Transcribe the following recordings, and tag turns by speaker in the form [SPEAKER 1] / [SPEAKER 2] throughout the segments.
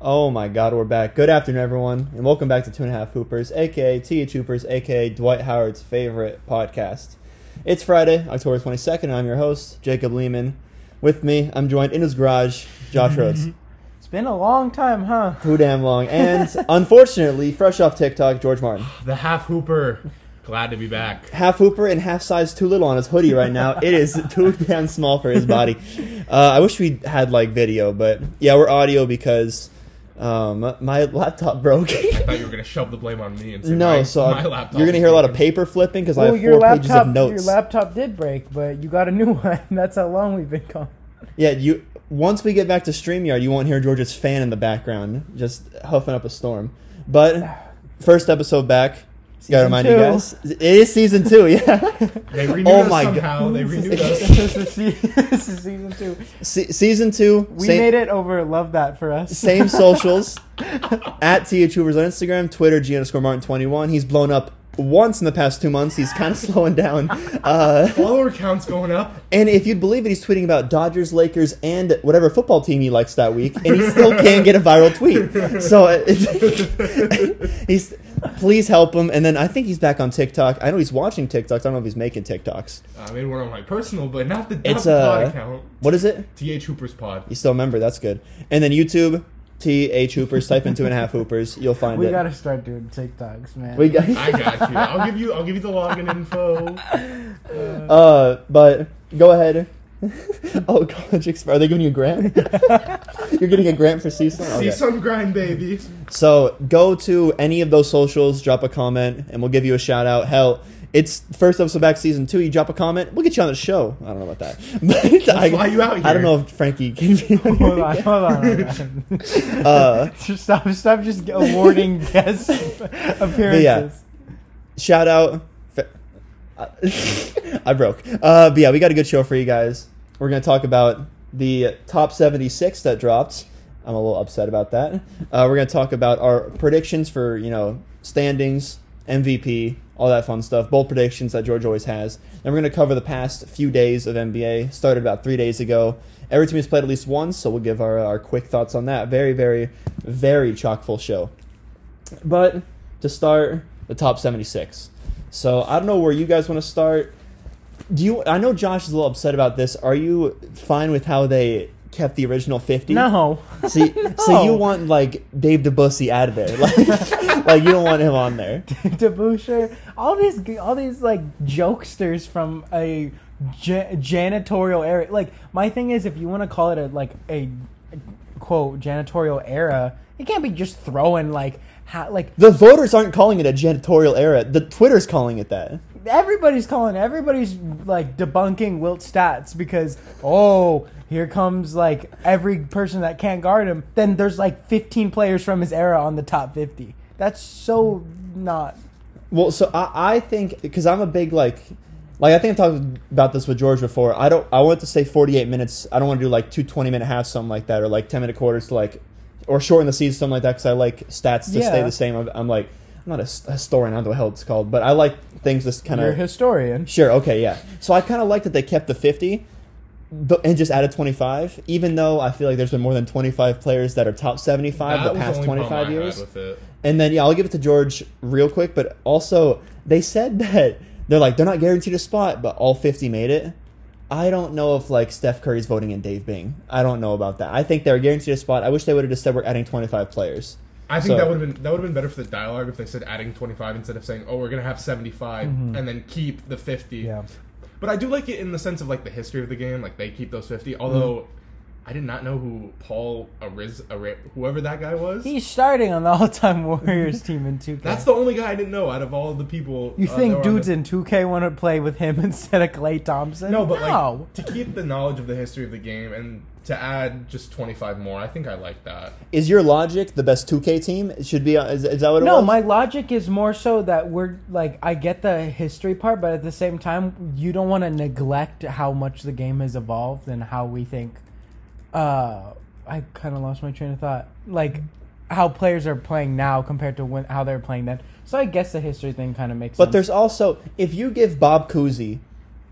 [SPEAKER 1] Oh my god, we're back. Good afternoon, everyone, and welcome back to Two and a Half Hoopers, aka TH Hoopers, aka Dwight Howard's favorite podcast. It's Friday, October 22nd, and I'm your host, Jacob Lehman. With me, I'm joined in his garage, Josh Rhodes.
[SPEAKER 2] It's been a long time, huh?
[SPEAKER 1] Too damn long. And unfortunately, fresh off TikTok, George Martin.
[SPEAKER 3] The half hooper. Glad to be back.
[SPEAKER 1] half hooper and half size too little on his hoodie right now. It is too damn small for his body. Uh, I wish we had like video, but yeah, we're audio because um, my laptop broke.
[SPEAKER 3] I thought you were gonna shove the blame on me and say
[SPEAKER 1] no,
[SPEAKER 3] my,
[SPEAKER 1] so
[SPEAKER 3] my laptop.
[SPEAKER 1] you're gonna
[SPEAKER 3] is
[SPEAKER 1] hear a lot of
[SPEAKER 3] broken.
[SPEAKER 1] paper flipping because I
[SPEAKER 2] Well,
[SPEAKER 1] have
[SPEAKER 2] your
[SPEAKER 1] four pages
[SPEAKER 2] laptop,
[SPEAKER 1] of
[SPEAKER 2] your
[SPEAKER 1] notes.
[SPEAKER 2] laptop did break, but you got a new one. That's how long we've been gone.
[SPEAKER 1] yeah, you. Once we get back to Streamyard, you won't hear George's fan in the background just huffing up a storm. But first episode back. Gotta
[SPEAKER 2] Season
[SPEAKER 1] remind
[SPEAKER 2] two.
[SPEAKER 1] you guys, it is season two. Yeah.
[SPEAKER 3] They renewed
[SPEAKER 1] Oh
[SPEAKER 3] us
[SPEAKER 1] my God.
[SPEAKER 3] somehow. They renewed us.
[SPEAKER 2] this, is se- this is season two.
[SPEAKER 1] Se- season two.
[SPEAKER 2] We
[SPEAKER 1] same-
[SPEAKER 2] made it over. Love that for us.
[SPEAKER 1] Same socials at THUbers on Instagram, Twitter, G underscore Martin 21. He's blown up once in the past two months. He's kind of slowing down. Uh,
[SPEAKER 3] Follower counts going up.
[SPEAKER 1] and if you'd believe it, he's tweeting about Dodgers, Lakers, and whatever football team he likes that week, and he still can't get a viral tweet. So it, he's please help him. And then I think he's back on TikTok. I know he's watching TikToks. I don't know if he's making TikToks.
[SPEAKER 3] Uh, maybe one on my personal, but not the, not
[SPEAKER 1] It's
[SPEAKER 3] the pod
[SPEAKER 1] uh,
[SPEAKER 3] account.
[SPEAKER 1] what is it?
[SPEAKER 3] Th Hooper's pod.
[SPEAKER 1] You still remember? That's good. And then YouTube, T H Hoopers. Type in two and a half Hoopers. You'll find
[SPEAKER 2] we
[SPEAKER 1] it.
[SPEAKER 2] gotta start doing TikToks, man.
[SPEAKER 1] we got.
[SPEAKER 3] I got you. I'll give you. I'll give you the login info.
[SPEAKER 1] Uh, but go ahead. oh, college exp- Are they giving you a grant? You're getting a grant for CSUN?
[SPEAKER 3] See
[SPEAKER 1] Okay.
[SPEAKER 3] some grind, baby.
[SPEAKER 1] So go to any of those socials, drop a comment, and we'll give you a shout out. Hell, it's first episode back season two. You drop a comment, we'll get you on the show. I don't know about that. But I,
[SPEAKER 3] fly you out
[SPEAKER 1] I don't
[SPEAKER 3] here.
[SPEAKER 1] know if Frankie can be on
[SPEAKER 2] Hold
[SPEAKER 1] here.
[SPEAKER 2] on, hold on. Hold on.
[SPEAKER 1] Uh,
[SPEAKER 2] just stop, stop just awarding guest appearances.
[SPEAKER 1] shout out. Fa- I broke. Uh, but yeah, we got a good show for you guys. We're going to talk about the top 76 that dropped. I'm a little upset about that. Uh, we're going to talk about our predictions for, you know, standings, MVP, all that fun stuff, bold predictions that George always has. And we're going to cover the past few days of NBA. Started about three days ago. Every team has played at least once, so we'll give our, our quick thoughts on that. Very, very, very chock full show. But to start, the top 76. So I don't know where you guys want to start. Do you? I know Josh is a little upset about this. Are you fine with how they kept the original 50?
[SPEAKER 2] No.
[SPEAKER 1] See, so you want like Dave DeBussy out of there? Like, like you don't want him on there?
[SPEAKER 2] DeBoucher, all these all these like jokesters from a ja- janitorial era. Like my thing is, if you want to call it a like a quote janitorial era, it can't be just throwing like ha- like
[SPEAKER 1] The voters aren't calling it a janitorial era. The Twitter's calling it that.
[SPEAKER 2] everybody's calling everybody's like debunking Wilt stats because oh here comes like every person that can't guard him. Then there's like 15 players from his era on the top 50. That's so not
[SPEAKER 1] Well, so I, I think because I'm a big like, like I think I've talked about this with George before. I don't. I want to say 48 minutes. I don't want to do like two 20 minute halves, something like that, or like 10 minute quarters, to like, or shorten the season, something like that. Because I like stats to stay
[SPEAKER 2] Yeah.
[SPEAKER 1] the same. I'm, I'm like, I'm not a s- historian. I don't know what the hell it's called, but I like things that's kind
[SPEAKER 2] you're a
[SPEAKER 1] of
[SPEAKER 2] historian.
[SPEAKER 1] Sure. Okay. Yeah. So I kind of like that they kept the fifty, but, and just added twenty five. Even though I feel like there's been more than twenty five players that are top seventy five
[SPEAKER 3] That
[SPEAKER 1] the
[SPEAKER 3] was
[SPEAKER 1] past
[SPEAKER 3] the only
[SPEAKER 1] twenty
[SPEAKER 3] problem
[SPEAKER 1] five
[SPEAKER 3] I had
[SPEAKER 1] years.
[SPEAKER 3] with it.
[SPEAKER 1] And then yeah, I'll give it to George real quick. But also, they said that they're like they're not guaranteed a spot, but all fifty made it. I don't know if like Steph Curry's voting in Dave Bing. I don't know about that. I think they're guaranteed a spot. I wish they would have just said we're adding twenty five players.
[SPEAKER 3] I think
[SPEAKER 1] So-
[SPEAKER 3] that would have been that would have been better for the dialogue if they said adding 25 instead of saying, "Oh, we're gonna have 75 and then keep the 50."
[SPEAKER 2] Mm-hmm. Yeah.
[SPEAKER 3] But I do like it in the sense of like the history of the game, like they keep those 50. Although
[SPEAKER 2] Mm-hmm.
[SPEAKER 3] I did not know who Paul Ariz, Ari- whoever that guy was.
[SPEAKER 2] He's starting on the all-time Warriors team in 2K.
[SPEAKER 3] That's the only guy I didn't know out of all the people.
[SPEAKER 2] you
[SPEAKER 3] uh, that
[SPEAKER 2] think
[SPEAKER 3] were on
[SPEAKER 2] dudes
[SPEAKER 3] the-
[SPEAKER 2] in 2K want to play with him instead of Clay Thompson?
[SPEAKER 3] No, but
[SPEAKER 2] no.
[SPEAKER 3] like to keep the knowledge of the history of the game and to add just 25 more. I think I like that.
[SPEAKER 1] Is your logic the best two K team? It should be. uh, Is, is that what it
[SPEAKER 2] no,
[SPEAKER 1] was?
[SPEAKER 2] my logic is more so that we're like I get the history part, but at the same time, you don't want to neglect how much the game has evolved and how we think. Uh, I kind of lost my train of thought. Like how players are playing now compared to when how they were playing then. So I guess the history thing kind of makes
[SPEAKER 1] But
[SPEAKER 2] sense.
[SPEAKER 1] there's also if you give Bob Cousy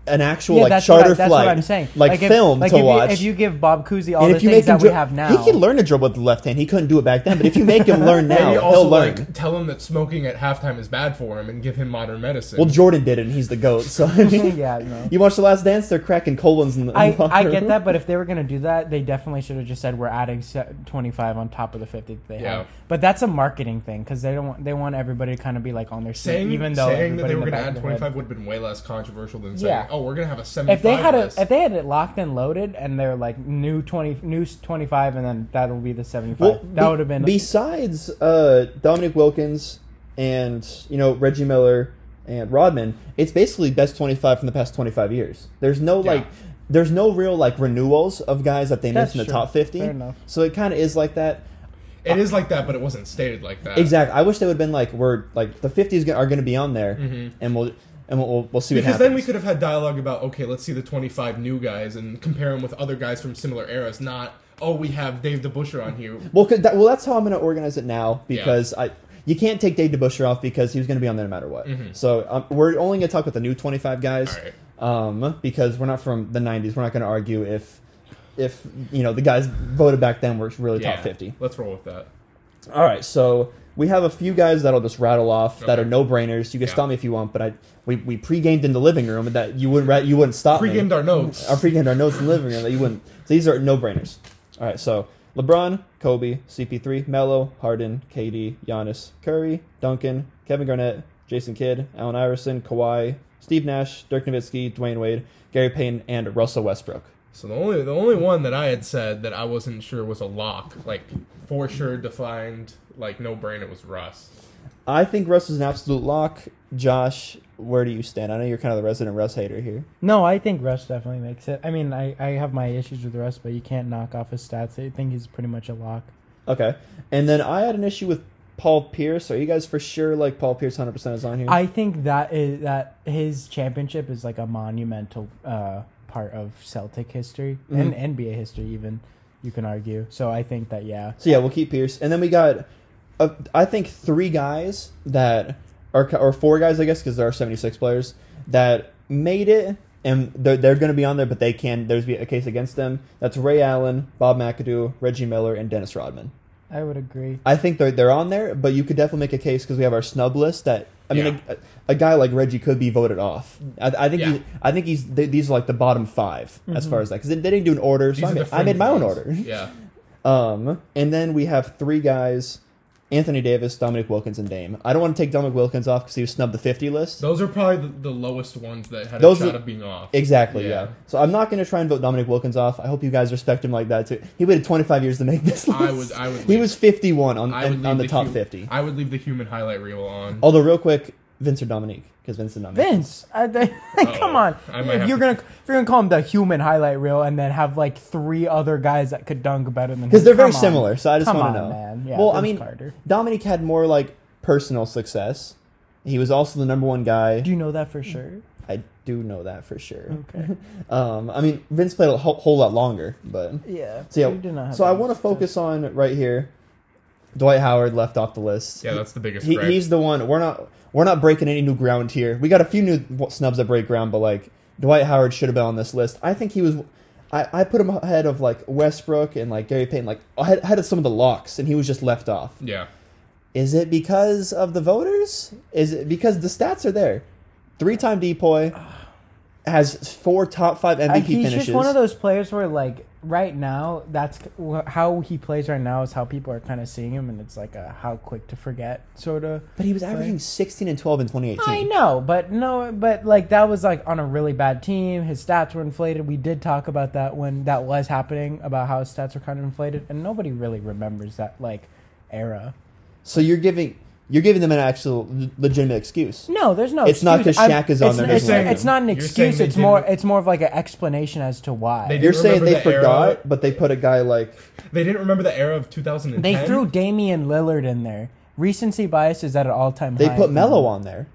[SPEAKER 1] an actual
[SPEAKER 2] yeah,
[SPEAKER 1] like
[SPEAKER 2] that's
[SPEAKER 1] charter
[SPEAKER 2] what I, that's
[SPEAKER 1] flight,
[SPEAKER 2] what I'm saying.
[SPEAKER 1] like,
[SPEAKER 2] if,
[SPEAKER 1] film
[SPEAKER 2] like
[SPEAKER 1] to
[SPEAKER 2] if
[SPEAKER 1] watch.
[SPEAKER 2] You, if you give Bob Cousy all
[SPEAKER 1] and
[SPEAKER 2] the
[SPEAKER 1] if you
[SPEAKER 2] things
[SPEAKER 1] make him
[SPEAKER 2] that
[SPEAKER 1] dri-
[SPEAKER 2] we have now,
[SPEAKER 1] he can learn to dribble with the left hand. He couldn't do it back then, but if you make him learn now,
[SPEAKER 3] Maybe
[SPEAKER 1] he'll
[SPEAKER 3] also
[SPEAKER 1] learn.
[SPEAKER 3] like tell him that smoking at halftime is bad for him and give him modern medicine.
[SPEAKER 1] well, Jordan did it, and he's the goat. So I mean,
[SPEAKER 2] yeah, no.
[SPEAKER 1] you watch the Last Dance; they're cracking cold ones in the.
[SPEAKER 2] I,
[SPEAKER 1] in the
[SPEAKER 2] I
[SPEAKER 1] locker
[SPEAKER 2] get
[SPEAKER 1] room.
[SPEAKER 2] that, but if they were going to do that, they definitely should have just said we're adding se- 25 on top of the 50 that they
[SPEAKER 3] Yeah.
[SPEAKER 2] have. But that's a marketing thing because they don't want they want everybody to kind of be like on their seat,
[SPEAKER 3] saying
[SPEAKER 2] even though
[SPEAKER 3] saying that
[SPEAKER 2] everybody
[SPEAKER 3] they
[SPEAKER 2] in the
[SPEAKER 3] were going
[SPEAKER 2] back of
[SPEAKER 3] to add
[SPEAKER 2] their
[SPEAKER 3] 25
[SPEAKER 2] head-
[SPEAKER 3] would have been way less controversial than
[SPEAKER 2] Yeah.
[SPEAKER 3] saying, "Oh, we're going to have a 75."
[SPEAKER 2] If they had a,
[SPEAKER 3] list.
[SPEAKER 2] if they had it locked and loaded, and they're like new 20 new 25, and then that'll be the 75.
[SPEAKER 1] Well,
[SPEAKER 2] that
[SPEAKER 1] be-
[SPEAKER 2] would have been
[SPEAKER 1] Besides uh, Dominic Wilkins and you know Reggie Miller and Rodman, it's basically best twenty five from the past twenty five years. There's no
[SPEAKER 3] Yeah.
[SPEAKER 1] like, there's no real like renewals of guys that they
[SPEAKER 2] That's
[SPEAKER 1] missed in the
[SPEAKER 2] true.
[SPEAKER 1] top fifty.
[SPEAKER 2] Fair enough.
[SPEAKER 1] So it kind of is like that.
[SPEAKER 3] it is like that, but it wasn't stated like that.
[SPEAKER 1] Exactly. I wish they would have been like, we're like the fifties go- are going to be on there, and we'll and we'll we'll see
[SPEAKER 3] Because
[SPEAKER 1] what happens.
[SPEAKER 3] then we could have had dialogue about, okay, let's see the 25 new guys and compare them with other guys from similar eras, not, oh, we have Dave DeBuscher on here.
[SPEAKER 1] Well, 'cause that, well, that's how I'm going to organize it now because I you can't take Dave DeBuscher off because he was going to be on there no matter what.
[SPEAKER 3] Mm-hmm.
[SPEAKER 1] So um, we're only going to talk with the new 25 guys
[SPEAKER 3] All right.
[SPEAKER 1] um, because we're not from the 90s. We're not going to argue if if you know the guys voted back then were really
[SPEAKER 3] Yeah.
[SPEAKER 1] top 50.
[SPEAKER 3] Let's roll with that.
[SPEAKER 1] All right, so we have a few guys that'll just rattle off that
[SPEAKER 3] Okay.
[SPEAKER 1] are no brainers. You can
[SPEAKER 3] Yeah.
[SPEAKER 1] stop me if you want, but I we, we pre-gamed in the living room and that you wouldn't ra- you wouldn't stop me
[SPEAKER 3] Pre-gamed our notes.
[SPEAKER 1] our pregame, our notes in the living room that you wouldn't. These are no brainers. All right, so LeBron, Kobe, CP3, Melo, Harden, KD, Giannis, Curry, Duncan, Kevin Garnett, Jason Kidd, Allen Iverson, Kawhi, Steve Nash, Dirk Nowitzki, Dwayne Wade, Gary Payton, and Russell Westbrook.
[SPEAKER 3] so the only the only one that I had said that I wasn't sure was a lock, like for sure defined, like no brain, it was Russ.
[SPEAKER 1] I think Russ is an absolute lock. Josh, where do you stand? I know you're kind of the resident Russ hater here.
[SPEAKER 2] No, I think Russ definitely makes it. I mean, I, I have my issues with Russ, but you can't knock off his stats. I think he's pretty much a lock.
[SPEAKER 1] Okay, and then I had an issue with Paul Pierce. Are you guys for sure like Paul Pierce 100 percent is on here?
[SPEAKER 2] I think that is that his championship is like a monumental uh, part of Celtic history
[SPEAKER 1] Mm-hmm.
[SPEAKER 2] and NBA history, even you can argue. So I think that yeah,
[SPEAKER 1] So yeah, we'll keep Pierce, and then we got, uh, I think three guys that are or four guys, I guess, because there are seventy six players that made it, and they're, they're going to be on there, but they can. There's be a case against them. That's Ray Allen, Bob McAdoo, Reggie Miller, and Dennis Rodman.
[SPEAKER 2] I would agree.
[SPEAKER 1] I think they're they're on there, but you could definitely make a case because we have our snub list. That I mean,
[SPEAKER 3] Yeah.
[SPEAKER 1] a, a guy like Reggie could be voted off. I, I think
[SPEAKER 3] Yeah. Mm-hmm.
[SPEAKER 1] he, I think he's th these are like the bottom 5 as far as that because they, they didn't do an order. So I made, I made my own
[SPEAKER 3] fringe
[SPEAKER 1] order.
[SPEAKER 3] ones. Yeah.
[SPEAKER 1] Um, and then we have three guys: Anthony Davis, Dominic Wilkins, and Dame. I don't want to take Dominic Wilkins off because he was snubbed the fifty list.
[SPEAKER 3] Those are probably the, the lowest ones that had
[SPEAKER 1] Those
[SPEAKER 3] a shot
[SPEAKER 1] are-
[SPEAKER 3] of being off.
[SPEAKER 1] Exactly. Yeah.
[SPEAKER 3] Yeah.
[SPEAKER 1] So I'm not going to try and vote Dominic Wilkins off. I hope you guys respect him like that too. He waited 25 years to make this list.
[SPEAKER 3] I would- I would
[SPEAKER 1] He
[SPEAKER 3] leave-
[SPEAKER 1] was 51 on
[SPEAKER 3] I would leave
[SPEAKER 1] on the, top Oh,
[SPEAKER 3] hu-
[SPEAKER 1] 50.
[SPEAKER 3] I would leave the human highlight reel on.
[SPEAKER 1] Although, real quick, Vince or Dominique? Because Vince and Dominique.
[SPEAKER 2] Vince, I, th- come on.
[SPEAKER 3] Oh, I might
[SPEAKER 2] If
[SPEAKER 3] have
[SPEAKER 2] you're
[SPEAKER 3] to-
[SPEAKER 2] gonna if you're gonna call him the human highlight reel, and then have like three other guys that could dunk better than him,
[SPEAKER 1] Because they're very
[SPEAKER 2] come on.
[SPEAKER 1] similar. So I just
[SPEAKER 2] Come
[SPEAKER 1] want to know.
[SPEAKER 2] on, man. Yeah,
[SPEAKER 1] well, I
[SPEAKER 2] Vince
[SPEAKER 1] mean,
[SPEAKER 2] Carter.
[SPEAKER 1] Dominique had more like personal success. He was also the number one guy.
[SPEAKER 2] Do you know that for sure?
[SPEAKER 1] I do know that for sure.
[SPEAKER 2] Okay.
[SPEAKER 1] Um, I mean, Vince played a whole, whole lot longer, but
[SPEAKER 2] Yeah.
[SPEAKER 1] so yeah.
[SPEAKER 2] we did not have
[SPEAKER 1] so I
[SPEAKER 2] that
[SPEAKER 1] want to
[SPEAKER 2] much
[SPEAKER 1] focus on right here. Dwight Howard left off the list.
[SPEAKER 3] Yeah, that's the biggest
[SPEAKER 1] He,
[SPEAKER 3] gripe.
[SPEAKER 1] he's the one. We're not we're not breaking any new ground here. We got a few new snubs that break ground, but like Dwight Howard should have been on this list. I think he was. I, I put him ahead of like Westbrook and like Gary Payton, like ahead, ahead of some of the locks, and he was just left off.
[SPEAKER 3] Yeah.
[SPEAKER 1] Is it because of the voters? Is it because the stats are there? Three time Depoy has four top five MVP
[SPEAKER 2] Uh, he's
[SPEAKER 1] finishes.
[SPEAKER 2] just one of those players where like right now that's wh- how he plays right now is how people are kind of seeing him and it's like a how quick to forget sort of
[SPEAKER 1] but he was averaging 16 and 12 in 2018.
[SPEAKER 2] I know, but no, but like that was like on a really bad team. His stats were inflated. We did talk about that when that was happening about how his stats were kind of inflated, and nobody really remembers that like era.
[SPEAKER 1] So you're giving you're giving them an actual l- legitimate excuse.
[SPEAKER 2] No, there's no.
[SPEAKER 1] It's not
[SPEAKER 2] excuse.
[SPEAKER 1] 'cause
[SPEAKER 2] I'm-
[SPEAKER 1] Shaq is on
[SPEAKER 2] it's,
[SPEAKER 1] there,
[SPEAKER 2] It's,
[SPEAKER 1] doesn't
[SPEAKER 2] it's,
[SPEAKER 1] matter.
[SPEAKER 2] not an
[SPEAKER 3] You're saying
[SPEAKER 2] excuse.
[SPEAKER 3] they
[SPEAKER 2] It's more.
[SPEAKER 3] didn't-
[SPEAKER 2] It's more of like an explanation as to why
[SPEAKER 3] They
[SPEAKER 1] You're saying
[SPEAKER 3] remember
[SPEAKER 1] they
[SPEAKER 3] that
[SPEAKER 1] forgot,
[SPEAKER 3] era?
[SPEAKER 1] but they put a guy like
[SPEAKER 3] They didn't remember the era of 2010.
[SPEAKER 2] They threw Damian Lillard in there. Recency bias is at an all time high.
[SPEAKER 1] they put Melo on there.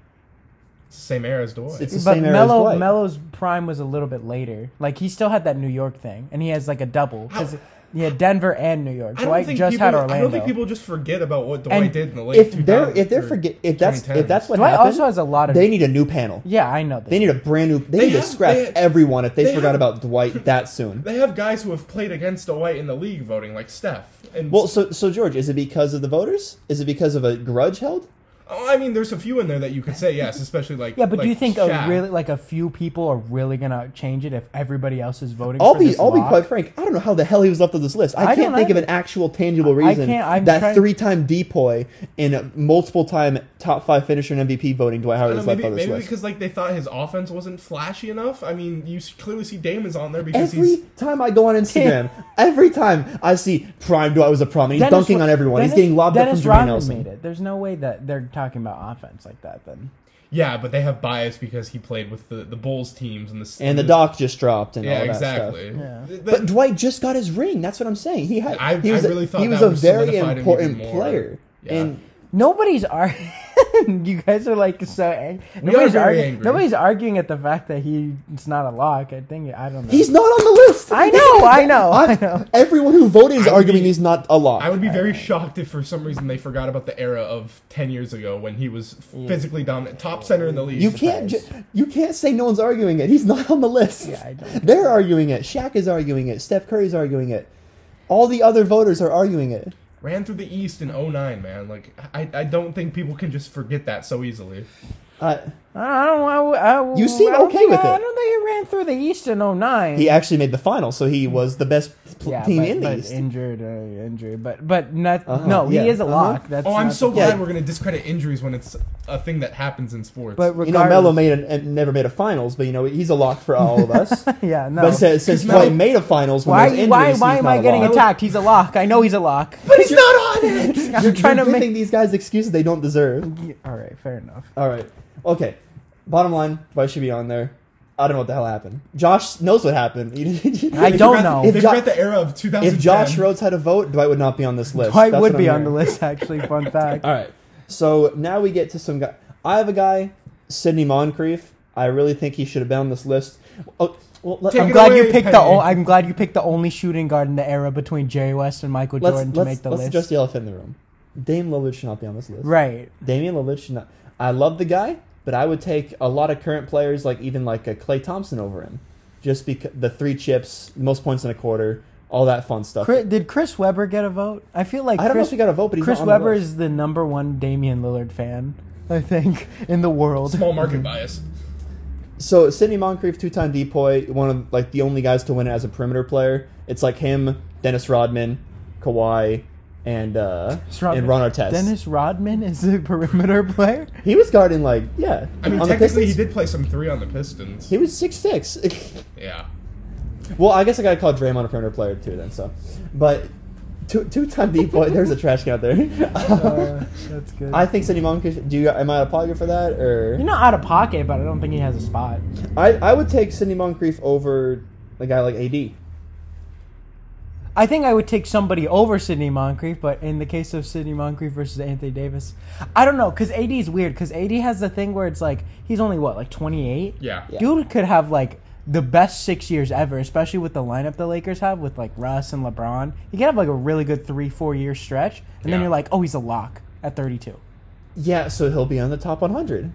[SPEAKER 3] It's the same era as Dwight.
[SPEAKER 1] It's the
[SPEAKER 2] But
[SPEAKER 1] same era as
[SPEAKER 2] Melo
[SPEAKER 1] Dwight.
[SPEAKER 2] Melo's prime was a little bit later. Like he still had that New York thing, and he has like a double. 'cause
[SPEAKER 3] How-
[SPEAKER 2] Yeah, Denver and New York.
[SPEAKER 3] I don't
[SPEAKER 2] Dwight
[SPEAKER 3] think
[SPEAKER 2] just
[SPEAKER 3] people,
[SPEAKER 2] had Orlando.
[SPEAKER 3] I don't think people just forget about what Dwight
[SPEAKER 2] And
[SPEAKER 3] did in the late.
[SPEAKER 1] If they're
[SPEAKER 3] 2000s
[SPEAKER 1] if they're
[SPEAKER 3] or
[SPEAKER 1] forget if that's if
[SPEAKER 3] 2010s.
[SPEAKER 1] that's what
[SPEAKER 2] Dwight
[SPEAKER 1] happened,
[SPEAKER 2] also has a lot of.
[SPEAKER 1] they need a new panel.
[SPEAKER 2] yeah, I know. This.
[SPEAKER 1] They need a brand new. They,
[SPEAKER 3] They
[SPEAKER 1] need
[SPEAKER 3] have-
[SPEAKER 1] to scrap
[SPEAKER 3] they-
[SPEAKER 1] everyone if they,
[SPEAKER 3] they
[SPEAKER 1] forgot
[SPEAKER 3] have-
[SPEAKER 1] about Dwight that soon.
[SPEAKER 3] they have guys who have played against Dwight in the league voting, like Steph. And
[SPEAKER 1] Well, so so George, is it because of the voters? Is it because of a grudge held?
[SPEAKER 3] oh, I mean, there's a few in there that you could say yes, especially like
[SPEAKER 2] yeah, but do
[SPEAKER 3] like
[SPEAKER 2] you think
[SPEAKER 3] Shaq.
[SPEAKER 2] a really like a few people are really gonna change it if everybody else is voting?
[SPEAKER 1] I'll
[SPEAKER 2] for
[SPEAKER 1] be
[SPEAKER 2] this
[SPEAKER 1] I'll be
[SPEAKER 2] lock?
[SPEAKER 1] quite frank. I don't know how the hell he was left on this list. I,
[SPEAKER 2] I
[SPEAKER 1] can't
[SPEAKER 2] don't
[SPEAKER 1] think of
[SPEAKER 2] either.
[SPEAKER 1] an actual tangible
[SPEAKER 2] I
[SPEAKER 1] reason
[SPEAKER 2] can't- I'm
[SPEAKER 1] that
[SPEAKER 2] trying-
[SPEAKER 1] three-time depoy and a multiple-time top five finisher and MVP voting Dwight
[SPEAKER 3] I
[SPEAKER 1] Howard
[SPEAKER 3] don't
[SPEAKER 1] was
[SPEAKER 3] know,
[SPEAKER 1] left
[SPEAKER 3] maybe
[SPEAKER 1] on this
[SPEAKER 3] maybe
[SPEAKER 1] list.
[SPEAKER 3] because like they thought his offense wasn't flashy enough. I mean, you s- clearly see Damon's on there because
[SPEAKER 1] Every
[SPEAKER 3] he's
[SPEAKER 1] time I go on Instagram, every time I see Prime Dwight was a problem. He's
[SPEAKER 2] Dennis
[SPEAKER 1] dunking
[SPEAKER 2] Ro-
[SPEAKER 1] on everyone.
[SPEAKER 2] Dennis-
[SPEAKER 1] he's getting lobbed
[SPEAKER 2] Dennis
[SPEAKER 1] up from Jermaine
[SPEAKER 2] Rodman
[SPEAKER 1] Nelson.
[SPEAKER 2] made it. There's no way that they're talking about offense like that. Then
[SPEAKER 3] yeah, but they have bias because he played with the, the Bulls teams and the
[SPEAKER 1] And the doc just dropped and all
[SPEAKER 3] Yeah,
[SPEAKER 1] that
[SPEAKER 3] exactly.
[SPEAKER 1] stuff.
[SPEAKER 2] Yeah.
[SPEAKER 3] Th-
[SPEAKER 1] But
[SPEAKER 3] th-
[SPEAKER 1] Dwight just got his ring. That's what I'm saying. He had.
[SPEAKER 3] I-
[SPEAKER 1] he was
[SPEAKER 3] I
[SPEAKER 1] a-
[SPEAKER 3] really thought
[SPEAKER 1] he was
[SPEAKER 3] that
[SPEAKER 1] a
[SPEAKER 3] would
[SPEAKER 1] very
[SPEAKER 3] solidified him
[SPEAKER 1] important
[SPEAKER 3] even more.
[SPEAKER 1] player.
[SPEAKER 3] Yeah.
[SPEAKER 1] And
[SPEAKER 2] nobody's ar- You guys are like so. Ang-
[SPEAKER 3] We are
[SPEAKER 2] nobody's
[SPEAKER 3] very
[SPEAKER 2] argu-
[SPEAKER 3] angry.
[SPEAKER 2] Nobody's arguing at the fact that he it's not a lock. I think I don't know.
[SPEAKER 1] He's not on the list.
[SPEAKER 2] I know, I know, I know.
[SPEAKER 1] Everyone who voted is
[SPEAKER 3] I would
[SPEAKER 1] arguing
[SPEAKER 3] be-
[SPEAKER 1] he's not a lock.
[SPEAKER 3] I would be very shocked if for some reason they forgot about the era of ten years ago when he was physically dominant, top center in the league.
[SPEAKER 1] Mm. you can't. Ju- you can't say no one's arguing it. He's not on the list.
[SPEAKER 2] Yeah, I don't-
[SPEAKER 1] They're arguing it. Shaq is arguing it. Steph Curry's arguing it. All the other voters are arguing it.
[SPEAKER 3] ran through the East in 09, man. Like I, I don't think people can just forget that so easily.
[SPEAKER 1] Uh,
[SPEAKER 2] I don't. I, I,
[SPEAKER 1] You seem
[SPEAKER 2] I don't
[SPEAKER 1] okay
[SPEAKER 2] think-
[SPEAKER 1] with
[SPEAKER 2] I
[SPEAKER 1] it.
[SPEAKER 2] don't think he ran through the East in 09.
[SPEAKER 1] he actually made the final, so he was the best pl-
[SPEAKER 2] yeah,
[SPEAKER 1] team
[SPEAKER 2] but,
[SPEAKER 1] in the
[SPEAKER 2] but
[SPEAKER 1] East.
[SPEAKER 2] injured, uh, injured, but but not.
[SPEAKER 1] Uh-huh,
[SPEAKER 2] no,
[SPEAKER 1] yeah,
[SPEAKER 2] he is a
[SPEAKER 1] uh-huh.
[SPEAKER 2] lock. That's
[SPEAKER 3] oh, I'm
[SPEAKER 2] not
[SPEAKER 3] so
[SPEAKER 2] the-
[SPEAKER 3] glad
[SPEAKER 1] Yeah.
[SPEAKER 3] we're gonna discredit injuries when it's a thing that happens in sports.
[SPEAKER 1] you
[SPEAKER 2] But
[SPEAKER 1] know,
[SPEAKER 2] regardless,
[SPEAKER 1] Melo made a, and never made a finals, but you know he's a lock for all of us.
[SPEAKER 2] Yeah, no.
[SPEAKER 1] But since, since
[SPEAKER 3] Melo-
[SPEAKER 1] Dwight made a finals, when
[SPEAKER 2] why?
[SPEAKER 1] there's
[SPEAKER 2] why?
[SPEAKER 1] injuries,
[SPEAKER 2] Why
[SPEAKER 1] he's
[SPEAKER 2] am
[SPEAKER 1] not
[SPEAKER 2] I
[SPEAKER 1] a
[SPEAKER 2] getting
[SPEAKER 1] lock.
[SPEAKER 2] attacked? He's a lock. I know he's a lock.
[SPEAKER 1] But he's not on it.
[SPEAKER 2] I'm
[SPEAKER 1] you're
[SPEAKER 2] trying
[SPEAKER 1] you're
[SPEAKER 2] to make-
[SPEAKER 1] giving these guys excuses they don't deserve.
[SPEAKER 2] All right, fair enough.
[SPEAKER 1] All right. Okay. Bottom line, Dwight should be on there. I don't know what the hell happened. Josh knows what happened.
[SPEAKER 2] I
[SPEAKER 3] They
[SPEAKER 2] don't
[SPEAKER 3] forgot-
[SPEAKER 2] know.
[SPEAKER 3] They
[SPEAKER 1] If Jo-
[SPEAKER 3] forgot the era of 2010.
[SPEAKER 1] If Josh Rhodes had a vote, Dwight would not be on this list.
[SPEAKER 2] Dwight
[SPEAKER 1] That's
[SPEAKER 2] would
[SPEAKER 1] what
[SPEAKER 2] be
[SPEAKER 1] I'm
[SPEAKER 2] on the
[SPEAKER 1] hearing.
[SPEAKER 2] list. Actually, fun fact.
[SPEAKER 1] All right. So now we get to some guy. I have a guy, Sidney Moncrief. I really think he should have been on this list. Oh, well, let,
[SPEAKER 3] Take
[SPEAKER 2] I'm
[SPEAKER 3] it
[SPEAKER 2] glad you
[SPEAKER 3] away,
[SPEAKER 2] picked the.
[SPEAKER 3] Penny.
[SPEAKER 2] O- I'm glad you picked the only shooting guard in the era between Jerry West and Michael
[SPEAKER 1] let's
[SPEAKER 2] Jordan to
[SPEAKER 1] let's,
[SPEAKER 2] make the
[SPEAKER 1] let's
[SPEAKER 2] list.
[SPEAKER 1] address the elephant in the room. Dame Lillard should not be on this list.
[SPEAKER 2] right.
[SPEAKER 1] Damian Lillard should not. I love the guy, but I would take a lot of current players, like even like a Clay Thompson, over him, just because the three chips, most points in a quarter, all that fun stuff.
[SPEAKER 2] Chris, did Chris Webber get a vote? I feel like
[SPEAKER 1] I don't know
[SPEAKER 2] Chris,
[SPEAKER 1] if he got a vote, but he's
[SPEAKER 2] Chris
[SPEAKER 1] not on the
[SPEAKER 2] Webber
[SPEAKER 1] list.
[SPEAKER 2] is the number one Damian Lillard fan, I think, in the world.
[SPEAKER 3] small market bias.
[SPEAKER 1] So Sidney Moncrief, two-time DPOY, one of like the only guys to win it as a perimeter player. It's like him, Dennis Rodman, Kawhi, and uh, and Ron Artest.
[SPEAKER 2] Dennis Rodman is a perimeter player.
[SPEAKER 1] He was guarding like yeah.
[SPEAKER 3] I mean,
[SPEAKER 1] on the
[SPEAKER 3] technically,
[SPEAKER 1] Pistons,
[SPEAKER 3] he did play some three on the Pistons.
[SPEAKER 1] He was six six.
[SPEAKER 3] yeah.
[SPEAKER 1] Well, I guess I gotta call Draymond a perimeter player too then. So, but two two time deep boy. There's a trash can out there.
[SPEAKER 2] Uh, that's good.
[SPEAKER 1] I think Sidney Moncrief. Do you am I a polygraph for that
[SPEAKER 2] You're
[SPEAKER 1] or
[SPEAKER 2] not out of pocket, but I don't think he has a spot.
[SPEAKER 1] I I would take Sidney Moncrief over a guy like AD.
[SPEAKER 2] I think I would take somebody over Sidney Moncrief, but in the case of Sidney Moncrief versus Anthony Davis, I don't know because AD is weird because AD has the thing where it's like he's only what like 28.
[SPEAKER 3] Yeah.
[SPEAKER 1] Yeah.
[SPEAKER 2] dude could have like the best six years ever, especially with the lineup the Lakers have with like Russ and LeBron. He could have like a really good three four year stretch, and then
[SPEAKER 3] Yeah.
[SPEAKER 2] you're like, oh, he's a lock at 32
[SPEAKER 1] Yeah, so he'll be on the top 100.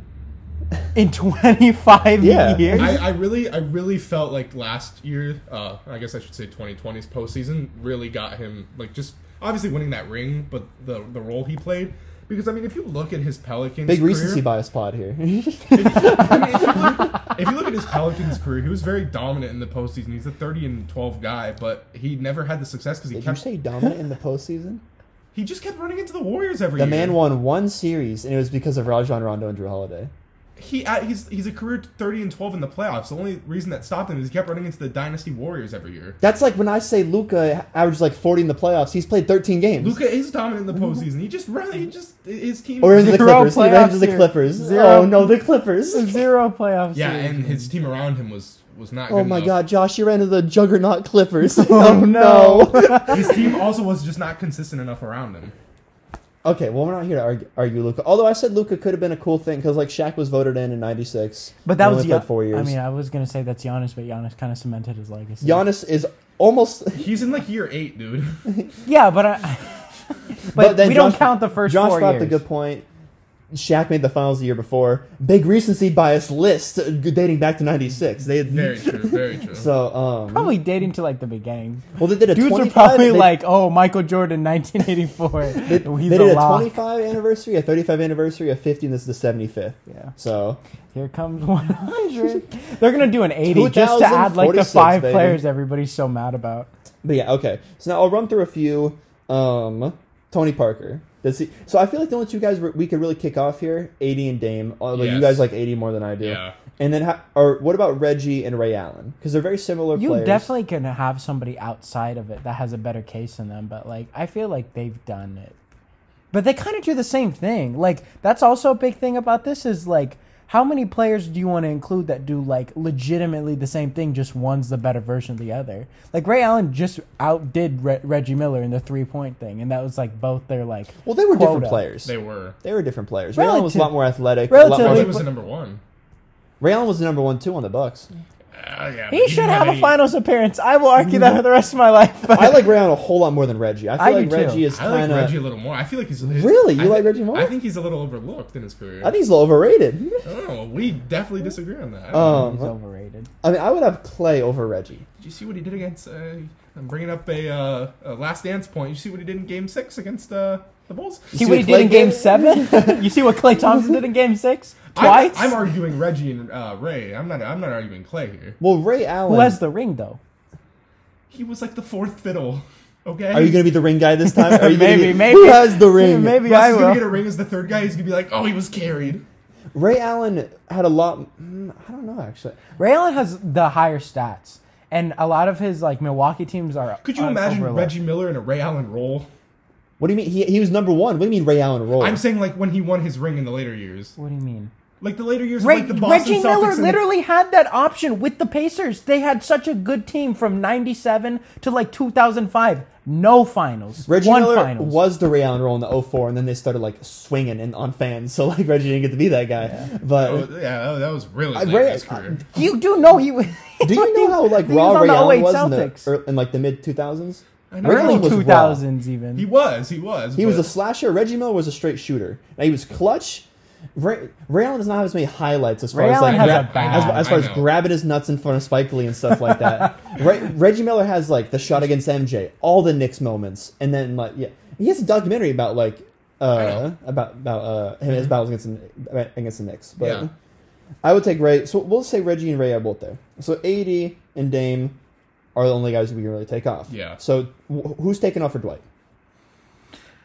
[SPEAKER 2] in 25
[SPEAKER 1] Yeah.
[SPEAKER 2] years.
[SPEAKER 3] I, I really, I really felt like last year, uh, I guess I should say 2020's postseason really got him like just obviously winning that ring, but the the role he played. Because I mean, if you look at his Pelicans,
[SPEAKER 1] Big
[SPEAKER 3] career,
[SPEAKER 1] recency bias pod here.
[SPEAKER 3] I mean, if, you look, if you look at his Pelicans career, he was very dominant in the postseason. He's a 30 and 12 guy, but he never had the success because he
[SPEAKER 1] Did you
[SPEAKER 3] kept
[SPEAKER 1] say dominant in the postseason?
[SPEAKER 3] he just kept running into the Warriors every
[SPEAKER 1] The
[SPEAKER 3] year.
[SPEAKER 1] man won one series, and it was because of Rajon Rondo and Drew Holiday.
[SPEAKER 3] He uh, he's he's a career 30 and 12 in the playoffs. The only reason that stopped him is he kept running into the dynasty Warriors every year.
[SPEAKER 1] That's like when I say Luca averages like 40 in the playoffs. He's played 13 games.
[SPEAKER 3] Luca is dominant in the postseason. He just really, he just his team.
[SPEAKER 1] or in the
[SPEAKER 2] Zero
[SPEAKER 1] Clippers. He
[SPEAKER 2] playoff
[SPEAKER 1] ran to the
[SPEAKER 2] series.
[SPEAKER 1] Clippers.
[SPEAKER 2] Zero.
[SPEAKER 1] Oh no, the Clippers.
[SPEAKER 2] Zero playoff
[SPEAKER 3] yeah,
[SPEAKER 2] series.
[SPEAKER 3] and his team around him was was not.
[SPEAKER 1] Oh
[SPEAKER 3] good
[SPEAKER 1] my
[SPEAKER 3] enough.
[SPEAKER 1] god, Josh, you ran into the juggernaut Clippers.
[SPEAKER 2] Oh, no.
[SPEAKER 3] His team also was just not consistent enough around him.
[SPEAKER 1] okay, well, we're not here to argue, argue Luca. Although I said Luca could have been a cool thing because, like, Shaq was voted in in 96.
[SPEAKER 2] But
[SPEAKER 1] He
[SPEAKER 2] that was
[SPEAKER 1] only played
[SPEAKER 2] Gian-
[SPEAKER 1] four years.
[SPEAKER 2] I mean, I was gonna say that's Giannis, but Giannis kind of cemented his legacy.
[SPEAKER 1] Giannis is almost.
[SPEAKER 3] He's in like year eight, dude.
[SPEAKER 2] Yeah, but I. But, we don't
[SPEAKER 1] Josh-
[SPEAKER 2] count the first
[SPEAKER 1] Josh
[SPEAKER 2] four
[SPEAKER 1] brought
[SPEAKER 2] years.
[SPEAKER 1] the good point. Shaq made the finals the year before. Big recency bias list uh, dating back to '96. They had,
[SPEAKER 3] Very true. Very true.
[SPEAKER 1] so um,
[SPEAKER 2] Probably dating to like the beginning.
[SPEAKER 1] well they did a
[SPEAKER 2] Dudes are
[SPEAKER 1] 25
[SPEAKER 2] probably
[SPEAKER 1] they-
[SPEAKER 2] like, oh, Michael Jordan, 1984.
[SPEAKER 1] they,
[SPEAKER 2] He's
[SPEAKER 1] they did a
[SPEAKER 2] a lock.
[SPEAKER 1] 25 anniversary, a 35 anniversary, a 50, and this is the 75th.
[SPEAKER 2] Yeah.
[SPEAKER 1] So
[SPEAKER 2] Here comes 100. They're gonna do an 80 just to add like the
[SPEAKER 1] 2046,
[SPEAKER 2] five
[SPEAKER 1] baby.
[SPEAKER 2] players everybody's so mad about.
[SPEAKER 1] But yeah, okay. So now I'll run through a few. Um, Tony Parker. Does he, so I feel like the only two guys we we could really kick off here, AD and Dame. Although you
[SPEAKER 3] Yes.
[SPEAKER 1] guys like AD more than I do.
[SPEAKER 3] Yeah.
[SPEAKER 1] And then, ha- or what about Reggie and Ray Allen? Because they're very similar
[SPEAKER 2] You
[SPEAKER 1] players.
[SPEAKER 2] definitely can have somebody outside of it that has a better case than them, but like I feel like they've done it. But they kind of do the same thing. Like that's also a big thing about this is like how many players do you want to include that do like legitimately the same thing? Just one's the better version of the other. Like Ray Allen just outdid Re- Reggie Miller in the three point thing, and that was like both their like
[SPEAKER 1] Well, they were different
[SPEAKER 2] Quota.
[SPEAKER 1] players.
[SPEAKER 3] they
[SPEAKER 1] They,
[SPEAKER 3] were.
[SPEAKER 1] were different players. Ray Allen was a
[SPEAKER 2] Relative-
[SPEAKER 1] lot more athletic. A lot
[SPEAKER 2] relatively-
[SPEAKER 1] more,
[SPEAKER 3] Reggie
[SPEAKER 2] but-
[SPEAKER 3] was the number one.
[SPEAKER 1] Ray Allen was the number one two on the Bucks.
[SPEAKER 3] Ah, yeah, but
[SPEAKER 2] He
[SPEAKER 3] you
[SPEAKER 2] should
[SPEAKER 3] didn't
[SPEAKER 2] have a
[SPEAKER 3] any-
[SPEAKER 2] finals appearance. I will argue that for the rest of my life. But
[SPEAKER 1] I like Ray Allen a whole lot more than Reggie. I feel
[SPEAKER 2] I
[SPEAKER 1] like
[SPEAKER 2] do too.
[SPEAKER 1] Reggie is
[SPEAKER 3] I like
[SPEAKER 1] kind of.
[SPEAKER 3] Reggie a little more. I feel like he's his-
[SPEAKER 1] Really?
[SPEAKER 3] I
[SPEAKER 1] You like
[SPEAKER 3] thi-
[SPEAKER 1] Reggie more?
[SPEAKER 3] I think he's a little overlooked in his career.
[SPEAKER 1] I think he's a little overrated.
[SPEAKER 3] oh, we definitely disagree on that.
[SPEAKER 2] he's
[SPEAKER 1] Um,
[SPEAKER 2] overrated.
[SPEAKER 1] I mean, I would have Clay over Reggie.
[SPEAKER 3] Did you see what he did against? Uh, I'm bringing up a, uh, a last dance point. You see what he did in Game Six against uh, the Bulls?
[SPEAKER 2] See,
[SPEAKER 1] see
[SPEAKER 2] what
[SPEAKER 1] what
[SPEAKER 2] he did
[SPEAKER 1] Klay
[SPEAKER 2] in Game
[SPEAKER 1] did?
[SPEAKER 2] Seven? you see what Clay Thompson did in Game Six?
[SPEAKER 3] I'm-
[SPEAKER 2] Twice.
[SPEAKER 3] I'm, arguing Reggie and uh, Ray. I'm not. I'm not arguing Clay here.
[SPEAKER 1] Well, Ray Allen.
[SPEAKER 2] Who has the ring though?
[SPEAKER 3] He was like the fourth fiddle. Okay.
[SPEAKER 1] Are you going to be the ring guy this time? Are you gonna be-
[SPEAKER 2] Maybe, maybe.
[SPEAKER 1] Who has the ring?
[SPEAKER 2] Maybe
[SPEAKER 3] Russ
[SPEAKER 2] I
[SPEAKER 3] is
[SPEAKER 2] will.
[SPEAKER 3] gonna get a ring as the third guy. He's gonna be like, oh, he was carried.
[SPEAKER 1] Ray Allen had a lot. mm, I don't know actually.
[SPEAKER 2] Ray Allen has the higher stats, and a lot of his like Milwaukee teams are.
[SPEAKER 3] Could you
[SPEAKER 2] are
[SPEAKER 3] imagine
[SPEAKER 2] overlooked.
[SPEAKER 3] Reggie Miller in a Ray Allen role?
[SPEAKER 1] What do you mean? He, he was number one. What do you mean Ray Allen role?
[SPEAKER 3] I'm saying like when he won his ring in the later years,
[SPEAKER 2] What do you mean?
[SPEAKER 3] like the later years, of,
[SPEAKER 2] Ray,
[SPEAKER 3] like the Boston
[SPEAKER 2] Reggie
[SPEAKER 3] Celtics
[SPEAKER 2] Miller
[SPEAKER 3] and-
[SPEAKER 2] literally had that option with the Pacers. They had such a good team from '97 to like 2005. No finals.
[SPEAKER 1] Reggie
[SPEAKER 2] One
[SPEAKER 1] Miller
[SPEAKER 2] finals.
[SPEAKER 1] was the Ray Allen role in the 04, and then they started like swinging in, on fans. So like Reggie didn't get to be that guy. But
[SPEAKER 3] Oh, yeah, that- that was really late
[SPEAKER 1] Ray-
[SPEAKER 3] in his career.
[SPEAKER 2] You do know he.
[SPEAKER 1] do you know how like
[SPEAKER 2] He
[SPEAKER 1] raw
[SPEAKER 2] was on
[SPEAKER 1] Ray
[SPEAKER 2] the
[SPEAKER 1] Allen
[SPEAKER 2] 08
[SPEAKER 1] was in, the,
[SPEAKER 2] Celtics.
[SPEAKER 1] er, in like the mid 2000s?
[SPEAKER 3] I know.
[SPEAKER 2] early
[SPEAKER 1] Reggie was raw.
[SPEAKER 2] two thousands even?
[SPEAKER 3] he was. He was.
[SPEAKER 1] He was
[SPEAKER 3] but-
[SPEAKER 1] a slasher. Reggie Miller was a straight shooter. Now he was clutch. Ray, Ray Allen does not have as many highlights as far
[SPEAKER 2] Ray
[SPEAKER 1] as
[SPEAKER 2] Allen
[SPEAKER 1] like
[SPEAKER 2] has
[SPEAKER 1] gra-
[SPEAKER 2] a bad-
[SPEAKER 1] as, as far
[SPEAKER 3] I
[SPEAKER 1] as
[SPEAKER 3] know.
[SPEAKER 1] grabbing his nuts in front of Spike Lee and stuff like that. Re- Reggie Miller has like the shot against MJ, all the Knicks moments, and then like yeah, he has a documentary about like uh
[SPEAKER 3] know. Mm-hmm.
[SPEAKER 1] about about uh him his battles against the, against the Knicks. But
[SPEAKER 3] Yeah.
[SPEAKER 1] I would take Ray. So we'll say Reggie and Ray are both there. So AD and Dame are the only guys we can really take off.
[SPEAKER 3] Yeah.
[SPEAKER 1] So wh- who's taking off for Dwight?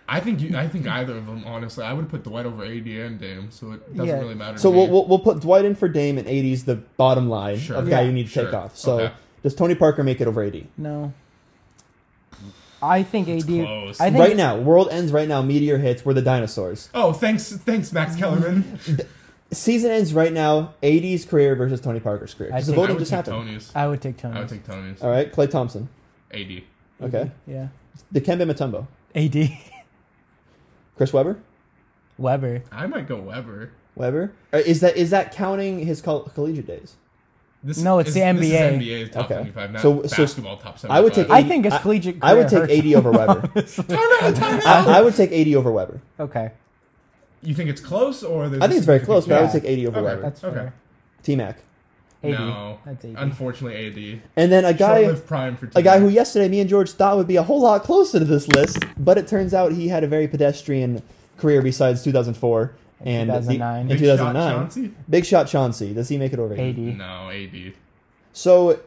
[SPEAKER 3] I think you, I think either of them. Honestly, I would put Dwight over AD and Dame, so it doesn't
[SPEAKER 2] Yeah.
[SPEAKER 3] really matter.
[SPEAKER 1] So
[SPEAKER 3] to
[SPEAKER 1] we'll,
[SPEAKER 3] me.
[SPEAKER 1] we'll, we'll put Dwight in for Dame and 80's the bottom line
[SPEAKER 3] Sure.
[SPEAKER 1] of guy
[SPEAKER 2] Yeah.
[SPEAKER 1] you need to take
[SPEAKER 3] Sure.
[SPEAKER 1] off. So
[SPEAKER 3] Okay.
[SPEAKER 1] does Tony Parker make it over 80?
[SPEAKER 2] No. I think AD.
[SPEAKER 3] close.
[SPEAKER 2] I think
[SPEAKER 1] Right now, world ends right now, meteor hits, we're the dinosaurs.
[SPEAKER 3] Oh, thanks, thanks, Max Kellerman.
[SPEAKER 1] Season ends right now, 80's career versus Tony Parker's career.
[SPEAKER 2] I
[SPEAKER 1] Because the
[SPEAKER 2] think-
[SPEAKER 3] I
[SPEAKER 1] voting
[SPEAKER 3] would
[SPEAKER 1] just
[SPEAKER 3] take
[SPEAKER 1] happened.
[SPEAKER 3] Tony's.
[SPEAKER 2] I would take Tony. Mm-hmm.
[SPEAKER 3] I would take Tony's.
[SPEAKER 1] All right, Clay Thompson.
[SPEAKER 3] AD.
[SPEAKER 1] Okay.
[SPEAKER 2] yeah.
[SPEAKER 1] Dikembe Mutombo.
[SPEAKER 2] AD
[SPEAKER 1] Chris Webber?
[SPEAKER 2] Weber.
[SPEAKER 3] I might go Weber.
[SPEAKER 1] Webber? Uh, Is that is that counting his col- collegiate days?
[SPEAKER 3] This
[SPEAKER 2] No, it's
[SPEAKER 3] is,
[SPEAKER 2] the
[SPEAKER 3] This
[SPEAKER 2] NBA.
[SPEAKER 3] is NBA's top
[SPEAKER 1] Okay.
[SPEAKER 3] 25, not
[SPEAKER 1] So- so
[SPEAKER 3] basketball top 75.
[SPEAKER 1] I would take. 80,
[SPEAKER 2] I think his collegiate
[SPEAKER 1] I, would
[SPEAKER 2] career
[SPEAKER 1] take 80 over Weber.
[SPEAKER 2] Oh.
[SPEAKER 1] I, I would take 80 over Weber.
[SPEAKER 2] Okay.
[SPEAKER 3] You think it's close, or there's
[SPEAKER 1] I think it's very close, but I would
[SPEAKER 2] Yeah.
[SPEAKER 1] take 80 over
[SPEAKER 3] Okay.
[SPEAKER 1] Weber.
[SPEAKER 2] That's
[SPEAKER 3] Okay.
[SPEAKER 2] fair.
[SPEAKER 1] T Mac,
[SPEAKER 2] AD.
[SPEAKER 3] no,
[SPEAKER 2] That's AD.
[SPEAKER 3] unfortunately, AD.
[SPEAKER 1] and then a guy.
[SPEAKER 3] Short-lived prime for
[SPEAKER 1] A guy who
[SPEAKER 3] team.
[SPEAKER 1] yesterday me and George thought would be a whole lot closer to this list, but it turns out he had a very pedestrian career besides 2004 and the-
[SPEAKER 2] 2009.
[SPEAKER 1] and
[SPEAKER 2] Big
[SPEAKER 3] Big Shot
[SPEAKER 1] 2009.
[SPEAKER 3] Chauncey?
[SPEAKER 1] Big shot Chauncey. Does he make it over? 80?
[SPEAKER 2] AD.
[SPEAKER 3] No, AD.
[SPEAKER 1] So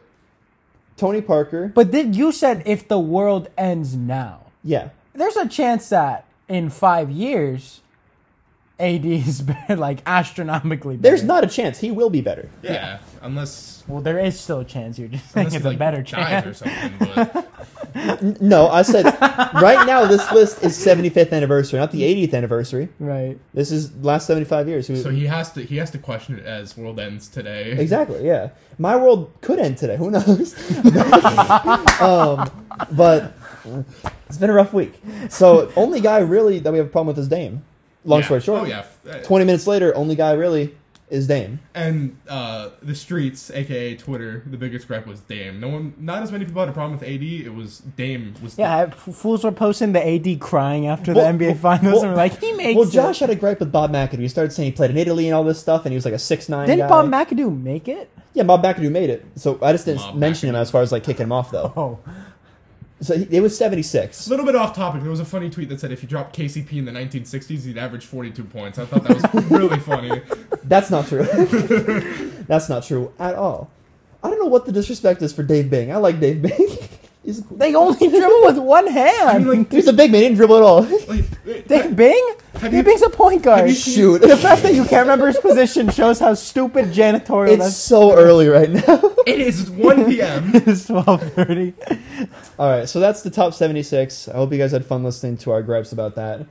[SPEAKER 1] Tony Parker.
[SPEAKER 2] But did you said if the world ends now,
[SPEAKER 1] yeah.
[SPEAKER 2] there's a chance that in five years, AD is better, like astronomically. Better.
[SPEAKER 1] There's not a chance. He will be better.
[SPEAKER 3] Yeah, unless
[SPEAKER 2] Well, there is still a chance. You're just thinking
[SPEAKER 3] unless he,
[SPEAKER 2] it's
[SPEAKER 3] like,
[SPEAKER 2] a better
[SPEAKER 3] dies or
[SPEAKER 2] chance.
[SPEAKER 3] something. But
[SPEAKER 1] N- No, I said right now this list is 75th anniversary, not the 80th anniversary.
[SPEAKER 2] Right.
[SPEAKER 1] This is last 75 years. Who-
[SPEAKER 3] so he has to he has to question it as world ends today.
[SPEAKER 1] Exactly. Yeah, my world could end today. Who knows? um, but it's been a rough week. So only guy really that we have a problem with is Dame. Long
[SPEAKER 3] Yeah.
[SPEAKER 1] story short,
[SPEAKER 3] Oh yeah. F- uh,
[SPEAKER 1] twenty minutes later, only guy really is Dame.
[SPEAKER 3] And uh, the streets, aka Twitter, the biggest gripe was Dame. No one, not as many people had a problem with AD. It was Dame was.
[SPEAKER 2] Yeah, I- f- fools were posting the AD crying after
[SPEAKER 1] Well,
[SPEAKER 2] the NBA
[SPEAKER 1] well,
[SPEAKER 2] Finals, and
[SPEAKER 1] well-
[SPEAKER 2] were like, he makes.
[SPEAKER 1] Well,
[SPEAKER 2] it.
[SPEAKER 1] Josh had a gripe with Bob McAdoo. He started saying he played in Italy and all this stuff, and he was like a six nine. guy.
[SPEAKER 2] didn't Bob McAdoo make it?
[SPEAKER 1] yeah, Bob McAdoo made it. So I just didn't
[SPEAKER 3] Bob
[SPEAKER 1] mention him as far as like kicking him off though.
[SPEAKER 2] Oh,
[SPEAKER 1] So he, it was seventy six.
[SPEAKER 3] a little bit off topic. There was a funny tweet that said if you dropped KCP in the 1960s, he'd average 42 points. I thought that was really funny.
[SPEAKER 1] That's not true. That's not true at all. I don't know what the disrespect is for Dave Bing. I like Dave Bing. He's a cool.
[SPEAKER 2] they only dribble with one hand.
[SPEAKER 3] I mean, like,
[SPEAKER 1] He's a big man. He didn't dribble at all.
[SPEAKER 3] like,
[SPEAKER 2] Dave Bing?
[SPEAKER 3] Have
[SPEAKER 2] Dave
[SPEAKER 3] you-
[SPEAKER 2] Bing's a point guard.
[SPEAKER 1] Shoot.
[SPEAKER 2] The fact that you can't remember his position shows how stupid janitorial
[SPEAKER 1] It's so early right now.
[SPEAKER 3] it is 1 p.m.
[SPEAKER 2] that is. Twelve thirty.
[SPEAKER 1] All right, so that's the top 76. I hope you guys had fun listening to our gripes about that.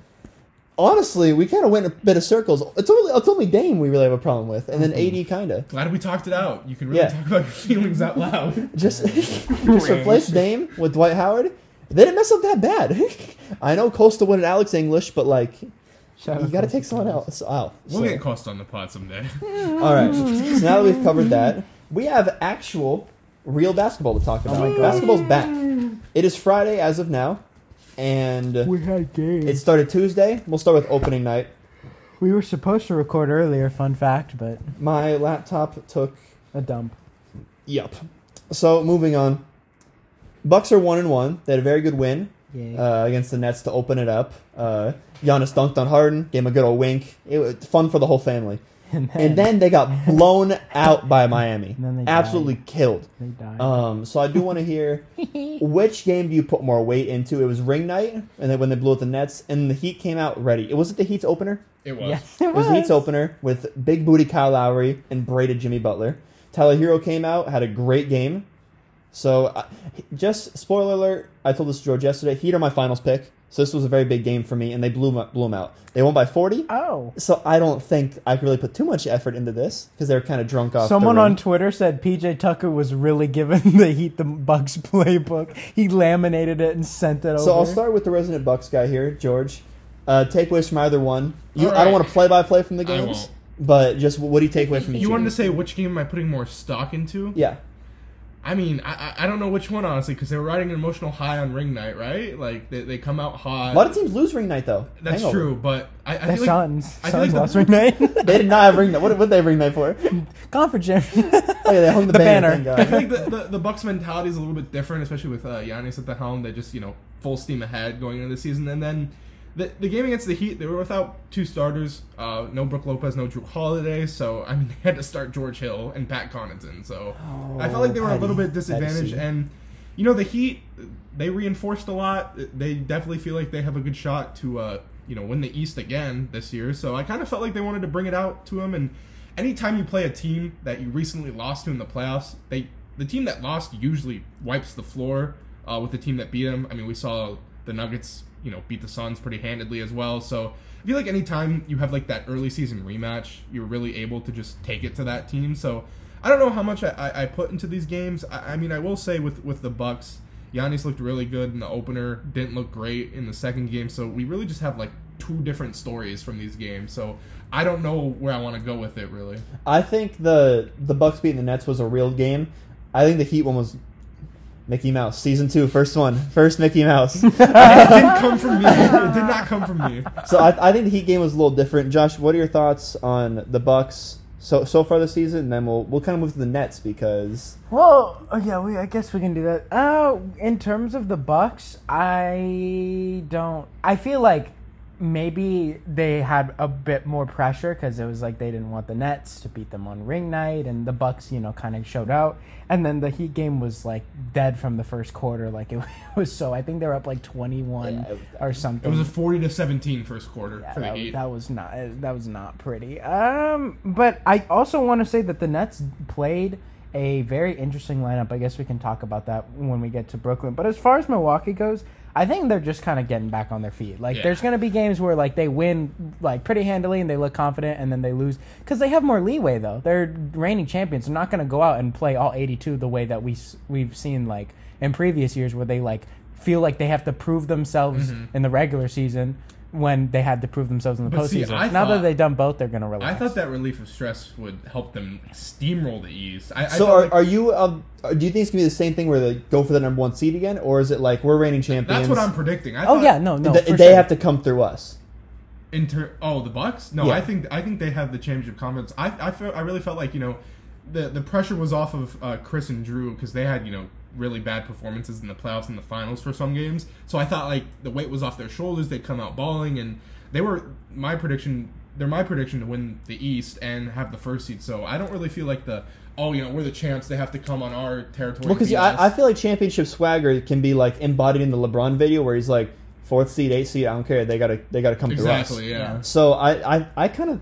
[SPEAKER 1] Honestly, we kind of went a bit of circles. It's only it's only Dame we really have a problem with, and then AD kind of
[SPEAKER 3] Glad we talked it out. You can really
[SPEAKER 1] Yeah.
[SPEAKER 3] talk about your feelings out loud.
[SPEAKER 1] just just replace Dame with Dwight Howard. They didn't mess up that bad. I know Costa went in Alex English, but like you got to take someone else out.
[SPEAKER 3] We'll
[SPEAKER 1] So-
[SPEAKER 3] get Costa on the pod someday.
[SPEAKER 1] All right, so now that we've covered that, we have actual real basketball to talk about.
[SPEAKER 2] my God.
[SPEAKER 1] Basketball's back. It is Friday as of now, and
[SPEAKER 2] We had games.
[SPEAKER 1] It started Tuesday. We'll start with opening night.
[SPEAKER 2] we were supposed to record earlier. Fun fact, but
[SPEAKER 1] My laptop took
[SPEAKER 2] a dump.
[SPEAKER 1] yup. So moving on. Bucks are one and one. They had a very good win
[SPEAKER 2] Yeah.
[SPEAKER 1] uh, against the Nets to open it up. Uh, Giannis dunked on Harden, gave him a good old wink. It was fun for the whole family.
[SPEAKER 2] and, then
[SPEAKER 1] And then they got blown out by Miami.
[SPEAKER 2] And then they
[SPEAKER 1] Absolutely killed.
[SPEAKER 2] they died.
[SPEAKER 1] Um, so I do want to hear which game do you put more weight into? It was ring night, and then when they blew out the Nets, and the Heat came out ready. It was it the Heat's opener.
[SPEAKER 3] It was.
[SPEAKER 2] yes,
[SPEAKER 1] It was the Heat's opener with big booty Kyle Lowry and braided Jimmy Butler. Tyler Hero came out, had a great game. So, I, just spoiler alert, I told this to George yesterday. Heat are my finals pick, so this was a very big game for me, and they blew my, blew 'em out. They won by forty,
[SPEAKER 2] Oh.
[SPEAKER 1] so I don't think I could really put too much effort into this because they were kind of drunk off. the
[SPEAKER 2] Someone
[SPEAKER 1] ring.
[SPEAKER 2] on Twitter said PJ Tucker was really giving the Heat the Bucks playbook. He laminated it and sent it over.
[SPEAKER 1] So I'll start with the resident Bucks guy here, George. Uh, takeaways from either one. You,
[SPEAKER 3] All
[SPEAKER 1] I don't
[SPEAKER 3] right.
[SPEAKER 1] want to play by play from the
[SPEAKER 3] I
[SPEAKER 1] games,
[SPEAKER 3] won't.
[SPEAKER 1] but just what do you take away from each?
[SPEAKER 3] You
[SPEAKER 1] of
[SPEAKER 3] wanted to
[SPEAKER 1] these?
[SPEAKER 3] say which game am I putting more stock into?
[SPEAKER 1] yeah.
[SPEAKER 3] I mean, I, I- I don't know which one honestly, because they were riding an emotional high on ring night, right? Like they, they come out hot.
[SPEAKER 1] A lot of teams lose ring night though.
[SPEAKER 3] That's
[SPEAKER 1] Hangover.
[SPEAKER 3] true, but I, I
[SPEAKER 2] The
[SPEAKER 3] feel like
[SPEAKER 2] Suns.
[SPEAKER 3] I feel
[SPEAKER 2] Suns
[SPEAKER 3] like the-
[SPEAKER 2] lost right night.
[SPEAKER 1] They did not have ring night. What would they ring night for?
[SPEAKER 2] Conference champion.
[SPEAKER 1] Oh yeah, they hung the,
[SPEAKER 2] The
[SPEAKER 1] banner.
[SPEAKER 2] banner.
[SPEAKER 1] thank
[SPEAKER 3] I
[SPEAKER 1] God.
[SPEAKER 3] think the, the, the Bucks mentality is a little bit different, especially with uh, Giannis at the helm. They just you know full steam ahead going into the season, and then the, the game against the Heat, they were without two starters, uh, no Brooke Lopez, no Drew Holiday. So I mean, they had to start George Hill and Pat Connaughton. So I felt like they were a
[SPEAKER 1] Oh, Patty.
[SPEAKER 3] little bit
[SPEAKER 1] Patty
[SPEAKER 3] disadvantaged,
[SPEAKER 1] C.
[SPEAKER 3] and you know the Heat, they reinforced a lot. They definitely feel like they have a good shot to uh, you know win the East again this year. So I kind of felt like they wanted to bring it out to them and anytime you play a team that you recently lost to in the playoffs, they the team that lost usually wipes the floor uh, with the team that beat them. I mean, we saw the Nuggets, you know, beat the Suns pretty handedly as well. So I feel like anytime you have like that early season rematch, you're really able to just take it to that team. So I don't know how much I, I, I put into these games. I, I mean, I will say with with the Bucks, Giannis looked really good in the opener, didn't look great in the second game. So we really just have like two different stories from these games. So I don't know where I want to go with it really.
[SPEAKER 1] I think the the Bucks beating the Nets was a real game. I think the Heat one was Mickey Mouse season two, first one, first Mickey Mouse.
[SPEAKER 3] It didn't come from me. It did not come from me.
[SPEAKER 1] so I, I think the Heat game was a little different. Josh, what are your thoughts on the Bucks so so far this season? And then we'll we'll kind of move to the Nets because
[SPEAKER 2] Well, oh, yeah, we, I guess we can do that. Uh, in terms of the Bucks, I don't. I feel like maybe they had a bit more pressure because it was like they didn't want the Nets to beat them on ring night, and the Bucks, you know, kind of showed out. And then the Heat game was like dead from the first quarter. Like it was so. I think they were up like twenty-one
[SPEAKER 1] Yeah,
[SPEAKER 2] or
[SPEAKER 3] It
[SPEAKER 2] something.
[SPEAKER 3] was a 40 to 17 first quarter
[SPEAKER 2] Yeah,
[SPEAKER 3] for the
[SPEAKER 2] that,
[SPEAKER 3] Heat.
[SPEAKER 2] that was not that was not pretty. Um, but I also want to say that the Nets played a very interesting lineup. I guess we can talk about that when we get to Brooklyn. But as far as Milwaukee goes, I think they're just kind of getting back on their feet. Like
[SPEAKER 3] Yeah.
[SPEAKER 2] there's going to be games where like they win like pretty handily and they look confident and then they lose cuz they have more leeway though. They're reigning champions. They're not going to go out and play all 82 the way that we s- we've seen like in previous years where they like feel like they have to prove themselves in the regular season when they had to prove themselves in the
[SPEAKER 3] But see,
[SPEAKER 2] postseason.
[SPEAKER 3] I
[SPEAKER 2] now
[SPEAKER 3] thought-
[SPEAKER 2] that they've done both, they're gonna
[SPEAKER 3] I
[SPEAKER 2] relax.
[SPEAKER 3] thought that relief of stress would help them steamroll the East. I, I
[SPEAKER 1] So
[SPEAKER 3] felt
[SPEAKER 1] are,
[SPEAKER 3] like-
[SPEAKER 1] are you? Um, are- do you think it's gonna be the same thing where they go for the number one seed again, or is it like we're reigning champions?
[SPEAKER 3] that's what I'm predicting. I
[SPEAKER 2] oh
[SPEAKER 3] thought
[SPEAKER 2] yeah, no, no,
[SPEAKER 1] th-
[SPEAKER 2] for
[SPEAKER 1] they
[SPEAKER 2] sure.
[SPEAKER 1] have to come through us.
[SPEAKER 3] Inter- oh, the Bucks? No,
[SPEAKER 1] Yeah.
[SPEAKER 3] I think I think they have the championship confidence. I I, feel, I really felt like you know, the the pressure was off of uh, Chris and Drew because they had you know really bad performances in the playoffs and the finals for some games. So I thought like the weight was off their shoulders. They come out balling and they were my prediction. They're my prediction to win the East and have the first seed. So I don't really feel like the oh you know we're the champs. They have to come on our territory.
[SPEAKER 1] Well, because
[SPEAKER 3] beat us.
[SPEAKER 1] I, I feel like championship swagger can be like embodied in the LeBron video where he's like fourth seed, eighth seed. I don't care. They gotta they gotta come
[SPEAKER 3] exactly
[SPEAKER 1] through us.
[SPEAKER 3] yeah.
[SPEAKER 2] Yeah.
[SPEAKER 1] So I I, I kind of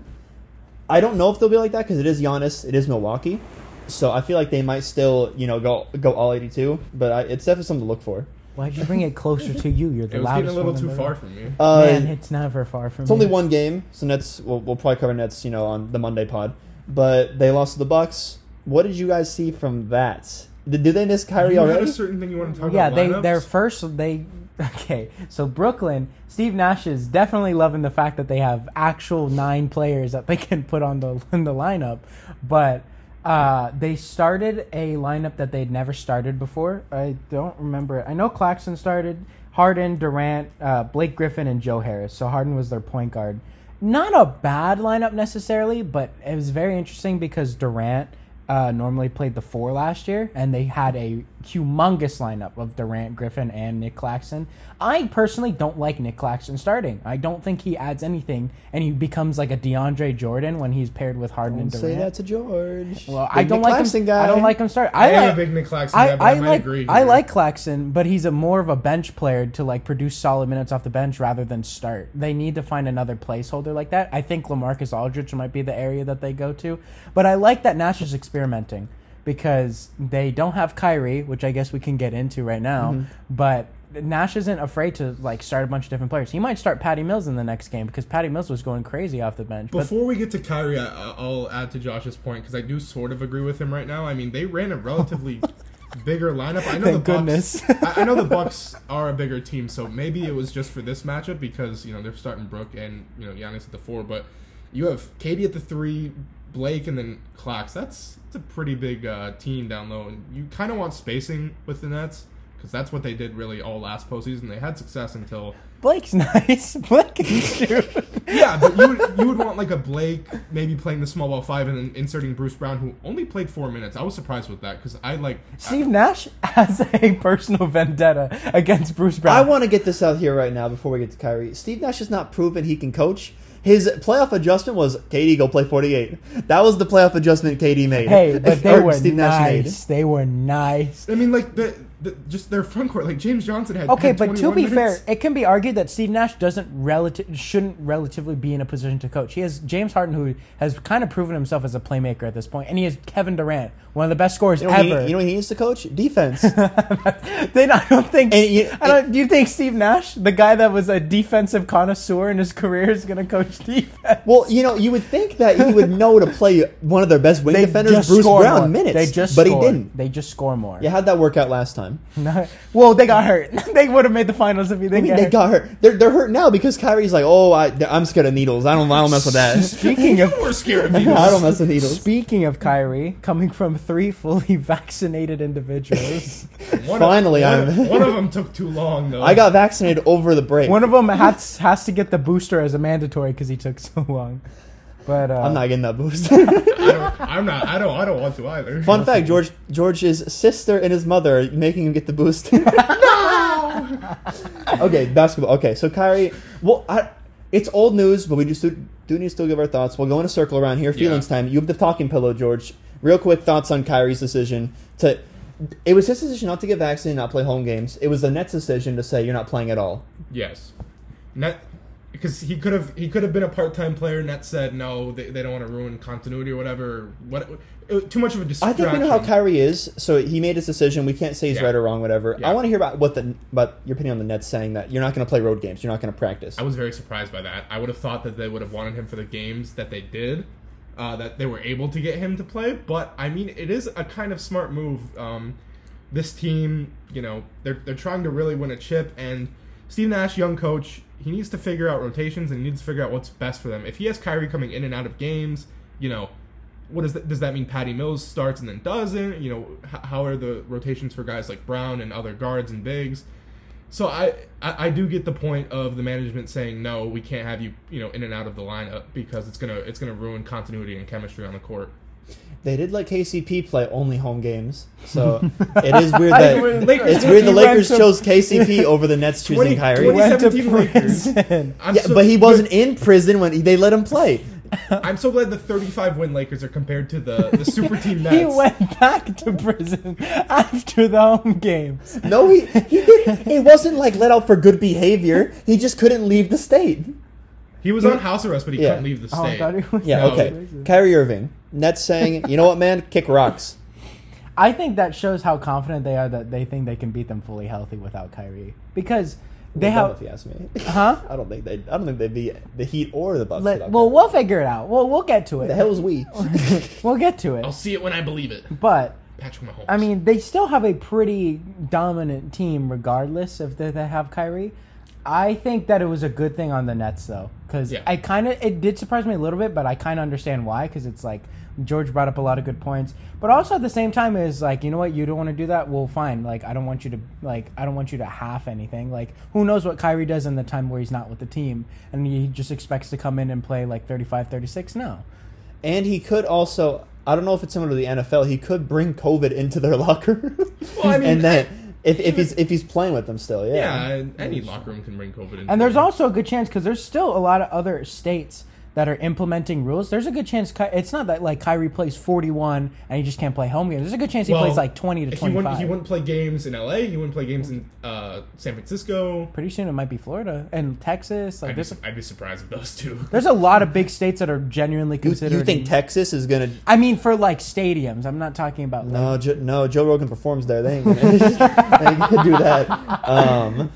[SPEAKER 1] I don't know if they'll be like that because it is Giannis, it is Milwaukee. So I feel like they might still you know go go all eighty two, but I, it's definitely something to look for.
[SPEAKER 2] Why'd you bring it closer to you? You're the
[SPEAKER 3] It was
[SPEAKER 2] loudest
[SPEAKER 3] getting a little
[SPEAKER 2] one in
[SPEAKER 3] too
[SPEAKER 2] the
[SPEAKER 3] far
[SPEAKER 2] room.
[SPEAKER 3] from me.
[SPEAKER 1] Uh,
[SPEAKER 2] Man, it's never far from.
[SPEAKER 1] It's only one game, so Nets. We'll, we'll probably cover Nets, you know, on the Monday pod. But they lost to the Bucks. What did you guys see from that? Did, did they miss Kyrie
[SPEAKER 3] You had
[SPEAKER 1] already?
[SPEAKER 3] a certain thing you want to talk
[SPEAKER 2] Yeah,
[SPEAKER 3] about.
[SPEAKER 2] they
[SPEAKER 3] lineups?
[SPEAKER 2] they're first. They okay. So Brooklyn, Steve Nash is definitely loving the fact that they have actual nine players that they can put on the in the lineup, but. Uh, they started a lineup that they'd never started before. I don't remember it. I know Claxton started, Harden, Durant, uh, Blake Griffin, and Joe Harris. So Harden was their point guard. Not a bad lineup necessarily, but it was very interesting because Durant uh, normally played the four last year, and they had a humongous lineup of Durant, Griffin, and Nick Claxton. I personally don't like Nick Claxton starting. I don't think he adds anything, and he becomes like a DeAndre Jordan when he's paired with Harden and
[SPEAKER 1] Don't
[SPEAKER 2] Durant.
[SPEAKER 1] say that to George.
[SPEAKER 2] Well, I
[SPEAKER 1] Big
[SPEAKER 2] don't
[SPEAKER 1] Nick
[SPEAKER 2] like
[SPEAKER 1] Claxton
[SPEAKER 2] him.
[SPEAKER 1] guy.
[SPEAKER 2] I don't like him start.
[SPEAKER 3] I,
[SPEAKER 2] I,
[SPEAKER 3] am
[SPEAKER 2] like,
[SPEAKER 3] a big Nick Claxton
[SPEAKER 2] I,
[SPEAKER 3] guy, but I,
[SPEAKER 2] I
[SPEAKER 3] might
[SPEAKER 2] like
[SPEAKER 3] agree.
[SPEAKER 2] I
[SPEAKER 3] here.
[SPEAKER 2] like Claxton, but he's a more of a bench player to like produce solid minutes off the bench rather than start. They need to find another placeholder like that. I think Lamarcus Aldridge might be the area that they go to, but I like that Nash is experimenting because they don't have Kyrie, which I guess we can get into right now, but. Nash isn't afraid to like start a bunch of different players. He might start Patty Mills in the next game because Patty Mills was going crazy off the bench. But
[SPEAKER 3] Before we get to Kyrie, I, I'll add to Josh's point because I do sort of agree with him right now. I mean, they ran a relatively bigger lineup. I know
[SPEAKER 2] Thank
[SPEAKER 3] the
[SPEAKER 2] goodness.
[SPEAKER 3] Bucks. I, I know the Bucks are a bigger team, so maybe it was just for this matchup because you know they're starting Brook and you know Giannis at the four, but you have Katie at the three, Blake, and then Clax. That's it's a pretty big uh, team down low, and you kind of want spacing with the Nets because that's what they did really all last postseason. They had success until.
[SPEAKER 2] Blake's nice. Blake can shoot.
[SPEAKER 3] Yeah, but you would, you would want like a Blake maybe playing the small ball five and then inserting Bruce Brown, who only played four minutes. I was surprised with that because I like
[SPEAKER 2] Steve Nash has a personal vendetta against Bruce
[SPEAKER 1] I
[SPEAKER 2] Brown.
[SPEAKER 1] want to get this out here right now before we get to Kyrie. Steve Nash has not proven he can coach. His playoff adjustment was KD go play forty eight. That was the playoff adjustment KD made.
[SPEAKER 2] hey, but they
[SPEAKER 1] Or
[SPEAKER 2] were nice. They were nice.
[SPEAKER 3] I mean like the, the just their front court like James Johnson had
[SPEAKER 2] Okay,
[SPEAKER 3] had
[SPEAKER 2] but to
[SPEAKER 3] 21
[SPEAKER 2] be fair,
[SPEAKER 3] minutes.
[SPEAKER 2] it can be argued that Steve Nash doesn't relative shouldn't relatively be in a position to coach. He has James Harden, who has kind of proven himself as a playmaker at this point, and he has Kevin Durant, one of the best scorers
[SPEAKER 1] You know, what he-
[SPEAKER 2] ever.
[SPEAKER 1] you know what he needs to coach defense. I
[SPEAKER 2] then I don't think
[SPEAKER 1] And you-
[SPEAKER 2] I don't. Do you think Steve Nash, the guy that was a defensive connoisseur in his career, is going to coach defense?
[SPEAKER 1] Well, you know, you would think that he would know to play one of their best wing defenders,
[SPEAKER 2] just
[SPEAKER 1] Bruce
[SPEAKER 2] score
[SPEAKER 1] Brown,
[SPEAKER 2] more.
[SPEAKER 1] minutes.
[SPEAKER 2] They just
[SPEAKER 1] but
[SPEAKER 2] score.
[SPEAKER 1] he didn't.
[SPEAKER 2] They just score more.
[SPEAKER 1] Yeah, how'd that work out last time?
[SPEAKER 2] No. Well, they got hurt. they would have made the finals if he
[SPEAKER 1] I
[SPEAKER 2] didn't
[SPEAKER 1] mean,
[SPEAKER 2] get
[SPEAKER 1] they
[SPEAKER 2] hurt.
[SPEAKER 1] got hurt. They're, they're hurt now because Kyrie's like, oh, I, I'm scared of needles. I don't, I don't mess with that.
[SPEAKER 2] Speaking of
[SPEAKER 3] we're scared of me.
[SPEAKER 1] I don't mess with needles.
[SPEAKER 2] speaking of Kyrie, coming from three fully vaccinated individuals,
[SPEAKER 3] One
[SPEAKER 1] Finally,
[SPEAKER 3] of, one,
[SPEAKER 1] I'm-
[SPEAKER 3] one of them took too long though.
[SPEAKER 1] I got vaccinated over the break.
[SPEAKER 2] one of them has has to get the booster as a mandatory because he took so long. But uh,
[SPEAKER 1] I'm not getting that boost.
[SPEAKER 3] I don't, I'm not. I don't. I don't want to either.
[SPEAKER 1] Fun fact: George George's sister and his mother are making him get the boost. okay, basketball. Okay, so Kyrie. Well, I, it's old news, but we do stu- do need to still give our thoughts. We'll go in a circle around here. Feelings time. You have the talking pillow, George. Real quick thoughts on Kyrie's decision to. It was his decision not to get vaccinated, not play home games. It was the Nets' decision to say you're not playing at all.
[SPEAKER 3] Yes. Net because he could have he could have been a part time player. Net said no. They, they don't want to ruin continuity or whatever. What it, too much of a
[SPEAKER 1] I
[SPEAKER 3] distraction.
[SPEAKER 1] think we know how Kyrie is, so he made his decision. We can't say he's
[SPEAKER 3] Yeah.
[SPEAKER 1] right or wrong, whatever.
[SPEAKER 3] Yeah.
[SPEAKER 1] I want to hear about what the about your opinion on the Nets saying that you're not going to play road games, you're not going to practice.
[SPEAKER 3] I was very surprised by that. I would have thought that they would have wanted him for the games that they did, uh, that they were able to get him to play. But I mean, it is a kind of smart move. Um, this team, you know, they're they're trying to really win a chip, and Steve Nash, young coach, he needs to figure out rotations and he needs to figure out what's best for them. If he has Kyrie coming in and out of games, you know, what is that? Does that mean Patty Mills starts and then doesn't? You know, h- how are the rotations for guys like Brown and other guards and bigs? So I, I I do get the point of the management saying no, we can't have you you know in and out of the lineup because it's gonna it's gonna ruin continuity and chemistry on the court.
[SPEAKER 1] They did let KCP play only home games, so it is weird
[SPEAKER 2] I mean,
[SPEAKER 1] that
[SPEAKER 3] Lakers-
[SPEAKER 1] it's weird the
[SPEAKER 2] he went
[SPEAKER 1] Lakers
[SPEAKER 2] to-
[SPEAKER 1] chose KCP over the Nets choosing
[SPEAKER 3] 20
[SPEAKER 1] Kyrie.
[SPEAKER 2] He went to
[SPEAKER 3] 2017 Lakers.
[SPEAKER 2] prison.
[SPEAKER 3] I'm
[SPEAKER 1] Yeah,
[SPEAKER 3] so-
[SPEAKER 1] but he wasn't in prison when they let him play.
[SPEAKER 3] I'm so glad the 35 win Lakers are compared to the the super team Nets.
[SPEAKER 2] He went back to prison after the home games.
[SPEAKER 1] No, he he didn't. He wasn't like let out for good behavior. He just couldn't leave the state.
[SPEAKER 3] He was on house arrest, but he
[SPEAKER 1] Yeah.
[SPEAKER 3] couldn't leave the
[SPEAKER 2] Oh, I
[SPEAKER 3] state.
[SPEAKER 2] thought he was.
[SPEAKER 1] Yeah,
[SPEAKER 3] No.
[SPEAKER 1] okay. Kyrie Irving. Nets saying, you know what, man, kick rocks.
[SPEAKER 2] I think that shows how confident they are that they think they can beat them fully healthy without Kyrie because they
[SPEAKER 1] Dumb if
[SPEAKER 2] have.
[SPEAKER 1] you ask me.
[SPEAKER 2] Huh?
[SPEAKER 1] I don't think they. I don't think they'd be the Heat or the Bucks.
[SPEAKER 2] Let,
[SPEAKER 1] without
[SPEAKER 2] well,
[SPEAKER 1] Kyrie.
[SPEAKER 2] we'll figure it out. We'll we'll get to
[SPEAKER 1] the
[SPEAKER 2] it.
[SPEAKER 1] hell is we?
[SPEAKER 2] We'll get to it.
[SPEAKER 3] I'll see it when I believe it.
[SPEAKER 2] But
[SPEAKER 3] Patrick Mahomes.
[SPEAKER 2] I mean, they still have a pretty dominant team, regardless if they, they have Kyrie. I think that it was a good thing on the Nets, though, because
[SPEAKER 3] Yeah.
[SPEAKER 2] I kind of it did surprise me a little bit, but I kind of understand why, because it's like George brought up a lot of good points, but also at the same time is like, you know what, you don't want to do that. Well, fine. Like, I don't want you to like, I don't want you to half anything. Like, who knows what Kyrie does in the time where he's not with the team, and he just expects to come in and play like 35, 36? No.
[SPEAKER 1] and he could also. I don't know if it's similar to the NFL. He could bring COVID into their locker. room.
[SPEAKER 3] Well, I mean-
[SPEAKER 1] and then if, if he's if he's playing with them still,
[SPEAKER 3] yeah,
[SPEAKER 1] yeah.
[SPEAKER 3] and any locker room can bring COVID in.
[SPEAKER 2] And there's also a good chance because there's still a lot of other states that are implementing rules. There's a good chance Ky- it's not that like Kyrie plays 41 and he just can't play home games. There's a good chance he
[SPEAKER 3] Well,
[SPEAKER 2] plays like 20 to
[SPEAKER 3] he wouldn't,
[SPEAKER 2] 25.
[SPEAKER 3] he wouldn't play games in LA. He wouldn't play games in uh, San Francisco.
[SPEAKER 2] Pretty soon it might be Florida and Texas. Like
[SPEAKER 3] I'd be,
[SPEAKER 2] there's,
[SPEAKER 3] I'd be surprised if those two.
[SPEAKER 2] there's a lot of big states that are genuinely
[SPEAKER 1] You,
[SPEAKER 2] considered.
[SPEAKER 1] you think Texas is gonna?
[SPEAKER 2] I mean, for like stadiums. I'm not talking about. Like,
[SPEAKER 1] No, jo- no. Joe Rogan performs there. They ain't gonna, they ain't gonna do that. Um,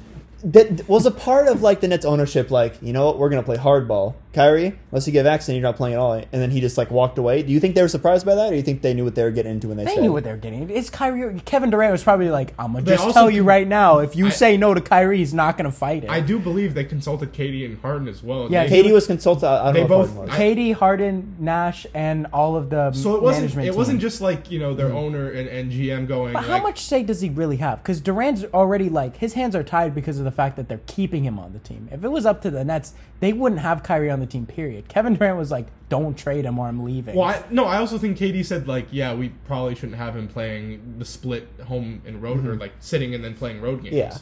[SPEAKER 1] that was a part of like the Nets ownership. Like, you know what? We're gonna play hardball. Kyrie, unless you get vaccinated, you're not playing at all. And then he just like walked away. Do you think they were surprised by that, or do you think they knew what they were getting into when they,
[SPEAKER 2] They
[SPEAKER 1] said?
[SPEAKER 2] knew what they were getting. It's Kyrie. Kevin Durant was probably like, "I'm gonna
[SPEAKER 3] They
[SPEAKER 2] just
[SPEAKER 3] also
[SPEAKER 2] tell you
[SPEAKER 3] con-
[SPEAKER 2] right now. If you
[SPEAKER 3] I-
[SPEAKER 2] say no to Kyrie, he's not gonna fight it."
[SPEAKER 3] I do believe they consulted Katie and Harden as well. and
[SPEAKER 2] Yeah,
[SPEAKER 3] they-
[SPEAKER 1] Katie was consulted. I I don't
[SPEAKER 3] They
[SPEAKER 1] know.
[SPEAKER 3] both-
[SPEAKER 1] if Harden was.
[SPEAKER 3] I-
[SPEAKER 2] Katie, Harden, Nash, and all of the
[SPEAKER 3] So it wasn't.
[SPEAKER 2] management
[SPEAKER 3] It
[SPEAKER 2] team. Mm.
[SPEAKER 3] wasn't just like you know their owner and, and GM going.
[SPEAKER 2] But how
[SPEAKER 3] like,
[SPEAKER 2] much say does he really have? Because Durant's already like his hands are tied because of the fact that they're keeping him on the team. If it was up to the Nets, they wouldn't have Kyrie on the team. Period. Kevin Durant was like, "Don't trade him or I'm leaving."
[SPEAKER 3] Well, I, no, I also think Katie said like, yeah, we probably shouldn't have him playing the split home and road
[SPEAKER 2] Mm-hmm.
[SPEAKER 3] or like sitting and then playing road games.
[SPEAKER 1] Yeah.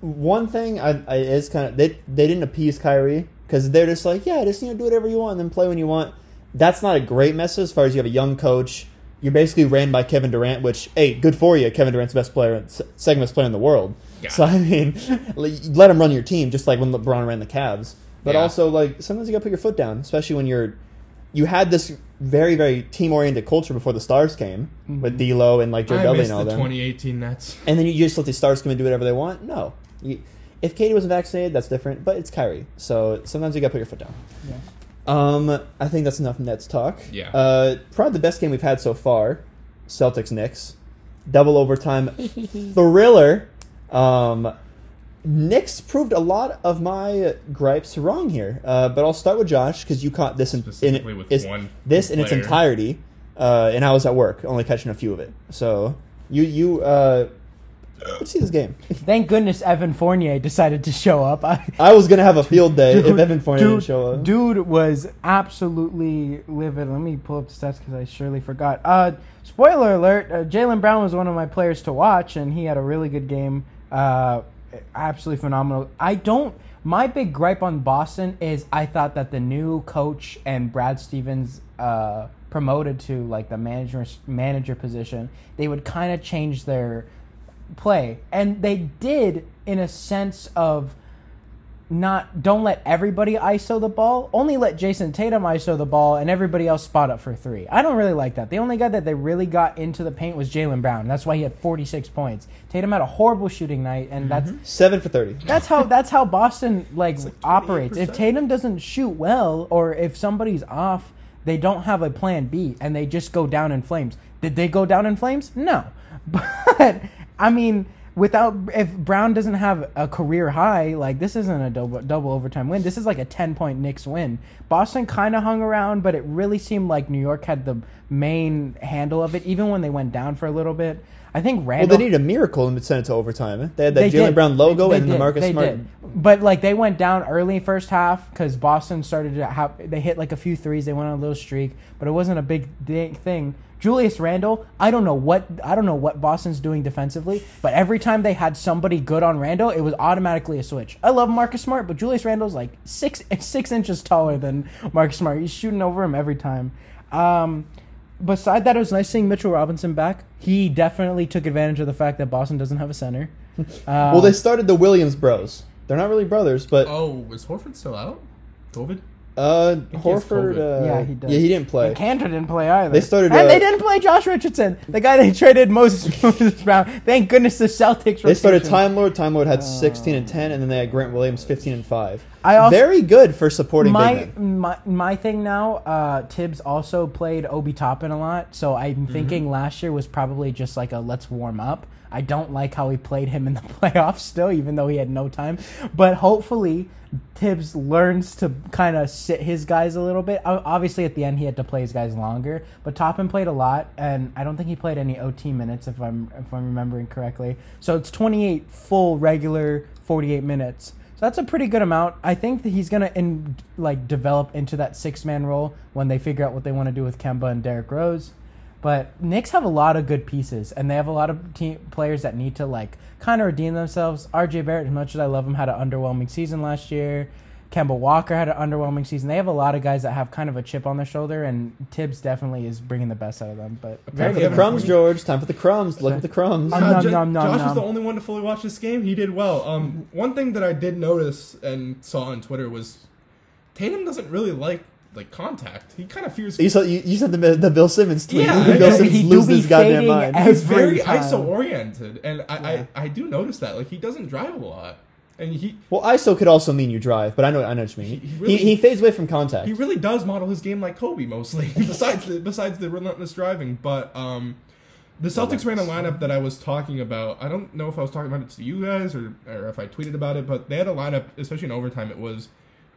[SPEAKER 1] One thing I, I is kind of they they didn't appease Kyrie because they're just like yeah just you know do whatever you want and then play when you want. That's not a great message as far as you have a young coach. You're basically ran by Kevin Durant, which hey, good for you. Kevin Durant's the best player, se- second best player in the world.
[SPEAKER 3] Yeah.
[SPEAKER 1] So I mean, like, you let him run your team just like when LeBron ran the Cavs. But
[SPEAKER 3] Yeah.
[SPEAKER 1] also like sometimes you gotta put your foot down, especially when you're you had this very very team oriented culture before the stars came with D'Lo and like Joe
[SPEAKER 3] Mm-hmm. I
[SPEAKER 1] Dudley
[SPEAKER 3] miss
[SPEAKER 1] and
[SPEAKER 3] the
[SPEAKER 1] all them
[SPEAKER 3] twenty eighteen Nets.
[SPEAKER 1] and then you just let the stars come and do whatever they want. No, you, if Katie wasn't vaccinated, that's different. But it's Kyrie, so sometimes you got to put your foot down.
[SPEAKER 2] Yeah.
[SPEAKER 1] Um, I think that's enough Nets talk.
[SPEAKER 3] Yeah.
[SPEAKER 1] Uh, probably the best game we've had so far, Celtics Knicks, double overtime thriller. Um, Knicks proved a lot of my gripes wrong here, uh, but I'll start with Josh because you caught this in,
[SPEAKER 3] Specifically
[SPEAKER 1] in
[SPEAKER 3] with
[SPEAKER 1] is-
[SPEAKER 3] one
[SPEAKER 1] this in its
[SPEAKER 3] player.
[SPEAKER 1] entirety, uh, and I was at work, only catching a few of it. So you you uh, let's see this game.
[SPEAKER 2] Thank goodness Evan Fournier decided to show up. I,
[SPEAKER 1] I was gonna have a field day if Evan Fournier didn't
[SPEAKER 2] dude-
[SPEAKER 1] show up.
[SPEAKER 2] Dude was absolutely livid. Let me pull up the stats because I surely forgot. Uh, spoiler alert: uh, Jalen Brown was one of my players to watch, and he had a really good game. Uh, absolutely phenomenal. I don't. My big gripe on Boston is I thought that the new coach and Brad Stevens. Uh, promoted to like the manager manager position they would kind of change their play and they did in a sense of not don't let everybody ISO the ball. Only let Jason Tatum ISO the ball and everybody else spot up for three. I don't really like that. The only guy that they really got into the paint was Jalen Brown. That's why he had 46 points. Tatum had a horrible shooting night, and that's
[SPEAKER 1] Seven for thirty.
[SPEAKER 2] that's how that's how Boston like, operates. If Tatum doesn't shoot well, or if somebody's off, they don't have a plan B, and they just go down in flames. Did they go down in flames? No, but I mean, without if Brown doesn't have a career high, like this isn't a double double overtime win. This is like a ten point Knicks win. Boston kind of hung around, but it really seemed like New York had the main handle of it, even when they went down for a little bit. I think
[SPEAKER 1] Well,
[SPEAKER 2] Randall.
[SPEAKER 1] they needed a miracle and sent it to overtime. eh? They had that
[SPEAKER 2] They
[SPEAKER 1] Jalen
[SPEAKER 2] did.
[SPEAKER 1] Brown logo
[SPEAKER 2] They
[SPEAKER 1] and the
[SPEAKER 2] did.
[SPEAKER 1] Marcus
[SPEAKER 2] They
[SPEAKER 1] Smart.
[SPEAKER 2] did. But like they went down early first half because Boston started to have they hit like a few threes. They went on a little streak, but it wasn't a big di- thing. Julius Randle, I don't know what I don't know what Boston's doing defensively, but every time they had somebody good on Randle, it was automatically a switch. I love Marcus Smart, but Julius Randle's like six six inches taller than Marcus Smart. He's shooting over him every time. Um, beside that, it was nice seeing Mitchell Robinson back. He definitely took advantage of the fact that Boston doesn't have a center. Um,
[SPEAKER 1] Well, they started the Williams Bros. They're not really brothers, but
[SPEAKER 3] Oh, is Horford still out? COVID?
[SPEAKER 1] uh,
[SPEAKER 3] he has
[SPEAKER 1] Horford.
[SPEAKER 3] COVID.
[SPEAKER 1] Uh,
[SPEAKER 2] Yeah, he does.
[SPEAKER 1] Yeah, he didn't play.
[SPEAKER 2] And Cantor didn't play either.
[SPEAKER 1] They started,
[SPEAKER 2] and
[SPEAKER 1] uh,
[SPEAKER 2] they didn't play Josh Richardson, the guy they traded Moses, Moses Brown. Thank goodness the Celtics.
[SPEAKER 1] They started
[SPEAKER 2] rotation.
[SPEAKER 1] Time Lord. Time Lord had 16 and 10, and then they had Grant Williams 15 and 5.
[SPEAKER 2] Oh. I also-
[SPEAKER 1] Very good for supporting big
[SPEAKER 2] My,
[SPEAKER 1] men.
[SPEAKER 2] my my thing now. Uh, Tibbs also played Obi Toppin a lot, so I'm thinking last year was probably just like a let's warm up. I don't like how he played him in the playoffs still, even though he had no time. But hopefully, Tibbs learns to kind of sit his guys a little bit. O- Obviously, at the end he had to play his guys longer, but Toppin played a lot, and I don't think he played any OT minutes if I'm if I'm remembering correctly. So it's 28 full regular 48 minutes. So that's a pretty good amount. I think that he's gonna in, like develop into that six man role when they figure out what they want to do with Kemba and Derrick Rose. But Knicks have a lot of good pieces, and they have a lot of team players that need to like kind of redeem themselves. RJ Barrett, as much as I love him, had an underwhelming season last year. Kemba Walker had an underwhelming season. They have a lot of guys that have kind of a chip on their shoulder, and Tibbs definitely is bringing the best out of them. But
[SPEAKER 1] Time
[SPEAKER 3] Apparently
[SPEAKER 1] for the
[SPEAKER 3] Yeah.
[SPEAKER 1] crumbs, George. Time for the crumbs. Look at the crumbs.
[SPEAKER 2] Um, nom,
[SPEAKER 3] Jo-
[SPEAKER 2] nom, nom,
[SPEAKER 3] Uh,
[SPEAKER 2] nom.
[SPEAKER 3] Josh
[SPEAKER 2] Mm-hmm.
[SPEAKER 3] was the only one to fully watch this game. He did well. Um, one thing that I did notice and saw on Twitter was Tatum doesn't really like like contact. He kind of fears.
[SPEAKER 1] You said, you, you said the, the Bill Simmons tweet.
[SPEAKER 3] Yeah, I-
[SPEAKER 1] Bill
[SPEAKER 3] he
[SPEAKER 1] Simmons
[SPEAKER 2] do
[SPEAKER 1] loses
[SPEAKER 2] be
[SPEAKER 1] his goddamn
[SPEAKER 2] fading
[SPEAKER 1] mind.
[SPEAKER 2] every-
[SPEAKER 3] he's very
[SPEAKER 2] time.
[SPEAKER 3] ISO oriented, and I,
[SPEAKER 1] Yeah.
[SPEAKER 3] I I do notice that. Like he doesn't drive a lot, and he
[SPEAKER 1] Well, ISO could also mean you drive, but I know I know what you mean. He,
[SPEAKER 3] He- he really-
[SPEAKER 1] he, fades away from contact.
[SPEAKER 3] he really does model his game like Kobe mostly. besides the besides the relentless driving, but um, the Celtics ran a lineup that I was talking about. I don't know if I was talking about it to you guys or or if I tweeted about it, but they had a lineup, especially in overtime. It was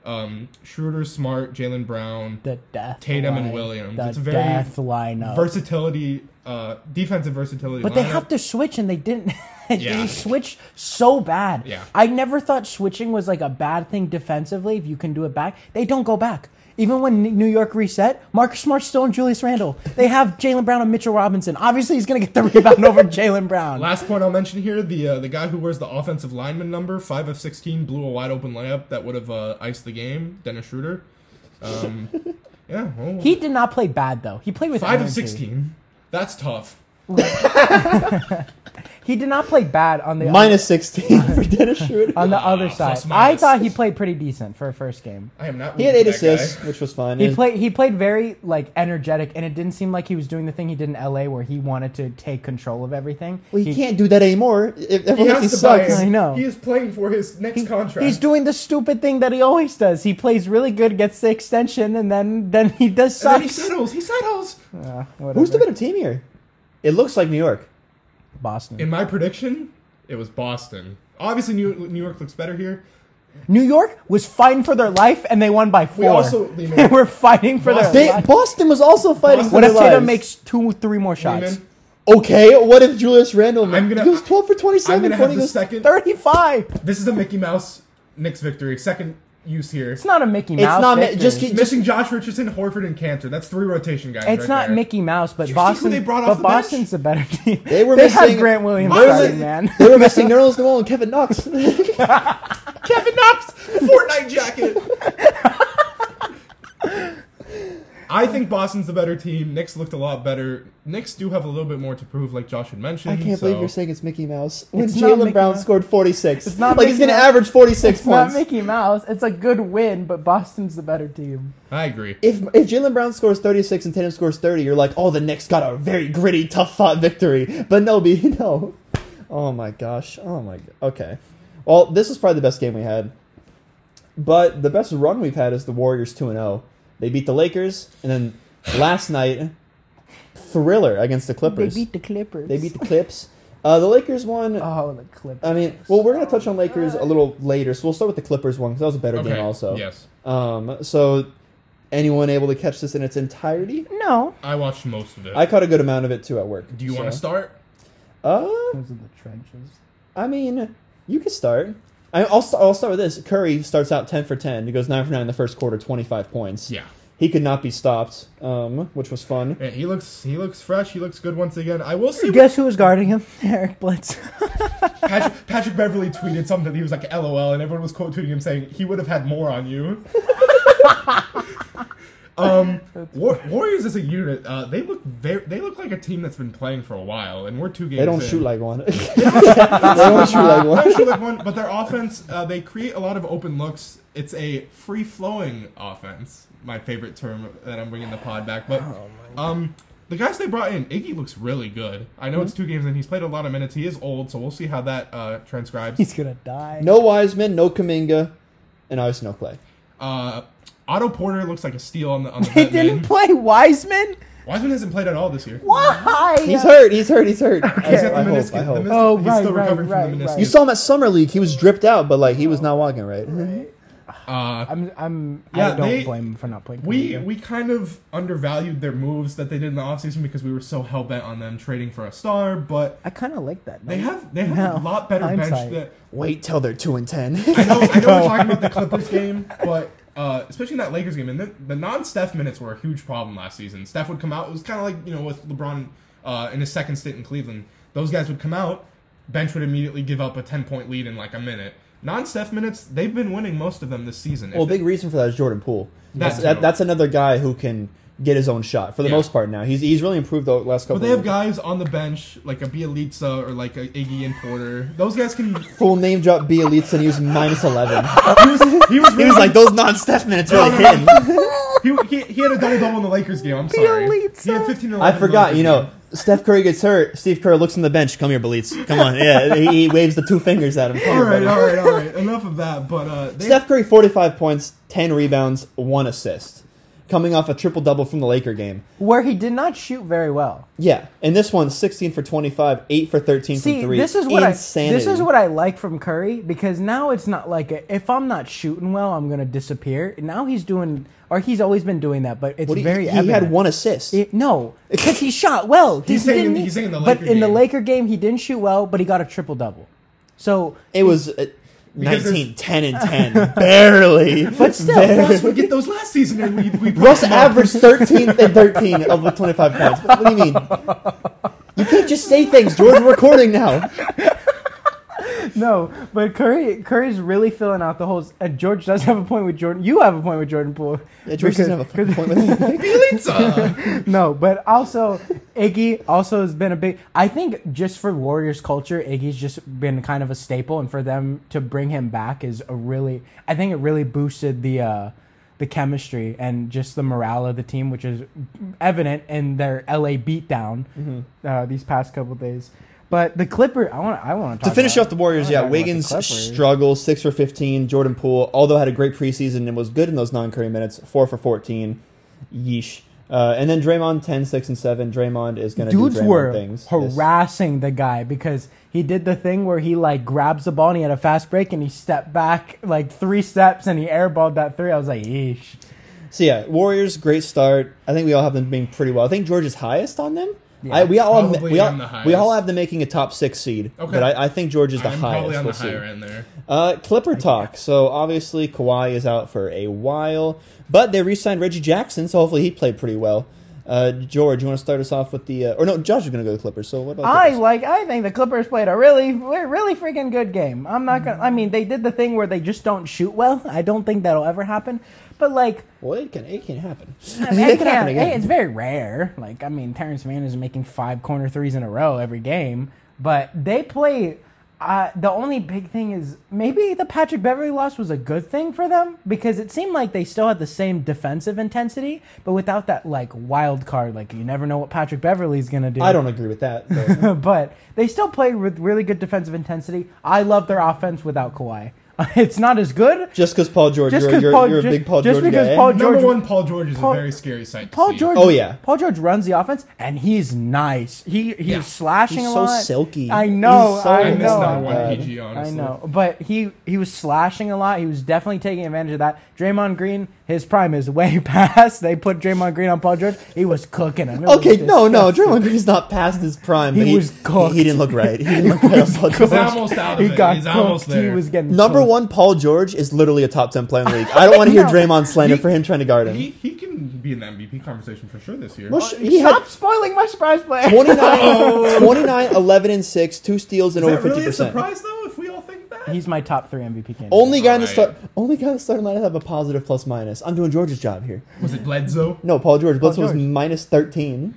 [SPEAKER 3] um, Schroeder, Smart, Jalen Brown,
[SPEAKER 2] the death
[SPEAKER 3] Tatum and
[SPEAKER 2] line,
[SPEAKER 3] Williams.
[SPEAKER 2] the
[SPEAKER 3] It's a very
[SPEAKER 2] death lineup.
[SPEAKER 3] versatility, uh, defensive versatility.
[SPEAKER 2] But they
[SPEAKER 3] lineup.
[SPEAKER 2] have to switch, and they didn't. they
[SPEAKER 3] Yeah.
[SPEAKER 2] didn't switch so bad.
[SPEAKER 3] Yeah.
[SPEAKER 2] I never thought switching was like a bad thing defensively. If you can do it back, they don't go back. Even when N- New York reset, Marcus Smart's still in Julius Randle. They have Jalen Brown and Mitchell Robinson. Obviously, he's going to get the rebound over Jalen Brown.
[SPEAKER 3] Last point I'll mention here: the uh, the guy who wears the offensive lineman number, five of sixteen, blew a wide open layup that would have uh, iced the game. Dennis Schroeder. Um, yeah, well,
[SPEAKER 2] He did not play bad though. He played with
[SPEAKER 3] five of
[SPEAKER 2] energy.
[SPEAKER 3] sixteen. That's tough.
[SPEAKER 2] He did not play bad on the
[SPEAKER 1] Minus 16 for Dennis Schroeder.
[SPEAKER 2] on the other
[SPEAKER 3] Ah,
[SPEAKER 2] side.
[SPEAKER 3] plus
[SPEAKER 2] I
[SPEAKER 3] minus.
[SPEAKER 2] thought he played pretty decent for a first game.
[SPEAKER 3] I am not.
[SPEAKER 1] He had eight
[SPEAKER 3] rooting for that
[SPEAKER 1] assists,
[SPEAKER 3] guy.
[SPEAKER 1] which was fine.
[SPEAKER 2] He
[SPEAKER 1] And-
[SPEAKER 2] played. He played very like energetic, and it didn't seem like he was doing the thing he did in L.A., where he wanted to take control of everything.
[SPEAKER 1] well, he, can't do that anymore. If,
[SPEAKER 3] He
[SPEAKER 1] everyone
[SPEAKER 3] has
[SPEAKER 1] he
[SPEAKER 3] to buy.
[SPEAKER 1] sucks.
[SPEAKER 2] I
[SPEAKER 3] I
[SPEAKER 2] know.
[SPEAKER 3] know. He is playing for his next contract.
[SPEAKER 2] He's doing the stupid thing that he always does. He plays really good, gets the extension, and then then he does
[SPEAKER 3] And then he
[SPEAKER 2] sucks.
[SPEAKER 3] settles. He settles.
[SPEAKER 1] Oh.
[SPEAKER 2] Uh, whatever.
[SPEAKER 1] Who's the better team here? It looks like New York.
[SPEAKER 2] Boston?
[SPEAKER 3] In my prediction, it was Boston. Obviously, New New York looks better here.
[SPEAKER 2] New York was fighting for their life, and they won by four.
[SPEAKER 3] also-
[SPEAKER 2] they were fighting for
[SPEAKER 3] Boston-
[SPEAKER 1] They,
[SPEAKER 2] their life.
[SPEAKER 1] Boston was also fighting
[SPEAKER 3] Boston-
[SPEAKER 1] for
[SPEAKER 2] What if
[SPEAKER 1] their
[SPEAKER 2] Tatum
[SPEAKER 1] lives.
[SPEAKER 2] makes two, three more shots?
[SPEAKER 3] Neiman,
[SPEAKER 1] Okay, what if Julius Randle
[SPEAKER 3] I'm gonna-
[SPEAKER 1] he goes 12 for
[SPEAKER 3] I'm
[SPEAKER 1] 27,
[SPEAKER 3] gonna have
[SPEAKER 1] 20
[SPEAKER 3] the
[SPEAKER 1] goes
[SPEAKER 3] second.
[SPEAKER 2] Thirty-five.
[SPEAKER 3] This is a Mickey Mouse Knicks victory. Second use here.
[SPEAKER 2] It's not a Mickey Mouse.
[SPEAKER 1] It's not mi-
[SPEAKER 2] victory.
[SPEAKER 1] just keep-
[SPEAKER 3] Missing Josh Richardson, Horford, and Cantor. That's three rotation guys.
[SPEAKER 2] It's
[SPEAKER 3] right
[SPEAKER 2] not
[SPEAKER 3] there.
[SPEAKER 2] Mickey Mouse, but
[SPEAKER 3] see who
[SPEAKER 2] Boston.
[SPEAKER 3] they brought off
[SPEAKER 2] but
[SPEAKER 3] the bench?
[SPEAKER 2] Boston's the better team.
[SPEAKER 1] They were
[SPEAKER 2] they
[SPEAKER 1] missing
[SPEAKER 2] had Grant Williams
[SPEAKER 1] They were,
[SPEAKER 2] starting,
[SPEAKER 1] mi-
[SPEAKER 2] man.
[SPEAKER 1] they were missing Nerlens Noel and Kevin Knox.
[SPEAKER 3] Kevin Knox, Fortnite jacket. I think Boston's the better team. Knicks looked a lot better. Knicks do have a little bit more to prove, like Josh had mentioned.
[SPEAKER 1] I can't
[SPEAKER 3] so-
[SPEAKER 1] believe you're saying it's Mickey Mouse when
[SPEAKER 2] It's not
[SPEAKER 1] Jalen
[SPEAKER 2] Mickey
[SPEAKER 1] Brown
[SPEAKER 2] Mouse.
[SPEAKER 1] scored 46.
[SPEAKER 2] It's not
[SPEAKER 1] like he's
[SPEAKER 2] Mickey
[SPEAKER 1] going to
[SPEAKER 2] Mouse.
[SPEAKER 1] average 46
[SPEAKER 2] It's not
[SPEAKER 1] points.
[SPEAKER 2] Mickey Mouse. It's a good win, but Boston's the better team.
[SPEAKER 3] I agree.
[SPEAKER 1] if if Jalen Brown scores 36 and Tatum scores 30, you're like, oh, the Knicks got a very gritty, tough fought victory. But no, be no. Oh my gosh. Oh my. g- Okay. Well, this is probably the best game we had. But the best run we've had is the Warriors 2 and 0. They beat the Lakers, and then last night, thriller against the Clippers.
[SPEAKER 2] They beat the Clippers.
[SPEAKER 1] They beat the Clips. Uh, the Lakers one.
[SPEAKER 2] Oh, the clip.
[SPEAKER 1] I mean, well, we're gonna touch on Lakers a little later, so we'll start with the Clippers one because that was a better
[SPEAKER 3] Okay.
[SPEAKER 1] game, also.
[SPEAKER 3] Yes.
[SPEAKER 1] Um. So, anyone able to catch this in its entirety?
[SPEAKER 2] Uh, no.
[SPEAKER 3] I watched most of it.
[SPEAKER 1] I caught a good amount of it too at work.
[SPEAKER 3] Do you
[SPEAKER 1] so-
[SPEAKER 3] want to start?
[SPEAKER 1] Uh,
[SPEAKER 2] Those are the trenches.
[SPEAKER 1] I mean, you could start. I, I'll, st- I'll start with this. Curry starts out ten for ten. He goes nine for nine in the first quarter, twenty five points.
[SPEAKER 3] Yeah.
[SPEAKER 1] he could not be stopped, um, which was fun.
[SPEAKER 3] Yeah, he looks he looks fresh. He looks good once again. I will say
[SPEAKER 2] Guess who was guarding him? Eric Blitz.
[SPEAKER 3] Patrick, Patrick Beverly tweeted something. He was like, "LOL," and everyone was quote tweeting him saying he would have had more on you. um, War- Warriors as a unit, uh, they look very, they look like a team that's been playing for a while, and we're two games.
[SPEAKER 1] They don't
[SPEAKER 3] in.
[SPEAKER 1] shoot like one. they don't shoot like
[SPEAKER 3] They
[SPEAKER 1] one.
[SPEAKER 3] don't shoot like one, but their offense, uh, they create a lot of open looks. It's a free flowing offense. My favorite term that I'm bringing the pod back,
[SPEAKER 1] Oh
[SPEAKER 3] but um. The guys they brought in, Iggy looks really good. I know it's
[SPEAKER 1] Hmm?
[SPEAKER 3] two games and he's played a lot of minutes. He is old, so we'll see how that uh, transcribes.
[SPEAKER 2] He's gonna die.
[SPEAKER 1] No Wiseman, no Kaminga, and obviously no Clay.
[SPEAKER 3] Uh, Otto Porter looks like a steal on the on the
[SPEAKER 2] They
[SPEAKER 3] vet
[SPEAKER 2] didn't
[SPEAKER 3] man.
[SPEAKER 2] play Wiseman.
[SPEAKER 3] Wiseman hasn't played at all this year.
[SPEAKER 2] Why?
[SPEAKER 1] He's hurt. He's hurt. He's hurt.
[SPEAKER 3] He's got
[SPEAKER 1] I, I
[SPEAKER 3] the
[SPEAKER 1] hope.
[SPEAKER 3] meniscus.
[SPEAKER 1] I
[SPEAKER 3] the
[SPEAKER 1] hope.
[SPEAKER 3] meniscus-
[SPEAKER 2] Oh,
[SPEAKER 3] he's
[SPEAKER 2] right,
[SPEAKER 3] still
[SPEAKER 2] right,
[SPEAKER 3] recovering from the
[SPEAKER 2] right, right.
[SPEAKER 3] meniscus.
[SPEAKER 1] You saw him at summer league. He was dripped out, but like he was not walking right.
[SPEAKER 3] Uh,
[SPEAKER 2] I'm. I'm.
[SPEAKER 3] Yeah,
[SPEAKER 2] I don't
[SPEAKER 3] they-
[SPEAKER 2] blame him for not playing.
[SPEAKER 3] we
[SPEAKER 2] Kaminga.
[SPEAKER 3] we kind of undervalued their moves that they did in the offseason because we were so hell bent on them trading for a star, but
[SPEAKER 2] I kind of like that.
[SPEAKER 3] they
[SPEAKER 2] no?
[SPEAKER 3] have they have
[SPEAKER 2] No,
[SPEAKER 3] a lot better
[SPEAKER 2] hindsight.
[SPEAKER 3] bench that
[SPEAKER 1] Wait till they're two and ten.
[SPEAKER 3] I know, I know we're talking about the Clippers game, but uh, especially in that Lakers game, and the, the non-Steph minutes were a huge problem last season. Steph would come out; it was kind of like you know with LeBron uh, in his second stint in Cleveland. Those guys would come out, bench would immediately give up a ten-point lead in like a minute. Non-Steph minutes, they've been winning most of them this season. If
[SPEAKER 1] well,
[SPEAKER 3] they-
[SPEAKER 1] big reason for that is Jordan Poole. That's
[SPEAKER 3] That's
[SPEAKER 1] that,
[SPEAKER 3] true.
[SPEAKER 1] that's another guy who can get his own shot for the
[SPEAKER 3] Yeah.
[SPEAKER 1] most part. Now he's he's really improved the last couple.
[SPEAKER 3] but they have
[SPEAKER 1] of
[SPEAKER 3] guys on the bench like a Bielitsa or like a Iggy and Porter. Those guys can.
[SPEAKER 1] full name drop Bielitsa and he was minus eleven.
[SPEAKER 3] He was, he was,
[SPEAKER 1] he
[SPEAKER 3] really,
[SPEAKER 1] was like those non-Steph minutes really hit.
[SPEAKER 3] he, he, he had a double double in the Lakers game. I'm sorry, he had
[SPEAKER 2] Bielitsa.
[SPEAKER 3] 15 and 11
[SPEAKER 1] I
[SPEAKER 3] in the
[SPEAKER 1] forgot,
[SPEAKER 3] Lakers
[SPEAKER 1] you
[SPEAKER 3] game.
[SPEAKER 1] know, Steph Curry gets hurt. Steve Kerr looks on the bench. Come here, Belitz. Come on. Yeah, he, he waves the two fingers at him. Come
[SPEAKER 3] All
[SPEAKER 1] here,
[SPEAKER 3] right,
[SPEAKER 1] buddy.
[SPEAKER 3] all right, all right. Enough of that. But uh, they,
[SPEAKER 1] Steph Curry, 45 points, 10 rebounds, 1 assist. Coming off a triple double from the Laker game.
[SPEAKER 2] where he did not shoot very well.
[SPEAKER 1] Yeah, and this one, 16 for 25, 8 for 13
[SPEAKER 2] See,
[SPEAKER 1] from 3.
[SPEAKER 2] this is what
[SPEAKER 1] Insanity.
[SPEAKER 2] I this is what I like from Curry because now it's not like a, if I'm not shooting well, I'm gonna disappear. Now he's doing, or he's always been doing that, but it's
[SPEAKER 1] What do you-
[SPEAKER 2] very
[SPEAKER 1] he,
[SPEAKER 2] evident.
[SPEAKER 1] had one assist.
[SPEAKER 2] It- no, because he shot well.
[SPEAKER 3] He's
[SPEAKER 2] He
[SPEAKER 3] saying-
[SPEAKER 2] didn't-
[SPEAKER 3] he's saying the
[SPEAKER 2] but
[SPEAKER 3] Laker
[SPEAKER 2] in the
[SPEAKER 3] game.
[SPEAKER 2] Laker game, he didn't shoot well, but he got a triple double. So
[SPEAKER 1] It was uh,
[SPEAKER 3] Because
[SPEAKER 1] 19, 10, and 10. barely. But
[SPEAKER 2] still,
[SPEAKER 3] Russ would get those last season, and we we
[SPEAKER 1] Russ averaged 13 and 13 of the 25 points. What do you mean? You can't just say things, George. We're recording now.
[SPEAKER 2] no, but Curry Curry's really filling out the holes. And George does have a point with Jordan. You have a point with Jordan Poole.
[SPEAKER 1] Yeah, George doesn't have a fucking point with it.
[SPEAKER 3] Bielitsa.
[SPEAKER 2] No, but also Iggy also has been a big. I think just for Warriors culture, Iggy's just been kind of a staple, and for them to bring him back is a really. I think it really boosted the uh, the chemistry and just the morale of the team, which is evident in their LA beatdown
[SPEAKER 1] Mm-hmm.
[SPEAKER 2] uh, these past couple days. But the Clipper, I want. I want
[SPEAKER 1] To finish off the Warriors,
[SPEAKER 2] I'm
[SPEAKER 1] yeah,
[SPEAKER 2] talking about the
[SPEAKER 1] Wiggins
[SPEAKER 2] Clippers.
[SPEAKER 1] struggles, 6 for 15. Jordan Poole, although had a great preseason and was good in those non Curry minutes, 4 for 14. Yeesh. Uh, and then Draymond, 10, 6, and 7. Draymond is going to do
[SPEAKER 2] dudes
[SPEAKER 1] Draymond
[SPEAKER 2] were
[SPEAKER 1] things. This-
[SPEAKER 2] harassing the guy because he did the thing where he like grabs the ball and he had a fast break and he stepped back like three steps and he airballed that three. I was like, yeesh.
[SPEAKER 1] So yeah, Warriors, great start. I think we all have them being pretty well. I think George is highest on them. I, we all
[SPEAKER 3] Probably
[SPEAKER 1] we all,
[SPEAKER 3] am the
[SPEAKER 1] we all
[SPEAKER 3] highest.
[SPEAKER 1] have them making a top six seed.
[SPEAKER 3] Okay.
[SPEAKER 1] But I, I think George is the
[SPEAKER 3] I'm
[SPEAKER 1] highest.
[SPEAKER 3] probably on the
[SPEAKER 1] We'll see.
[SPEAKER 3] higher end there.
[SPEAKER 1] Uh, Clipper talk. So obviously Kawhi is out for a while, but they re-signed Reggie Jackson, so hopefully he played pretty well. Uh, George, you want to start us off with the uh, or no? Josh is going to go to the Clippers. So what about?
[SPEAKER 2] I
[SPEAKER 1] Clippers?
[SPEAKER 2] like. I think the Clippers played a really, really freaking good game. I'm not gonna. I mean, they did the thing where they just don't shoot well. I don't think that'll ever happen. But like,
[SPEAKER 1] well, it can it can happen.
[SPEAKER 2] I mean,
[SPEAKER 1] it can
[SPEAKER 2] it can't-
[SPEAKER 1] happen again.
[SPEAKER 2] It's very rare. Like, I mean, Terrence Mann is making five corner threes in a row every game, but they play. Uh, the only big thing is maybe the Patrick Beverly loss was a good thing for them because it seemed like they still had the same defensive intensity, but without that like wild card. Like, you never know what Patrick Beverly's gonna do.
[SPEAKER 1] I don't agree with that. but-
[SPEAKER 2] but they still play with really good defensive intensity. I love their offense without Kawhi. it's not as good.
[SPEAKER 1] Just because Paul George,
[SPEAKER 2] Just
[SPEAKER 1] you're,
[SPEAKER 2] 'cause
[SPEAKER 1] you're,
[SPEAKER 2] Paul-
[SPEAKER 1] you're a
[SPEAKER 2] ju-
[SPEAKER 1] big Paul
[SPEAKER 2] just
[SPEAKER 1] George
[SPEAKER 2] because
[SPEAKER 1] guy.
[SPEAKER 2] Paul
[SPEAKER 1] eh?
[SPEAKER 3] Number
[SPEAKER 2] George-
[SPEAKER 3] one, Paul George is
[SPEAKER 2] Paul-
[SPEAKER 3] a very scary sight. to
[SPEAKER 2] Paul
[SPEAKER 3] see.
[SPEAKER 2] George.
[SPEAKER 1] Oh, yeah.
[SPEAKER 2] Paul George runs the offense, and he's nice. He he's
[SPEAKER 3] Yeah.
[SPEAKER 2] slashing
[SPEAKER 1] He's
[SPEAKER 2] a
[SPEAKER 1] so
[SPEAKER 2] lot.
[SPEAKER 1] silky.
[SPEAKER 2] I know.
[SPEAKER 1] He's so
[SPEAKER 2] I
[SPEAKER 3] I miss
[SPEAKER 2] know.
[SPEAKER 3] that
[SPEAKER 1] Oh, God.
[SPEAKER 3] one PG.
[SPEAKER 2] I
[SPEAKER 3] Honestly,
[SPEAKER 2] know, but he he was slashing a lot. He was definitely taking advantage of that. Draymond Green, his prime is way past. They put Draymond Green on Paul George. He was cooking him. It was
[SPEAKER 1] Okay, no, no,
[SPEAKER 2] disgusting.
[SPEAKER 1] Draymond Green's not past his prime.
[SPEAKER 2] He
[SPEAKER 1] but
[SPEAKER 2] was cooked.
[SPEAKER 1] He, didn't look right. He didn't look right. on Paul George.
[SPEAKER 3] He's almost out of
[SPEAKER 2] He
[SPEAKER 3] it.
[SPEAKER 2] got
[SPEAKER 3] He's
[SPEAKER 2] cooked.
[SPEAKER 3] almost there.
[SPEAKER 2] He was getting
[SPEAKER 1] Number
[SPEAKER 2] cooked.
[SPEAKER 1] one, Paul George is literally a top ten player in the league. I don't want to hear
[SPEAKER 2] No.
[SPEAKER 1] Draymond slander for him trying to guard him.
[SPEAKER 3] He Oh, he can be in the MVP conversation for sure this year.
[SPEAKER 1] Well, sh- he
[SPEAKER 2] Stop
[SPEAKER 1] had
[SPEAKER 2] spoiling my surprise player.
[SPEAKER 1] 29, 29, 11, and six, two steals, and
[SPEAKER 3] is
[SPEAKER 1] over
[SPEAKER 3] that
[SPEAKER 1] fifty
[SPEAKER 3] really a
[SPEAKER 1] percent.
[SPEAKER 3] surprise though? If we all think that,
[SPEAKER 2] He's my top three MVP candidate.
[SPEAKER 1] Only guy in the
[SPEAKER 3] Alright.
[SPEAKER 1] start. Only guy in the starting lineup have a positive plus minus. I'm doing George's job here.
[SPEAKER 3] was it Bledsoe?
[SPEAKER 1] No, Paul George. Bledsoe was
[SPEAKER 2] George.
[SPEAKER 1] minus thirteen.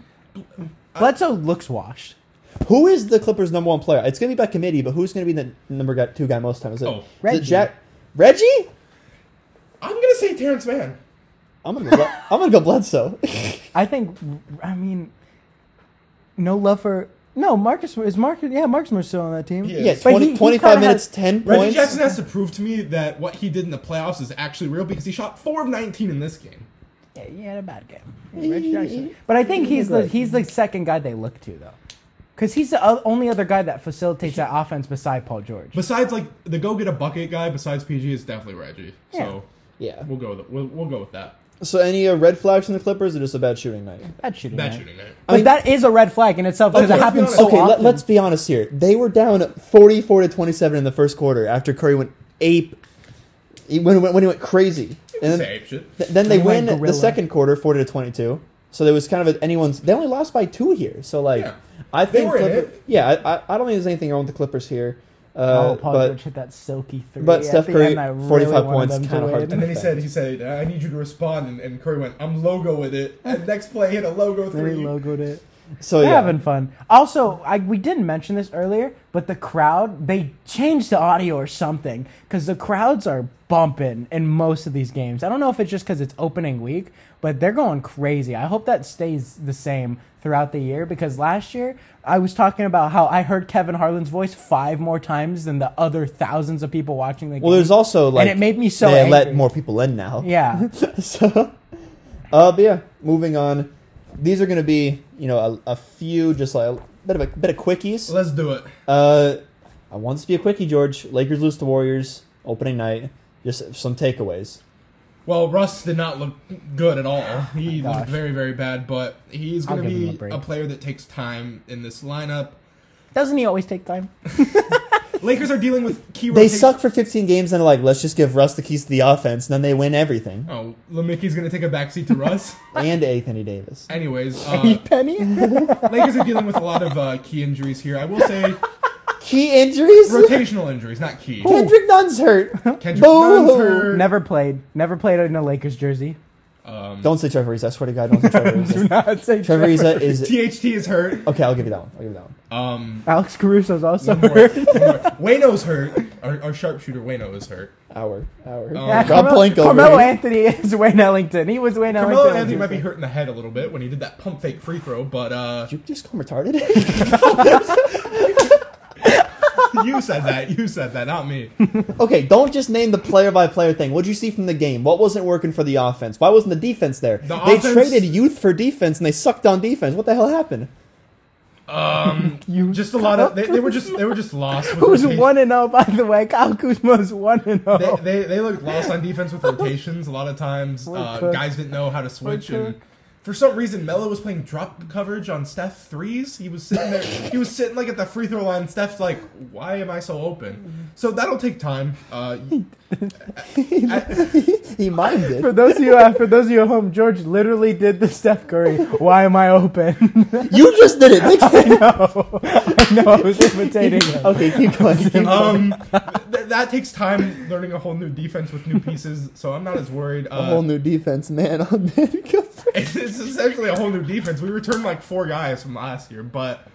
[SPEAKER 2] Bledsoe looks washed.
[SPEAKER 1] Who is the Clippers' number one player? It's gonna be by committee, but who's gonna be the number guy, two guy most times? Is it, is
[SPEAKER 3] Oh.
[SPEAKER 1] it
[SPEAKER 2] Reggie.
[SPEAKER 1] Jack? Reggie?
[SPEAKER 3] I'm gonna say Terrence Mann.
[SPEAKER 1] I'm gonna go. Bled- I'm gonna go Bledsoe.
[SPEAKER 2] I think. I mean, no love for no Marcus. Is Marcus? Yeah, Marcus Moore's still on that team.
[SPEAKER 3] Yeah.
[SPEAKER 1] yeah,
[SPEAKER 3] But
[SPEAKER 1] 20,
[SPEAKER 2] he- he
[SPEAKER 1] 25
[SPEAKER 2] kinda
[SPEAKER 1] minutes,
[SPEAKER 2] has-
[SPEAKER 1] ten
[SPEAKER 3] Reggie
[SPEAKER 1] points.
[SPEAKER 3] Jackson has to prove to me that what he did in the playoffs is actually real because he shot four of 19 in this game.
[SPEAKER 2] Yeah, he had a bad game. Yeah, Reggie Jackson. But I think he's the he's the second guy they look to though, because he's the o- only other guy that facilitates that offense beside Paul George.
[SPEAKER 3] Besides, like the go get a bucket guy, besides PG, is definitely Reggie. So
[SPEAKER 1] yeah.
[SPEAKER 3] we'll go with we'll, we'll go with that.
[SPEAKER 1] So any uh, red flags from the Clippers or just a bad shooting night?
[SPEAKER 2] Bad shooting.
[SPEAKER 3] That
[SPEAKER 2] man.
[SPEAKER 3] shooting night.
[SPEAKER 2] But that is a red flag in itself because
[SPEAKER 3] Okay,
[SPEAKER 2] it happens
[SPEAKER 3] let's be
[SPEAKER 2] so
[SPEAKER 3] honest.
[SPEAKER 1] okay,
[SPEAKER 2] often.
[SPEAKER 1] Let, us be honest here. They were down 44 to 27 in the first quarter after Curry went ape. He went, when he went crazy. And then,
[SPEAKER 3] Same shit.
[SPEAKER 1] th- then they
[SPEAKER 2] He
[SPEAKER 1] win
[SPEAKER 2] went
[SPEAKER 1] the
[SPEAKER 2] gorilla.
[SPEAKER 1] second quarter 40 to 22. So there was kind of a, anyone's. They only lost by two here. So like,
[SPEAKER 3] Yeah.
[SPEAKER 1] I
[SPEAKER 3] They
[SPEAKER 1] think
[SPEAKER 3] were in
[SPEAKER 1] Clipper-
[SPEAKER 3] it.
[SPEAKER 1] yeah, I, I, I don't think there's anything wrong with the Clippers here. Uh,
[SPEAKER 2] oh, Paul
[SPEAKER 1] but
[SPEAKER 2] George hit that silky three.
[SPEAKER 1] but
[SPEAKER 2] at
[SPEAKER 1] Steph
[SPEAKER 2] the
[SPEAKER 1] Curry,
[SPEAKER 2] end. I really
[SPEAKER 1] 45
[SPEAKER 2] wanted
[SPEAKER 1] points,
[SPEAKER 2] them
[SPEAKER 1] kinda hard
[SPEAKER 2] win.
[SPEAKER 1] to
[SPEAKER 3] And then he said, he said, I need you to respond. And, and Curry went, I'm logo with it. And next play, hit a logo
[SPEAKER 2] Then
[SPEAKER 3] three.
[SPEAKER 2] he logoed it.
[SPEAKER 1] so
[SPEAKER 2] They're
[SPEAKER 1] yeah,
[SPEAKER 2] having fun. Also, I, we didn't mention this earlier, but the crowd, they changed the audio or something because the crowds are bumping in most of these games. I don't know if it's just because it's opening week, but they're going crazy. I hope that stays the same throughout the year because last year I was talking about how I heard Kevin Harlan's voice five more times than the other thousands of people watching the game.
[SPEAKER 1] well, there's also like
[SPEAKER 2] it made me so
[SPEAKER 1] they let
[SPEAKER 2] angry.
[SPEAKER 1] more people in now.
[SPEAKER 2] yeah.
[SPEAKER 1] so, uh, but yeah, moving on. These are going to be, you know, a, a few just like a bit of a bit of quickies.
[SPEAKER 3] Let's do it.
[SPEAKER 1] Uh, I want this to be a quickie, George. Lakers lose to Warriors opening night. Just some takeaways.
[SPEAKER 3] Well, Russ did not look good at all. He
[SPEAKER 2] Oh gosh.
[SPEAKER 3] looked very, very bad, but he's
[SPEAKER 2] I'll
[SPEAKER 3] going to
[SPEAKER 2] give him a
[SPEAKER 3] be
[SPEAKER 2] break.
[SPEAKER 3] a, player that takes time in this lineup.
[SPEAKER 2] Doesn't he always take time?
[SPEAKER 3] Lakers are dealing with key
[SPEAKER 1] They
[SPEAKER 3] rotation-
[SPEAKER 1] suck for 15 games, and are like, let's just give Russ the keys to the offense, and then they win everything.
[SPEAKER 3] Oh, Lemicki's going to take a backseat to Russ.
[SPEAKER 1] And Anthony Davis.
[SPEAKER 3] Anyways, uh,
[SPEAKER 2] Penny?
[SPEAKER 3] Lakers are dealing with a lot of uh, key injuries here. I will say
[SPEAKER 1] Key injuries.
[SPEAKER 3] rotational injuries, not key.
[SPEAKER 1] Kendrick Nunn's hurt.
[SPEAKER 3] Kendrick
[SPEAKER 1] Boo-hoo.
[SPEAKER 3] Nunn's hurt.
[SPEAKER 2] Never played. Never played in a Lakers jersey.
[SPEAKER 3] Um,
[SPEAKER 1] Don't say Trevor Ariza. I swear to God, don't say Trevor Ariza.
[SPEAKER 2] Not say
[SPEAKER 1] Trevor Ariza is
[SPEAKER 3] THT is hurt.
[SPEAKER 1] okay. I'll give you that one. I'll give you that one.
[SPEAKER 3] Um,
[SPEAKER 2] Alex Caruso's also
[SPEAKER 3] one more, one more. Wayno's hurt. Our, our sharpshooter Wayno is hurt.
[SPEAKER 1] Hour, hour.
[SPEAKER 3] Yeah,
[SPEAKER 1] Rob
[SPEAKER 2] Carmelo-
[SPEAKER 1] Palenko over
[SPEAKER 2] Carmelo
[SPEAKER 1] here.
[SPEAKER 2] Anthony is Wayne Ellington. He was Wayne
[SPEAKER 3] Carmelo
[SPEAKER 2] Ellington.
[SPEAKER 3] Anthony might be hurt in the head a little bit when he did that pump fake free throw, but uh,
[SPEAKER 1] Did you just call him retarded?
[SPEAKER 3] you said that. You said that, not me.
[SPEAKER 1] okay, don't just name the player by player thing. What'd you see from the game? What wasn't working for the offense? Why wasn't the defense there?
[SPEAKER 3] The
[SPEAKER 1] they
[SPEAKER 3] offense-
[SPEAKER 1] traded youth for defense and they sucked on defense. What the hell happened?
[SPEAKER 3] Um,
[SPEAKER 2] You
[SPEAKER 3] just a lot of they, they were just they were just lost. With
[SPEAKER 2] Who's
[SPEAKER 3] rotation-
[SPEAKER 2] one and zero? By the way, Kyle Kuzma's one and oh.
[SPEAKER 3] They,
[SPEAKER 2] zero.
[SPEAKER 3] they they looked lost on defense with rotations a lot of times.
[SPEAKER 2] We're
[SPEAKER 3] Uh,
[SPEAKER 2] cooked.
[SPEAKER 3] guys didn't know how to switch
[SPEAKER 2] We're
[SPEAKER 3] and. For some reason, Melo was playing drop coverage on Steph threes. He was sitting there. He was sitting like at the free throw line. Steph's like, "Why am I so open?" So that'll take time. Uh,
[SPEAKER 1] He minded.
[SPEAKER 2] For those of you, uh, for those of you at home, George literally did the Steph Curry. Why am I open?
[SPEAKER 1] you just did it.
[SPEAKER 2] no, I know I was imitating him.
[SPEAKER 1] okay, keep going. Keep going.
[SPEAKER 3] um, th- that takes time learning a whole new defense with new pieces. So I'm not as worried. Uh, um,
[SPEAKER 1] a whole new defense, man. Oh, man.
[SPEAKER 3] it's essentially a whole new defense. We returned like four guys from last year, but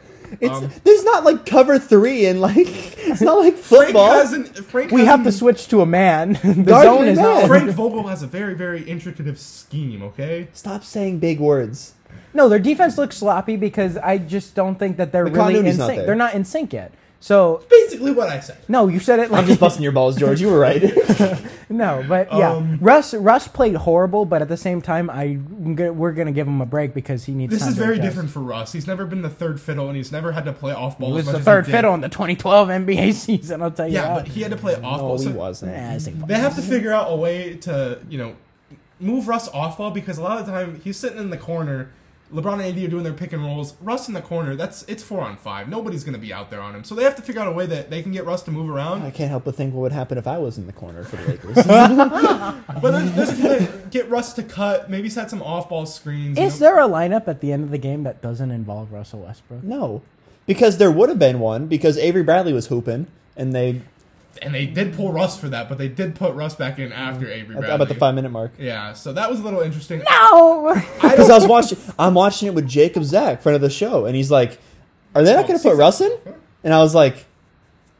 [SPEAKER 1] It's,
[SPEAKER 3] um,
[SPEAKER 1] there's not like cover three and like it's not like
[SPEAKER 3] Frank
[SPEAKER 1] football.
[SPEAKER 3] hasn't. Frank
[SPEAKER 2] We have to
[SPEAKER 3] hasn't-
[SPEAKER 2] switch to a man. The
[SPEAKER 1] Guard
[SPEAKER 2] zone
[SPEAKER 1] your
[SPEAKER 2] is
[SPEAKER 1] man.
[SPEAKER 2] not.
[SPEAKER 3] Frank Vogel has a very very intricate scheme. Okay.
[SPEAKER 1] Stop saying big words.
[SPEAKER 2] No, their defense looks sloppy because I just don't think that they're
[SPEAKER 1] The
[SPEAKER 2] really in
[SPEAKER 1] continuity's not
[SPEAKER 2] sync.
[SPEAKER 1] there.
[SPEAKER 2] They're not in sync yet. So
[SPEAKER 3] Basically, what I said.
[SPEAKER 2] no, you said it like
[SPEAKER 1] I'm just busting your balls, George. You were right.
[SPEAKER 2] No, but yeah,
[SPEAKER 3] Um,
[SPEAKER 2] Russ Russ played horrible, but at the same time, I I'm gonna- we're gonna give him a break because he needs.
[SPEAKER 3] This
[SPEAKER 2] time
[SPEAKER 3] is
[SPEAKER 2] to
[SPEAKER 3] very
[SPEAKER 2] adjust.
[SPEAKER 3] different for Russ. He's never been the third fiddle, and he's never had to play off
[SPEAKER 2] He
[SPEAKER 3] ball.
[SPEAKER 2] was
[SPEAKER 3] as much
[SPEAKER 2] the
[SPEAKER 3] as
[SPEAKER 2] third
[SPEAKER 3] he did.
[SPEAKER 2] fiddle in the 2012 NBA season. I'll tell you.
[SPEAKER 3] Yeah,
[SPEAKER 2] that.
[SPEAKER 3] but he had to play off
[SPEAKER 1] no,
[SPEAKER 3] ball.
[SPEAKER 1] Oh, he
[SPEAKER 3] so
[SPEAKER 1] wasn't.
[SPEAKER 2] Nah, it's like-
[SPEAKER 3] They have to figure out a way to, you know, move Russ off ball because a lot of the time he's sitting in the corner. LeBron and AD are doing their pick and rolls. Russ in the corner. That's it's four on five. Nobody's going to be out there on him. So they have to figure out a way that they can get Russ to move
[SPEAKER 1] I
[SPEAKER 3] around.
[SPEAKER 1] can't help but think what would happen if I was in the corner for the Lakers.
[SPEAKER 3] But there's, there's a few that get Russ to cut. Maybe set some off ball screens. you
[SPEAKER 2] is
[SPEAKER 3] know.
[SPEAKER 2] there a lineup at the end of the game that doesn't involve Russell Westbrook?
[SPEAKER 1] no, because there would have been one because Avery Bradley was hooping, and they
[SPEAKER 3] And they did pull Russ for that, but they did put Russ back in after Avery
[SPEAKER 1] at
[SPEAKER 3] Bradley.
[SPEAKER 1] about the five minute mark.
[SPEAKER 3] Yeah, so that was a little interesting.
[SPEAKER 2] No.
[SPEAKER 1] Because I was watching, I'm watching it with Jacob Zach, friend of the show, and he's like, "Are they not going to put Russ in?" And I was like,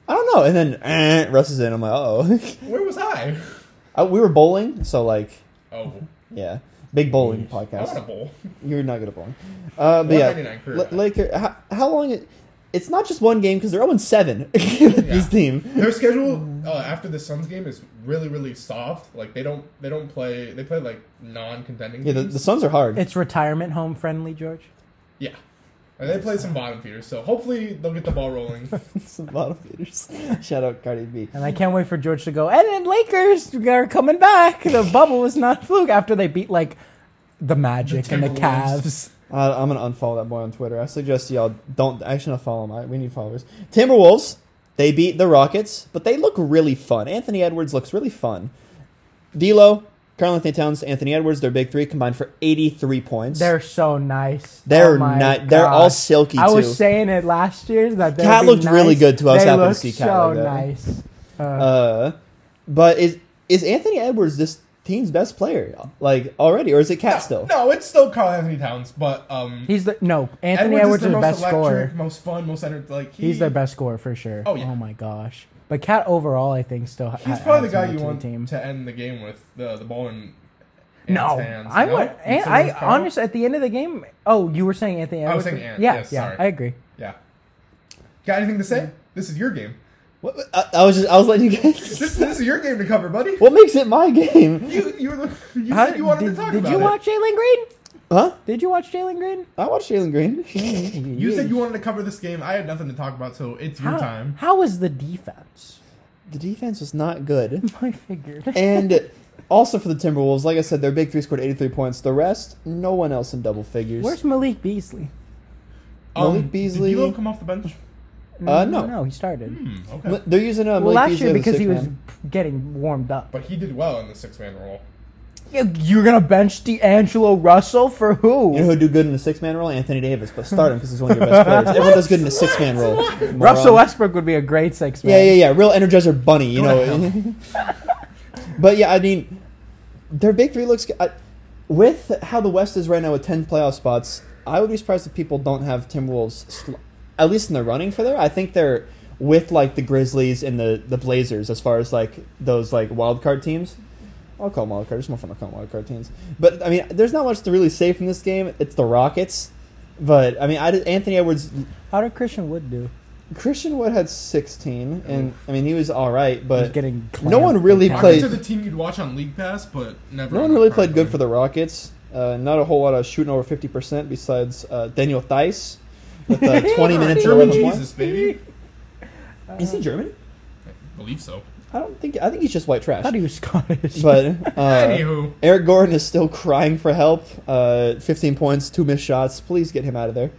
[SPEAKER 1] "I don't know." And then eh, Russ is in. I'm like, "Oh,
[SPEAKER 3] Where was I?
[SPEAKER 1] I- we were bowling, so like,
[SPEAKER 3] Oh,
[SPEAKER 1] yeah, big bowling
[SPEAKER 3] I want a
[SPEAKER 1] podcast.
[SPEAKER 3] bowl.
[SPEAKER 1] You're not good at bowling, uh, but yeah,
[SPEAKER 3] 199 career
[SPEAKER 1] L-
[SPEAKER 3] high.
[SPEAKER 1] Laker. How, how long? It, it's not just one game because they're 0 seven. This team.
[SPEAKER 3] Their schedule uh, after the Suns game is really, really soft. Like they don't, they don't play. They play like non-contending.
[SPEAKER 1] Yeah, the,
[SPEAKER 3] teams.
[SPEAKER 1] the Suns are hard.
[SPEAKER 2] it's retirement home friendly, George.
[SPEAKER 3] yeah. And they play some bottom feeders, so hopefully they'll get the ball rolling.
[SPEAKER 1] It's a lot of haters. Shout out Cardi B.
[SPEAKER 2] And I can't wait for George to go. And then Lakers are coming back. The bubble was not fluke after they beat like the Magic and the
[SPEAKER 3] Timberwolves.
[SPEAKER 2] Cavs.
[SPEAKER 1] I, I'm gonna unfollow that boy on Twitter. I suggest y'all don't actually not follow him. I, we need followers. Timberwolves. They beat the Rockets, but they look really fun. Anthony Edwards looks really fun. D'Lo, Carl Anthony Towns, Anthony Edwards, their big three combined for 83 points.
[SPEAKER 2] They're so nice.
[SPEAKER 1] They're
[SPEAKER 2] Oh my
[SPEAKER 1] ni- they're all
[SPEAKER 2] gosh.
[SPEAKER 1] silky,
[SPEAKER 2] I
[SPEAKER 1] too.
[SPEAKER 2] was saying it last year that they
[SPEAKER 1] Cat
[SPEAKER 2] would be
[SPEAKER 1] looked really
[SPEAKER 2] nice.
[SPEAKER 1] good, too. I was
[SPEAKER 2] They
[SPEAKER 1] happy to
[SPEAKER 2] looked
[SPEAKER 1] see Cat
[SPEAKER 2] so
[SPEAKER 1] like that.
[SPEAKER 2] nice. Uh,
[SPEAKER 1] uh, but is is Anthony Edwards this team's best player like already, or is it Cat still?
[SPEAKER 3] no, it's still Carl Anthony Towns, but um,
[SPEAKER 2] he's the no Anthony Edwards, is the best scorer.
[SPEAKER 3] most fun, most enter- like he-
[SPEAKER 2] He's their best scorer for sure.
[SPEAKER 3] Oh, yeah.
[SPEAKER 2] my gosh. But Cat overall, I think still. ha-
[SPEAKER 3] He's
[SPEAKER 2] ha-
[SPEAKER 3] probably the
[SPEAKER 2] adds more
[SPEAKER 3] guy you
[SPEAKER 2] to the
[SPEAKER 3] want
[SPEAKER 2] team.
[SPEAKER 3] to end the game with the the ball in. in
[SPEAKER 2] no,
[SPEAKER 3] his hands,
[SPEAKER 2] I
[SPEAKER 3] no?
[SPEAKER 2] want.
[SPEAKER 3] You
[SPEAKER 2] An-
[SPEAKER 3] said
[SPEAKER 2] I
[SPEAKER 3] it was Carl?
[SPEAKER 2] honest at the end of the game. Oh, you were saying Anthony.
[SPEAKER 3] I was
[SPEAKER 2] Edwards?
[SPEAKER 3] saying Ant,
[SPEAKER 2] Yeah,
[SPEAKER 3] yes,
[SPEAKER 2] yeah,
[SPEAKER 3] sorry.
[SPEAKER 2] I agree.
[SPEAKER 3] Yeah. Got anything to
[SPEAKER 2] Mm.
[SPEAKER 3] say? This is your game.
[SPEAKER 1] What, I, I was just I was letting you guys.
[SPEAKER 3] This, this is your game to cover, buddy.
[SPEAKER 1] What makes it my game?
[SPEAKER 3] You you, were the, you
[SPEAKER 2] How-
[SPEAKER 3] said you wanted
[SPEAKER 2] did
[SPEAKER 3] to talk
[SPEAKER 2] did
[SPEAKER 3] about
[SPEAKER 2] you
[SPEAKER 3] it.
[SPEAKER 2] watch Jalen Green?
[SPEAKER 1] Huh?
[SPEAKER 2] Did you watch Jalen Green?
[SPEAKER 1] I watched Jalen Green.
[SPEAKER 3] you said you wanted to cover this game. I had nothing to talk about, so it's your
[SPEAKER 2] How-
[SPEAKER 3] time.
[SPEAKER 2] How was the defense?
[SPEAKER 1] the defense was not good.
[SPEAKER 2] I figured.
[SPEAKER 1] And also for the Timberwolves, like I said, their big three scored 83 points. The rest, no one else in double figures.
[SPEAKER 2] Where's Malik Beasley?
[SPEAKER 1] Malik Beasley- Mm.
[SPEAKER 3] Um, Did D'Lo come off the bench?
[SPEAKER 1] Uh, no.
[SPEAKER 2] no, he started.
[SPEAKER 3] Hmm, okay.
[SPEAKER 1] L- They're using a
[SPEAKER 2] Well,
[SPEAKER 1] Malik
[SPEAKER 2] last
[SPEAKER 1] Beasley
[SPEAKER 2] year
[SPEAKER 1] as a
[SPEAKER 2] because
[SPEAKER 1] sixth
[SPEAKER 2] he was
[SPEAKER 1] man.
[SPEAKER 2] getting warmed up.
[SPEAKER 3] But he did well in the six man role.
[SPEAKER 2] You're gonna bench D'Angelo Russell for who?
[SPEAKER 1] You know who'd do good in a six-man role? Anthony Davis, but start him because he's one of your best players. Everyone does good in a six-man role. Moron.
[SPEAKER 2] Russell Westbrook would be a great six
[SPEAKER 1] Yeah,
[SPEAKER 2] man.
[SPEAKER 1] yeah, yeah. Real Energizer Bunny, you
[SPEAKER 3] Go to
[SPEAKER 1] know. but yeah, I mean, their big three looks I, with how the West is right now with ten playoff spots. I would be surprised if people don't have Timberwolves sl- at least in the running for there. I think they're with like the Grizzlies and the the Blazers as far as like those like wild card teams. I'll call them wild card. It's more fun to call them wild card teams. But I mean, there's not much to really say from this game. It's the Rockets. But I mean, I, did- Anthony Edwards
[SPEAKER 2] How did Christian Wood do?
[SPEAKER 1] Christian Wood had 16, and I mean he was all right,
[SPEAKER 2] He's
[SPEAKER 1] but
[SPEAKER 2] getting
[SPEAKER 1] no one
[SPEAKER 2] clamped.
[SPEAKER 1] really
[SPEAKER 2] Yeah.
[SPEAKER 1] played-
[SPEAKER 3] Rockets are the team you'd watch on League Pass, but never.
[SPEAKER 1] no one really played good for the Rockets. Uh, not a whole lot of shooting over 50 percent besides uh, Daniel Theiss with uh, 20 minutes and 11
[SPEAKER 3] German
[SPEAKER 1] points.
[SPEAKER 3] Oh, Jesus, baby.
[SPEAKER 1] Is he German?
[SPEAKER 3] I believe so.
[SPEAKER 1] I don't think. I think he's just white
[SPEAKER 2] I
[SPEAKER 1] trash.
[SPEAKER 2] thought he was Scottish.
[SPEAKER 1] But uh,
[SPEAKER 3] Anywho,
[SPEAKER 1] Eric Gordon is still crying for help. Uh, 15 points, two missed shots. Please get him out of there.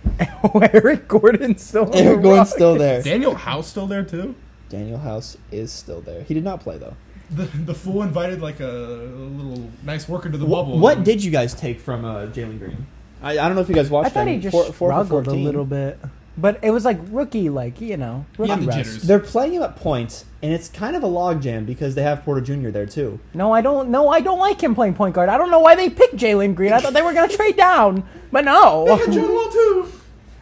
[SPEAKER 2] Eric Gordon's still. on Oh, the
[SPEAKER 1] Eric Gordon's
[SPEAKER 2] Rockets.
[SPEAKER 1] still there.
[SPEAKER 3] Daniel House still there too.
[SPEAKER 1] Daniel House is still there. He did not play though.
[SPEAKER 3] The the fool invited like a little nice worker to the
[SPEAKER 1] Wh-
[SPEAKER 3] bubble.
[SPEAKER 1] What did you guys take from uh, Jalen Green? I, I don't know if you guys watched.
[SPEAKER 2] I thought
[SPEAKER 1] him.
[SPEAKER 2] he just
[SPEAKER 1] Four- four for
[SPEAKER 2] struggled a
[SPEAKER 1] 14.
[SPEAKER 2] little bit, but it was like rookie, like you know,
[SPEAKER 3] He had
[SPEAKER 2] rookie
[SPEAKER 3] the
[SPEAKER 2] rust.
[SPEAKER 3] jitters.
[SPEAKER 1] They're playing him at points, and it's kind of a logjam because they have Porter Jr. there too.
[SPEAKER 2] No, I don't. No, I don't like him playing point guard. I don't know why they picked Jalen Green. I thought they were going to trade down, but
[SPEAKER 3] They had
[SPEAKER 2] no.
[SPEAKER 3] John Wall too.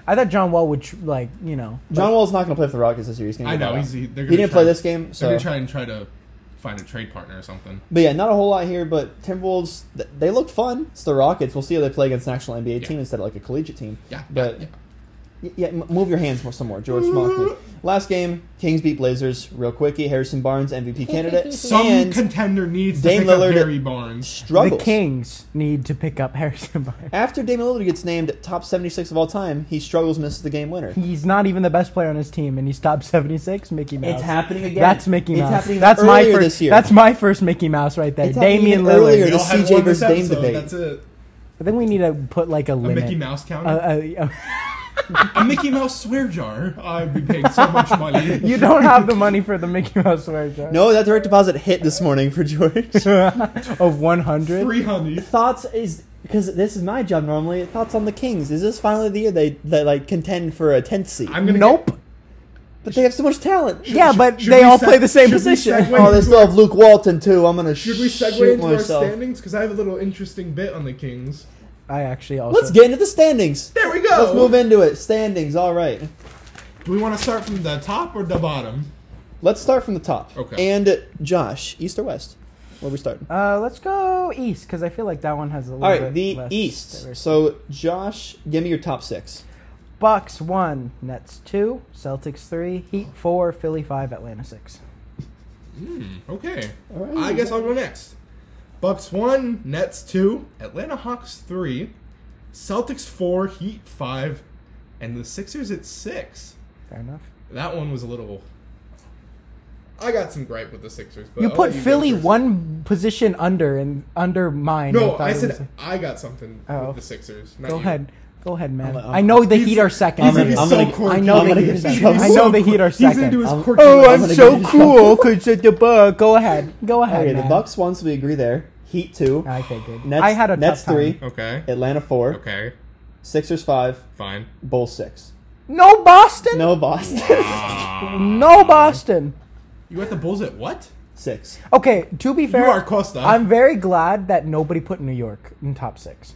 [SPEAKER 2] I thought John Wall would tr- like you know.
[SPEAKER 1] John Wall's not going to play for the Rockets this year. He's gonna
[SPEAKER 3] I
[SPEAKER 1] get
[SPEAKER 3] know
[SPEAKER 1] bought out.
[SPEAKER 3] he's, he, they're
[SPEAKER 1] he
[SPEAKER 3] gonna
[SPEAKER 1] didn't
[SPEAKER 3] try-
[SPEAKER 1] play this game,
[SPEAKER 3] They're
[SPEAKER 1] so
[SPEAKER 3] gonna try and try to find a trade partner or something.
[SPEAKER 1] but yeah, not a whole lot here. But Timberwolves, th- they look fun. It's the Rockets. We'll see how they play against an actual NBA
[SPEAKER 3] Yeah.
[SPEAKER 1] team instead of like a collegiate team.
[SPEAKER 3] Yeah,
[SPEAKER 1] but
[SPEAKER 3] yeah.
[SPEAKER 1] Y- Yeah, m- move your hands more, some more, George. mock me. Last game, Kings beat Blazers real quickie. Harrison Barnes, MVP candidate.
[SPEAKER 3] Some
[SPEAKER 1] and
[SPEAKER 3] contender needs to
[SPEAKER 1] Dame
[SPEAKER 3] pick up
[SPEAKER 1] Lillard-
[SPEAKER 3] Harry Barnes.
[SPEAKER 1] struggles.
[SPEAKER 2] The Kings need to pick up Harrison Barnes.
[SPEAKER 1] After Damian Lillard gets named top 76 of all time, he struggles, misses the game winner.
[SPEAKER 2] He's not even the best player on his team, and he's top seventy six. Mickey Mouse.
[SPEAKER 1] It's happening again.
[SPEAKER 2] That's Mickey
[SPEAKER 1] It's
[SPEAKER 2] Mouse.
[SPEAKER 1] happening
[SPEAKER 2] that's my
[SPEAKER 1] earlier
[SPEAKER 2] first.
[SPEAKER 1] this year.
[SPEAKER 2] That's my first Mickey Mouse right there.
[SPEAKER 1] It's happening
[SPEAKER 2] Damian
[SPEAKER 1] even earlier
[SPEAKER 2] Lillard.
[SPEAKER 1] this
[SPEAKER 3] had
[SPEAKER 1] CJ
[SPEAKER 3] one
[SPEAKER 1] versus
[SPEAKER 3] this
[SPEAKER 1] Dame
[SPEAKER 3] episode,
[SPEAKER 1] debate.
[SPEAKER 3] That's a,
[SPEAKER 2] I think we need to put like a
[SPEAKER 3] a
[SPEAKER 2] limit.
[SPEAKER 3] Mickey Mouse counter.
[SPEAKER 2] Uh, uh,
[SPEAKER 3] a Mickey Mouse swear jar. I'd be paying so much money.
[SPEAKER 2] you don't have the money for the Mickey Mouse swear jar.
[SPEAKER 1] No, that direct deposit hit this morning for George.
[SPEAKER 2] of one hundred.
[SPEAKER 3] Free honey.
[SPEAKER 1] thoughts is because this is my job normally. Thoughts on the Kings? Is this finally the year they, they like contend for a tenth seed?
[SPEAKER 3] I'm gonna
[SPEAKER 2] Nope.
[SPEAKER 1] but they have so much talent.
[SPEAKER 2] yeah, but
[SPEAKER 3] should
[SPEAKER 2] they
[SPEAKER 3] we
[SPEAKER 2] all
[SPEAKER 3] se-
[SPEAKER 2] play the same
[SPEAKER 3] should we
[SPEAKER 2] position.
[SPEAKER 3] segue-
[SPEAKER 1] Oh, they still have Luke Walton too. I'm gonna
[SPEAKER 3] Get, should we segue
[SPEAKER 1] shoot
[SPEAKER 3] into our
[SPEAKER 1] myself.
[SPEAKER 3] standings? Because I have a little interesting bit on the Kings.
[SPEAKER 2] I actually also.
[SPEAKER 1] Let's get into the standings.
[SPEAKER 3] There we go.
[SPEAKER 1] Let's move into it. Standings. All right.
[SPEAKER 3] Do we want to start from the top or the bottom?
[SPEAKER 1] Let's start from the top.
[SPEAKER 3] Okay.
[SPEAKER 1] And Josh, east or west? Where we starting?
[SPEAKER 2] Uh, let's go east because I feel like that one has a little
[SPEAKER 1] All
[SPEAKER 2] bit
[SPEAKER 1] right, the
[SPEAKER 2] less
[SPEAKER 1] East.
[SPEAKER 2] diversity.
[SPEAKER 1] So, Josh, give me your top six.
[SPEAKER 2] Bucks one, Nets two, Celtics three, Heat four, Philly five, Atlanta six.
[SPEAKER 3] Okay.
[SPEAKER 1] All right.
[SPEAKER 3] I guess I'll go next. Bucks one, Nets two, Atlanta Hawks three, Celtics four, Heat five, and the Sixers at six.
[SPEAKER 2] Fair enough.
[SPEAKER 3] That one was a little. I got some gripe with the Sixers. But
[SPEAKER 2] You
[SPEAKER 3] I'll
[SPEAKER 2] put
[SPEAKER 3] let go
[SPEAKER 2] Philly
[SPEAKER 3] first.
[SPEAKER 2] one position under and under mine.
[SPEAKER 3] No,
[SPEAKER 2] thought
[SPEAKER 3] I
[SPEAKER 2] it was-
[SPEAKER 3] said I got something
[SPEAKER 2] Oh.
[SPEAKER 3] with the Sixers. not
[SPEAKER 2] Go
[SPEAKER 3] you.
[SPEAKER 2] ahead, go ahead, man.
[SPEAKER 1] I'm-
[SPEAKER 2] i know the
[SPEAKER 3] He's-
[SPEAKER 2] Heat are second.
[SPEAKER 3] he's
[SPEAKER 1] gonna
[SPEAKER 3] into
[SPEAKER 1] I'm
[SPEAKER 3] so
[SPEAKER 1] gonna-
[SPEAKER 3] quirky.
[SPEAKER 2] I know
[SPEAKER 1] I'm
[SPEAKER 2] the
[SPEAKER 1] gonna
[SPEAKER 2] Heat are
[SPEAKER 1] get
[SPEAKER 2] second.
[SPEAKER 1] back.
[SPEAKER 2] I know
[SPEAKER 3] so
[SPEAKER 2] the
[SPEAKER 3] quirky.
[SPEAKER 2] Heat are
[SPEAKER 3] He's
[SPEAKER 2] second.
[SPEAKER 3] into his
[SPEAKER 1] I'm-
[SPEAKER 3] quirky.
[SPEAKER 2] oh,
[SPEAKER 1] I'm
[SPEAKER 2] I'm
[SPEAKER 1] gonna
[SPEAKER 2] so
[SPEAKER 1] get-
[SPEAKER 2] cool. Cause it's the Buck. Go ahead, go ahead.
[SPEAKER 1] Okay, the
[SPEAKER 2] man.
[SPEAKER 1] Bucks one, so we agree there. Heat two.
[SPEAKER 2] I figured.
[SPEAKER 1] Nets,
[SPEAKER 2] I had a
[SPEAKER 1] Nets
[SPEAKER 2] tough
[SPEAKER 1] three.
[SPEAKER 2] Time.
[SPEAKER 3] Okay.
[SPEAKER 1] Atlanta four.
[SPEAKER 3] Okay.
[SPEAKER 1] Sixers five.
[SPEAKER 3] Fine.
[SPEAKER 1] Bulls six.
[SPEAKER 2] No Boston.
[SPEAKER 1] No Boston.
[SPEAKER 2] No Boston.
[SPEAKER 3] You got the Bulls at what?
[SPEAKER 1] six.
[SPEAKER 2] Okay, to be fair,
[SPEAKER 3] You are Costa.
[SPEAKER 2] I'm very glad that nobody put New York in top six.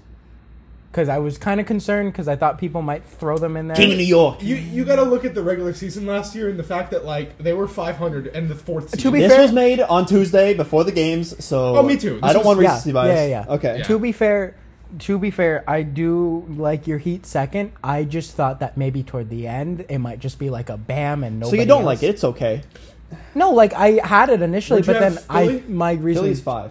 [SPEAKER 2] Because I was kind of concerned because I thought people might throw them in there.
[SPEAKER 1] King of New York.
[SPEAKER 3] You you got to look at the regular season last year and the fact that like they were 500 and the fourth seed.
[SPEAKER 2] To be
[SPEAKER 1] This
[SPEAKER 2] fair-
[SPEAKER 1] was made on Tuesday before the games, so
[SPEAKER 3] Oh, me too. This
[SPEAKER 1] I don't
[SPEAKER 3] was-
[SPEAKER 1] want
[SPEAKER 2] yeah,
[SPEAKER 1] recency bias.
[SPEAKER 2] yeah, yeah, yeah.
[SPEAKER 1] Okay.
[SPEAKER 3] Yeah.
[SPEAKER 2] To be fair, to be fair, I do like your Heat second. I just thought that maybe toward the end it might just be like a bam and
[SPEAKER 1] So
[SPEAKER 2] nobody.
[SPEAKER 1] you don't
[SPEAKER 2] else.
[SPEAKER 1] like it? It's okay.
[SPEAKER 2] No, like I had it initially,
[SPEAKER 3] Would you
[SPEAKER 2] but then
[SPEAKER 3] have Philly?
[SPEAKER 2] I my
[SPEAKER 1] Philly's
[SPEAKER 2] reasons.
[SPEAKER 1] five.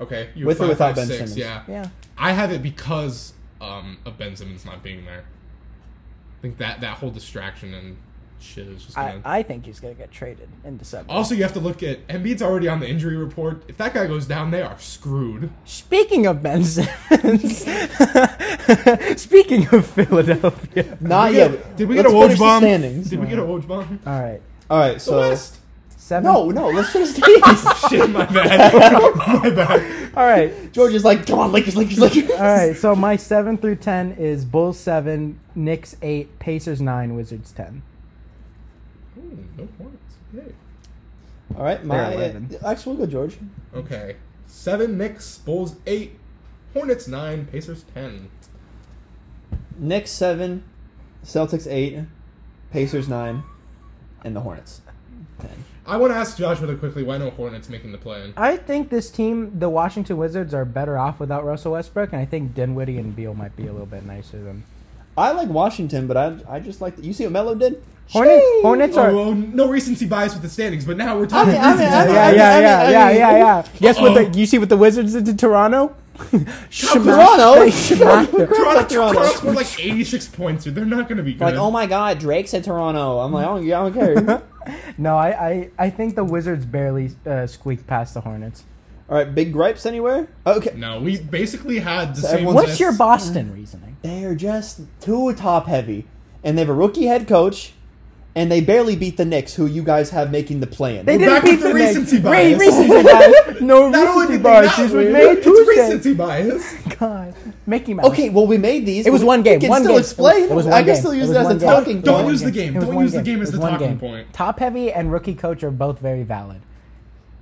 [SPEAKER 3] okay, you
[SPEAKER 1] With or
[SPEAKER 3] five,
[SPEAKER 1] without
[SPEAKER 3] five,
[SPEAKER 1] Ben
[SPEAKER 3] six,
[SPEAKER 1] Simmons?
[SPEAKER 3] Yeah.
[SPEAKER 2] Yeah.
[SPEAKER 3] I have it because um, of Ben Simmons not being there. I think that that whole distraction and shit is just.
[SPEAKER 2] I,
[SPEAKER 3] Gonna...
[SPEAKER 2] I think he's gonna get traded in December.
[SPEAKER 3] Also, you have to look at Embiid's already on the injury report. If that guy goes down, they are screwed.
[SPEAKER 2] Speaking of Ben Simmons, speaking of Philadelphia.
[SPEAKER 1] Not
[SPEAKER 3] Did we
[SPEAKER 1] yet.
[SPEAKER 3] get- Did we get
[SPEAKER 1] Ah, Let's finish
[SPEAKER 3] a Woj
[SPEAKER 1] the
[SPEAKER 3] bomb?
[SPEAKER 1] Standings. Uh,
[SPEAKER 3] Did we get a Woj bomb?
[SPEAKER 2] All right,
[SPEAKER 1] All right. So
[SPEAKER 3] West.
[SPEAKER 2] seven.
[SPEAKER 1] no, no. Let's finish the
[SPEAKER 3] Shit, my bad. my bad.
[SPEAKER 2] All right,
[SPEAKER 1] East. George is like, come on, Lakers, Lakers, Lakers.
[SPEAKER 2] all right. So my seven through ten is Bulls seven, Knicks eight, Pacers nine, Wizards ten.
[SPEAKER 3] Ooh, Hmm, no points. Okay.
[SPEAKER 1] All right, my
[SPEAKER 2] eleven.
[SPEAKER 1] actually we'll go George.
[SPEAKER 3] Okay. Seven Knicks, Bulls eight, Hornets nine, Pacers ten.
[SPEAKER 1] Knicks seven, Celtics eight, Pacers nine, and the Hornets ten.
[SPEAKER 3] I want to ask Josh really quickly why no Hornets making the play.
[SPEAKER 2] I think this team, the Washington Wizards, are better off without Russell Westbrook, and I think Dinwiddie and Beal might be a little bit nicer than
[SPEAKER 1] I like Washington, but I I just like that. You see what Melo did?
[SPEAKER 2] Hornets.
[SPEAKER 1] Shoo!
[SPEAKER 2] Hornets are.
[SPEAKER 3] Oh, well, no recency bias with the standings, but now we're talking.
[SPEAKER 1] I mean,
[SPEAKER 3] recency
[SPEAKER 1] I mean,
[SPEAKER 2] yeah,
[SPEAKER 3] bias.
[SPEAKER 2] yeah,
[SPEAKER 1] I mean,
[SPEAKER 2] yeah,
[SPEAKER 1] I
[SPEAKER 2] yeah,
[SPEAKER 1] mean-
[SPEAKER 2] yeah, yeah. Guess what?
[SPEAKER 3] Uh-oh.
[SPEAKER 2] The, you see what the Wizards did to Toronto?
[SPEAKER 1] Toronto?
[SPEAKER 2] They smacked
[SPEAKER 1] Toronto,
[SPEAKER 2] them.
[SPEAKER 3] Toronto,
[SPEAKER 1] Toronto.
[SPEAKER 3] Toronto scored like 86 points, dude. They're not going to be good.
[SPEAKER 1] Like, oh my God, Drake's in Toronto. I'm like, oh, yeah, I don't care.
[SPEAKER 2] No, I, I, I think the Wizards barely uh, squeaked past the Hornets.
[SPEAKER 1] All right, big gripes anywhere? Okay,
[SPEAKER 3] No, we basically had the same.
[SPEAKER 1] everyone's-
[SPEAKER 2] What's
[SPEAKER 3] list.
[SPEAKER 2] your Boston reasoning?
[SPEAKER 1] they are just too top heavy, and they have a rookie head coach, and they barely beat the Knicks, who you guys have making the play-in.
[SPEAKER 2] They
[SPEAKER 3] back with the
[SPEAKER 2] Knicks.
[SPEAKER 3] recency
[SPEAKER 2] Re-
[SPEAKER 3] bias.
[SPEAKER 2] recency bias. No
[SPEAKER 3] Not only
[SPEAKER 2] recency
[SPEAKER 3] did
[SPEAKER 2] bias.
[SPEAKER 3] they
[SPEAKER 2] These
[SPEAKER 3] not
[SPEAKER 2] were
[SPEAKER 3] win,
[SPEAKER 2] made
[SPEAKER 3] it's
[SPEAKER 2] Tuesday.
[SPEAKER 3] recency bias.
[SPEAKER 2] God, Mickey Mouse.
[SPEAKER 1] okay, well, we made these.
[SPEAKER 2] It was
[SPEAKER 1] We-
[SPEAKER 2] one game.
[SPEAKER 1] We can
[SPEAKER 2] one
[SPEAKER 1] still
[SPEAKER 2] game.
[SPEAKER 1] explain.
[SPEAKER 2] It was
[SPEAKER 1] I
[SPEAKER 2] one
[SPEAKER 1] can
[SPEAKER 2] game.
[SPEAKER 1] still
[SPEAKER 2] It
[SPEAKER 1] use
[SPEAKER 2] was
[SPEAKER 1] that as
[SPEAKER 2] one
[SPEAKER 1] a
[SPEAKER 2] game.
[SPEAKER 1] talking
[SPEAKER 3] Don't
[SPEAKER 1] point.
[SPEAKER 3] use the
[SPEAKER 2] It
[SPEAKER 3] game.
[SPEAKER 2] was
[SPEAKER 3] Don't
[SPEAKER 2] one
[SPEAKER 3] use the game
[SPEAKER 2] It
[SPEAKER 3] as the
[SPEAKER 2] was one
[SPEAKER 3] talking
[SPEAKER 2] game.
[SPEAKER 3] point.
[SPEAKER 2] Top heavy and rookie coach are both very valid.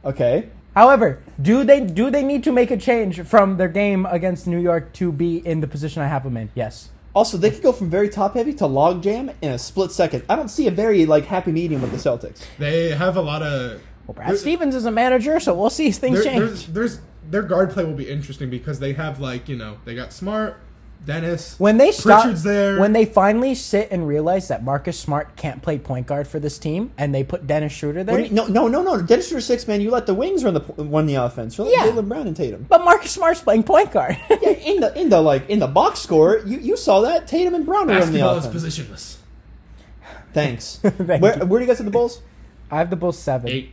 [SPEAKER 1] Okay.
[SPEAKER 2] However, do they do they need to make a change from their game against New York to be in the position I have them in? Yes.
[SPEAKER 1] Also, they could go from very top heavy to log jam in a split second. I don't see a very like happy medium with the Celtics.
[SPEAKER 3] They have a lot of.
[SPEAKER 2] Well, Brad Stevens is a manager, so we'll see if things
[SPEAKER 3] There,
[SPEAKER 2] change.
[SPEAKER 3] there's, there's their guard play will be interesting because they have like you know they got Smart, Dennis.
[SPEAKER 2] When they stop,
[SPEAKER 3] Pritchard's there.
[SPEAKER 2] when they finally sit and realize that Marcus Smart can't play point guard for this team, and they put Dennis Schroeder
[SPEAKER 1] What
[SPEAKER 2] there.
[SPEAKER 1] do you- no, no, no, no. Dennis Schroeder six man. You let the wings run the run the offense. You let
[SPEAKER 2] Yeah.
[SPEAKER 1] Jalen Brown and Tatum.
[SPEAKER 2] but Marcus Smart's playing point guard.
[SPEAKER 1] Yeah, in the in the like in the box score, you, you saw that Tatum and Brown are running the
[SPEAKER 3] Basketball is
[SPEAKER 1] offense.
[SPEAKER 3] positionless.
[SPEAKER 1] Thanks.
[SPEAKER 2] Thank
[SPEAKER 1] where,
[SPEAKER 2] you.
[SPEAKER 1] where do you guys have the Bulls?
[SPEAKER 2] I have the Bulls seven.
[SPEAKER 3] Eight.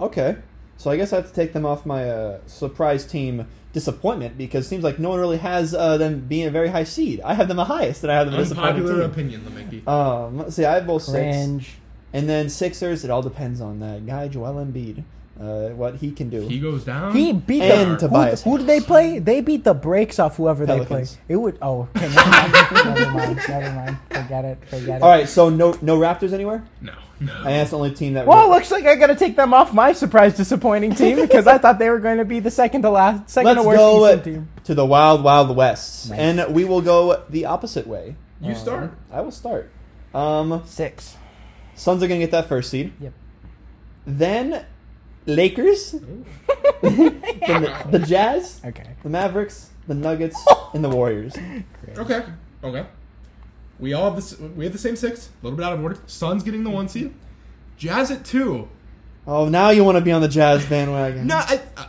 [SPEAKER 1] Okay, so I guess I have to take them off my uh, surprise team disappointment because it seems like no one really has uh, them being a very high seed. I have them the highest, and I have them a disappointing
[SPEAKER 3] Unpopular
[SPEAKER 1] team.
[SPEAKER 3] opinion, Lemicky.
[SPEAKER 2] Uh,
[SPEAKER 1] Um, let's see, I have both six,
[SPEAKER 2] Cringe.
[SPEAKER 1] and then Sixers. It all depends on that guy, Joel Embiid, uh, what he can do.
[SPEAKER 3] he goes down.
[SPEAKER 2] He beat
[SPEAKER 1] Um, And
[SPEAKER 2] the
[SPEAKER 1] Tobias
[SPEAKER 2] who, who did they play? They beat the brakes off whoever
[SPEAKER 1] Pelicans.
[SPEAKER 2] they play. It would. Oh, okay, never, mind, never mind. Never mind. Forget it. Forget it.
[SPEAKER 1] all right, so no no Raptors anywhere,
[SPEAKER 3] No, no.
[SPEAKER 1] and that's the only team that.
[SPEAKER 2] Well, looks like I gotta take them off my surprise disappointing team because I thought they were going to be the second to last, 2nd
[SPEAKER 1] Let's
[SPEAKER 2] to worst
[SPEAKER 1] go
[SPEAKER 2] Eastern
[SPEAKER 1] uh,
[SPEAKER 2] team.
[SPEAKER 1] to the Wild Wild West,
[SPEAKER 2] Nice.
[SPEAKER 1] and we will go the opposite way.
[SPEAKER 3] You start.
[SPEAKER 1] I will start. Um,
[SPEAKER 2] Six.
[SPEAKER 1] Suns are gonna get that first seed.
[SPEAKER 2] Yep.
[SPEAKER 1] Then Lakers, then the, the Jazz,
[SPEAKER 2] Okay.
[SPEAKER 1] the Mavericks, the Nuggets, and the Warriors.
[SPEAKER 3] Okay. Okay. We all have this. We have the same six. A little bit out of order. Suns getting the one seed. Jazz at two.
[SPEAKER 1] Oh, now you want to be on the Jazz bandwagon?
[SPEAKER 3] No, I, I,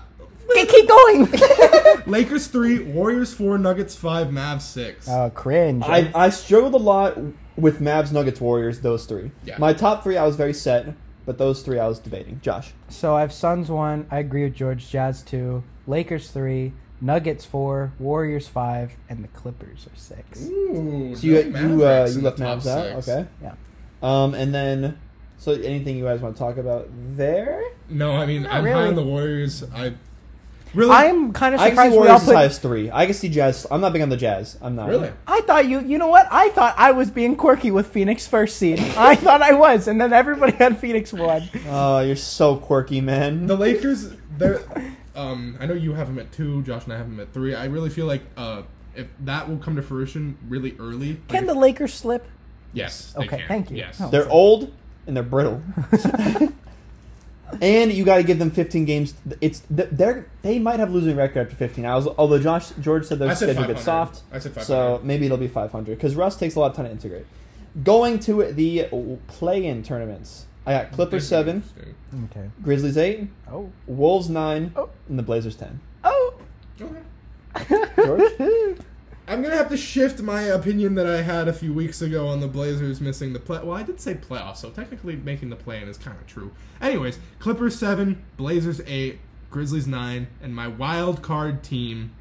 [SPEAKER 2] Keep- Keep going.
[SPEAKER 3] Lakers three. Warriors four. Nuggets five. Mavs six.
[SPEAKER 1] Uh,
[SPEAKER 2] oh, cringe.
[SPEAKER 1] I, I struggled a lot with Mavs, Nuggets, Warriors. Those three.
[SPEAKER 3] Yeah.
[SPEAKER 1] My top three, I was very set, but those three, I was debating. Josh.
[SPEAKER 2] so I've Suns one. I agree with George. Jazz two. Lakers three. Nuggets four. Warriors five. And the Clippers are six.
[SPEAKER 3] Ooh,
[SPEAKER 1] So you
[SPEAKER 3] no
[SPEAKER 1] you, uh,
[SPEAKER 3] Mavericks
[SPEAKER 1] you
[SPEAKER 3] in
[SPEAKER 1] left
[SPEAKER 3] the top
[SPEAKER 1] Mavs out,
[SPEAKER 3] six.
[SPEAKER 1] okay?
[SPEAKER 2] Yeah.
[SPEAKER 1] Um, and then so anything you guys want to talk about there?
[SPEAKER 3] No, I mean I'm high
[SPEAKER 2] really.
[SPEAKER 3] on the Warriors. I really.
[SPEAKER 2] I'm kind of
[SPEAKER 1] I can
[SPEAKER 2] surprised
[SPEAKER 1] see
[SPEAKER 2] we all
[SPEAKER 1] Warriors as
[SPEAKER 2] put.
[SPEAKER 1] high as three. I can see Jazz. I'm not big on the Jazz. I'm not
[SPEAKER 3] really.
[SPEAKER 2] I thought you. You know what? I thought I was being quirky with Phoenix first seed. I thought I was, and then everybody had Phoenix one.
[SPEAKER 1] Oh, you're so quirky, man.
[SPEAKER 3] The Lakers, they're. Um, I know you have them at two. Josh and I have them at three. I really feel like uh, if that will come to fruition really early. like
[SPEAKER 2] Can
[SPEAKER 3] if-
[SPEAKER 2] the Lakers slip?
[SPEAKER 3] yes? they
[SPEAKER 2] Okay,
[SPEAKER 3] can.
[SPEAKER 2] thank you.
[SPEAKER 3] Yes.
[SPEAKER 2] Oh.
[SPEAKER 1] They're old and they're brittle. and you got to give them 15 games. It's they're they might have losing record after 15. I was although Josh George said
[SPEAKER 3] I
[SPEAKER 1] their
[SPEAKER 3] said
[SPEAKER 1] schedule a bit
[SPEAKER 3] 500.
[SPEAKER 1] soft.
[SPEAKER 3] I said
[SPEAKER 1] So
[SPEAKER 3] 500.
[SPEAKER 1] maybe it'll be 500 because Russ takes a lot of time to integrate. Going to the play-in tournaments, I got Clippers seven,
[SPEAKER 3] Interesting.
[SPEAKER 2] Okay.
[SPEAKER 1] Grizzlies eight,
[SPEAKER 2] Oh.
[SPEAKER 1] Wolves nine,
[SPEAKER 2] Oh.
[SPEAKER 1] and the Blazers ten.
[SPEAKER 2] Oh.
[SPEAKER 3] Okay.
[SPEAKER 1] George,
[SPEAKER 3] I'm gonna have to shift my opinion that I had a few weeks ago on the Blazers missing the play. Well, I did say playoff, so technically making the play-in is kind of true. Anyways, Clippers seven, Blazers eight, Grizzlies nine, and my wild card team,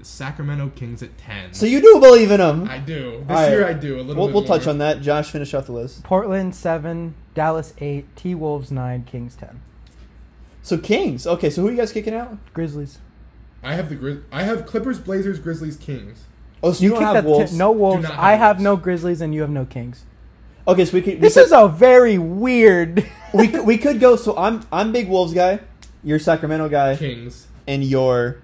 [SPEAKER 3] the Sacramento Kings at ten.
[SPEAKER 1] so you do believe in them?
[SPEAKER 3] I do this
[SPEAKER 1] All right.
[SPEAKER 3] year. I do a little.
[SPEAKER 1] We'll,
[SPEAKER 3] bit
[SPEAKER 1] we'll touch
[SPEAKER 3] more.
[SPEAKER 1] on that. Josh, finish off the list.
[SPEAKER 2] Portland seven, Dallas eight, T Wolves nine, Kings ten,
[SPEAKER 1] So Kings. Okay, so who are you guys kicking out?
[SPEAKER 2] Grizzlies.
[SPEAKER 3] I have the Grizz- I have Clippers, Blazers, Grizzlies, Kings.
[SPEAKER 1] Oh, so you, don't
[SPEAKER 2] Kick
[SPEAKER 1] have
[SPEAKER 2] that
[SPEAKER 1] Wolves.
[SPEAKER 2] ten- no Wolves.
[SPEAKER 3] not have
[SPEAKER 2] I have
[SPEAKER 3] Wolves.
[SPEAKER 2] no Grizzlies, and you have no Kings.
[SPEAKER 1] Okay, so we could. we
[SPEAKER 2] This
[SPEAKER 1] could-
[SPEAKER 2] is a very weird.
[SPEAKER 1] we could, we could go. So I'm I'm big Wolves guy. You're Sacramento guy,
[SPEAKER 3] Kings.
[SPEAKER 1] and you're.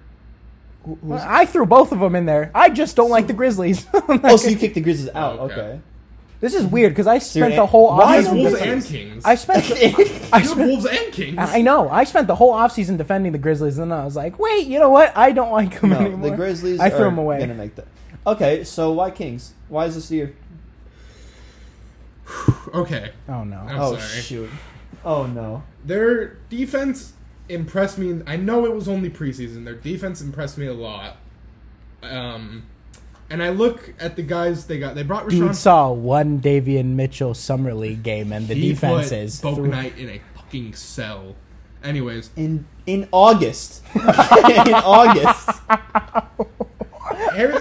[SPEAKER 1] who- who's-
[SPEAKER 2] I threw both of them in there. I just don't like the Grizzlies.
[SPEAKER 1] oh, so you kicked the Grizzlies out.
[SPEAKER 3] Okay.
[SPEAKER 1] Okay.
[SPEAKER 2] this is weird because I spent
[SPEAKER 1] you're
[SPEAKER 2] the
[SPEAKER 1] an-
[SPEAKER 2] whole
[SPEAKER 1] Why
[SPEAKER 3] I
[SPEAKER 1] is
[SPEAKER 3] have
[SPEAKER 2] offseason.
[SPEAKER 3] Wolves
[SPEAKER 1] Grizzlies.
[SPEAKER 3] and Kings.
[SPEAKER 2] I spent. the- I
[SPEAKER 3] You have
[SPEAKER 2] spent.
[SPEAKER 3] Wolves and Kings.
[SPEAKER 2] I know. I spent the whole offseason defending the Grizzlies, and then I was like, "Wait, you know what? I don't like them
[SPEAKER 1] no,
[SPEAKER 2] anymore."
[SPEAKER 1] the Grizzlies.
[SPEAKER 2] I threw
[SPEAKER 1] are
[SPEAKER 2] them away.
[SPEAKER 1] Gonna make that. Okay, so why Kings? Why is this year?
[SPEAKER 3] Okay,
[SPEAKER 2] oh no!
[SPEAKER 3] I'm
[SPEAKER 1] oh
[SPEAKER 3] sorry.
[SPEAKER 1] shoot. Oh no.
[SPEAKER 3] Their defense impressed me. I know it was only preseason. Their defense impressed me a lot. Um, and I look at the guys they got. They brought Rashawn.
[SPEAKER 2] Dude saw one Davian Mitchell summer league game, and the
[SPEAKER 3] he
[SPEAKER 2] defense
[SPEAKER 3] put
[SPEAKER 2] is
[SPEAKER 3] Boak
[SPEAKER 2] through-
[SPEAKER 3] Knight in a fucking cell. Anyways,
[SPEAKER 1] In in August. in August.
[SPEAKER 3] Har-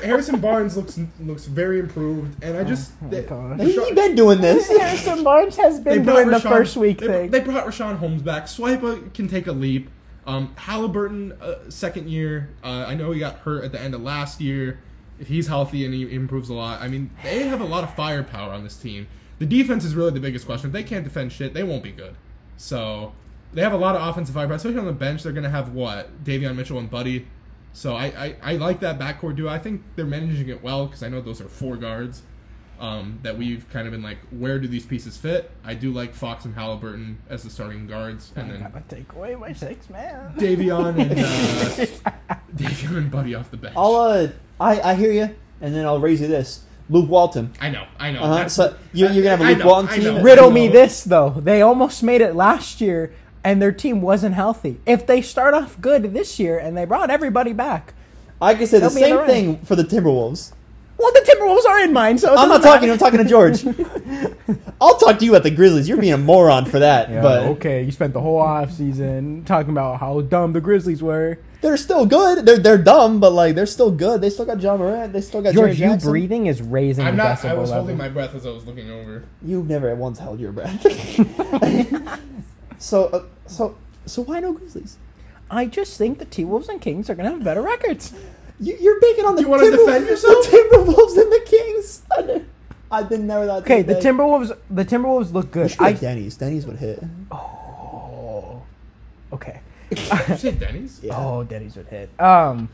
[SPEAKER 3] Harrison Barnes looks looks very improved, and I just they,
[SPEAKER 2] God.
[SPEAKER 1] Have
[SPEAKER 3] Rashawn-
[SPEAKER 1] you been doing this?
[SPEAKER 2] Harrison Barnes has
[SPEAKER 3] they
[SPEAKER 2] been
[SPEAKER 3] brought
[SPEAKER 2] doing the
[SPEAKER 3] Rashawn-
[SPEAKER 2] first week
[SPEAKER 3] they,
[SPEAKER 2] thing.
[SPEAKER 3] They brought Rashawn Holmes back. Swipa can take a leap. Um, Halliburton, uh, second year. Uh, I know he got hurt at the end of last year. If he's healthy and he improves a lot, I mean, they have a lot of firepower on this team. The defense is really the biggest question. If they can't defend shit, they won't be good. So they have a lot of offensive firepower, especially on the bench. They're going to have what Davion Mitchell and Buddy. So I, I, I like that backcourt duo. I think they're managing it well because I know those are four guards. um, that we've kind of been like, where do these pieces fit? I do like Fox and Halliburton as the starting guards, and then
[SPEAKER 2] Gotta take away my six man.
[SPEAKER 3] Davion and uh, Davion and Buddy off the bench.
[SPEAKER 1] I'll uh, I I hear you, and then I'll raise you this: Luke Walton.
[SPEAKER 3] I know, I know.
[SPEAKER 1] Uh-huh,
[SPEAKER 3] That's-
[SPEAKER 1] so you- you're gonna have a
[SPEAKER 3] I
[SPEAKER 1] Luke
[SPEAKER 3] know,
[SPEAKER 1] Walton
[SPEAKER 3] I
[SPEAKER 1] team?
[SPEAKER 3] know,
[SPEAKER 2] Riddle
[SPEAKER 3] I
[SPEAKER 2] me
[SPEAKER 3] know.
[SPEAKER 2] this though. They almost made it last year and their team wasn't healthy. If they start off good this year and they brought everybody back.
[SPEAKER 1] I can say the
[SPEAKER 2] Help me in the
[SPEAKER 1] same
[SPEAKER 2] ring.
[SPEAKER 1] thing for the Timberwolves.
[SPEAKER 2] Well, the Timberwolves are in mind, so it
[SPEAKER 1] I'm not
[SPEAKER 2] doesn't
[SPEAKER 1] talking. I'm
[SPEAKER 2] matter.
[SPEAKER 1] talking to George. I'll talk to you about the Grizzlies. You're being a moron for that,
[SPEAKER 2] Yeah,
[SPEAKER 1] but
[SPEAKER 2] okay, you spent the whole offseason talking about how dumb the Grizzlies were.
[SPEAKER 1] they're still good. They're they're dumb, but like they're still good. They still got John Morant. They still got Jerry
[SPEAKER 2] George, you
[SPEAKER 1] Jackson.
[SPEAKER 2] breathing is raising
[SPEAKER 3] I'm
[SPEAKER 2] the
[SPEAKER 3] not.
[SPEAKER 2] decibel
[SPEAKER 3] I was
[SPEAKER 2] level.
[SPEAKER 3] holding my breath as I was looking over.
[SPEAKER 1] You've never once held your breath. so uh, so so why no Grizzlies?
[SPEAKER 2] I just think the T Wolves and Kings are gonna have better records.
[SPEAKER 1] You, you're banking on the
[SPEAKER 3] You wanna
[SPEAKER 1] Timberwolves-
[SPEAKER 3] defend yourself?
[SPEAKER 1] the Timberwolves and the Kings. I ne- I didn't never thought.
[SPEAKER 2] Okay, the Timberwolves. The Timberwolves look good.
[SPEAKER 1] I,
[SPEAKER 2] I
[SPEAKER 1] Denny's. Denny's would hit.
[SPEAKER 2] oh, okay.
[SPEAKER 3] Did you say Denny's?
[SPEAKER 1] Yeah.
[SPEAKER 2] Oh, Denny's would hit. Um,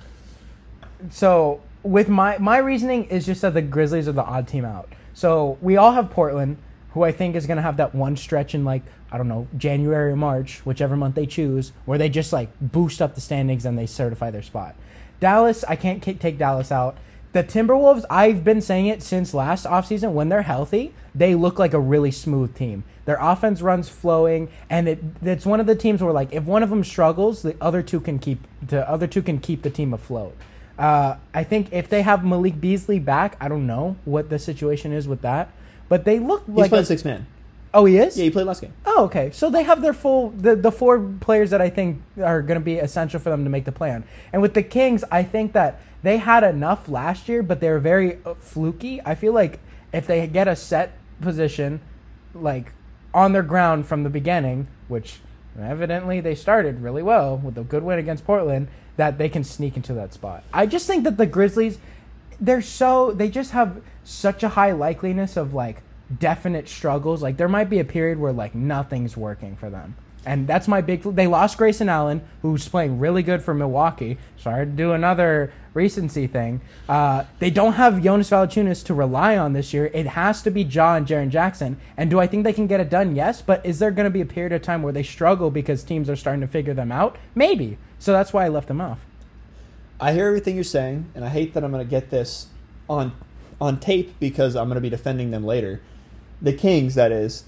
[SPEAKER 2] so with my my reasoning is just that the Grizzlies are the odd team out. So we all have Portland, who I think is going to have that one stretch in like I don't know January or March, whichever month they choose, where they just like boost up the standings and they certify their spot. Dallas, I can't ki- take Dallas out. The Timberwolves, I've been saying it since last offseason, when they're healthy, they look like a really smooth team. Their offense runs flowing, and it, it's one of the teams where like if one of them struggles, the other two can keep the other two can keep the team afloat. Uh, I think if they have Malik Beasley back, I don't know what the situation is with that, but they look
[SPEAKER 1] He's
[SPEAKER 2] like
[SPEAKER 1] playing six man.
[SPEAKER 2] oh he is
[SPEAKER 1] Yeah, he played last game.
[SPEAKER 2] Oh, okay. So they have their full the, the four players that I think are going to be essential for them to make the plan. And with the Kings, I think that they had enough last year, but they were very uh, fluky. I feel like if they get a set position, like on their ground from the beginning, which evidently they started really well with a good win against Portland, that they can sneak into that spot. I just think that the Grizzlies they're so they just have such a high likeliness of like definite struggles. Like there might be a period where like nothing's working for them. And that's my big. They lost Grayson Allen, who's playing really good for Milwaukee. Sorry to do another recency thing. Uh, they don't have Jonas Valanciunas to rely on this year. It has to be Ja and Jaren Jackson. And do I think they can get it done? Yes. But is there going to be a period of time where they struggle because teams are starting to figure them out? Maybe. So that's why I left them off.
[SPEAKER 1] I hear everything you're saying, and I hate that I'm going to get this on on tape because I'm going to be defending them later. The Kings, that is.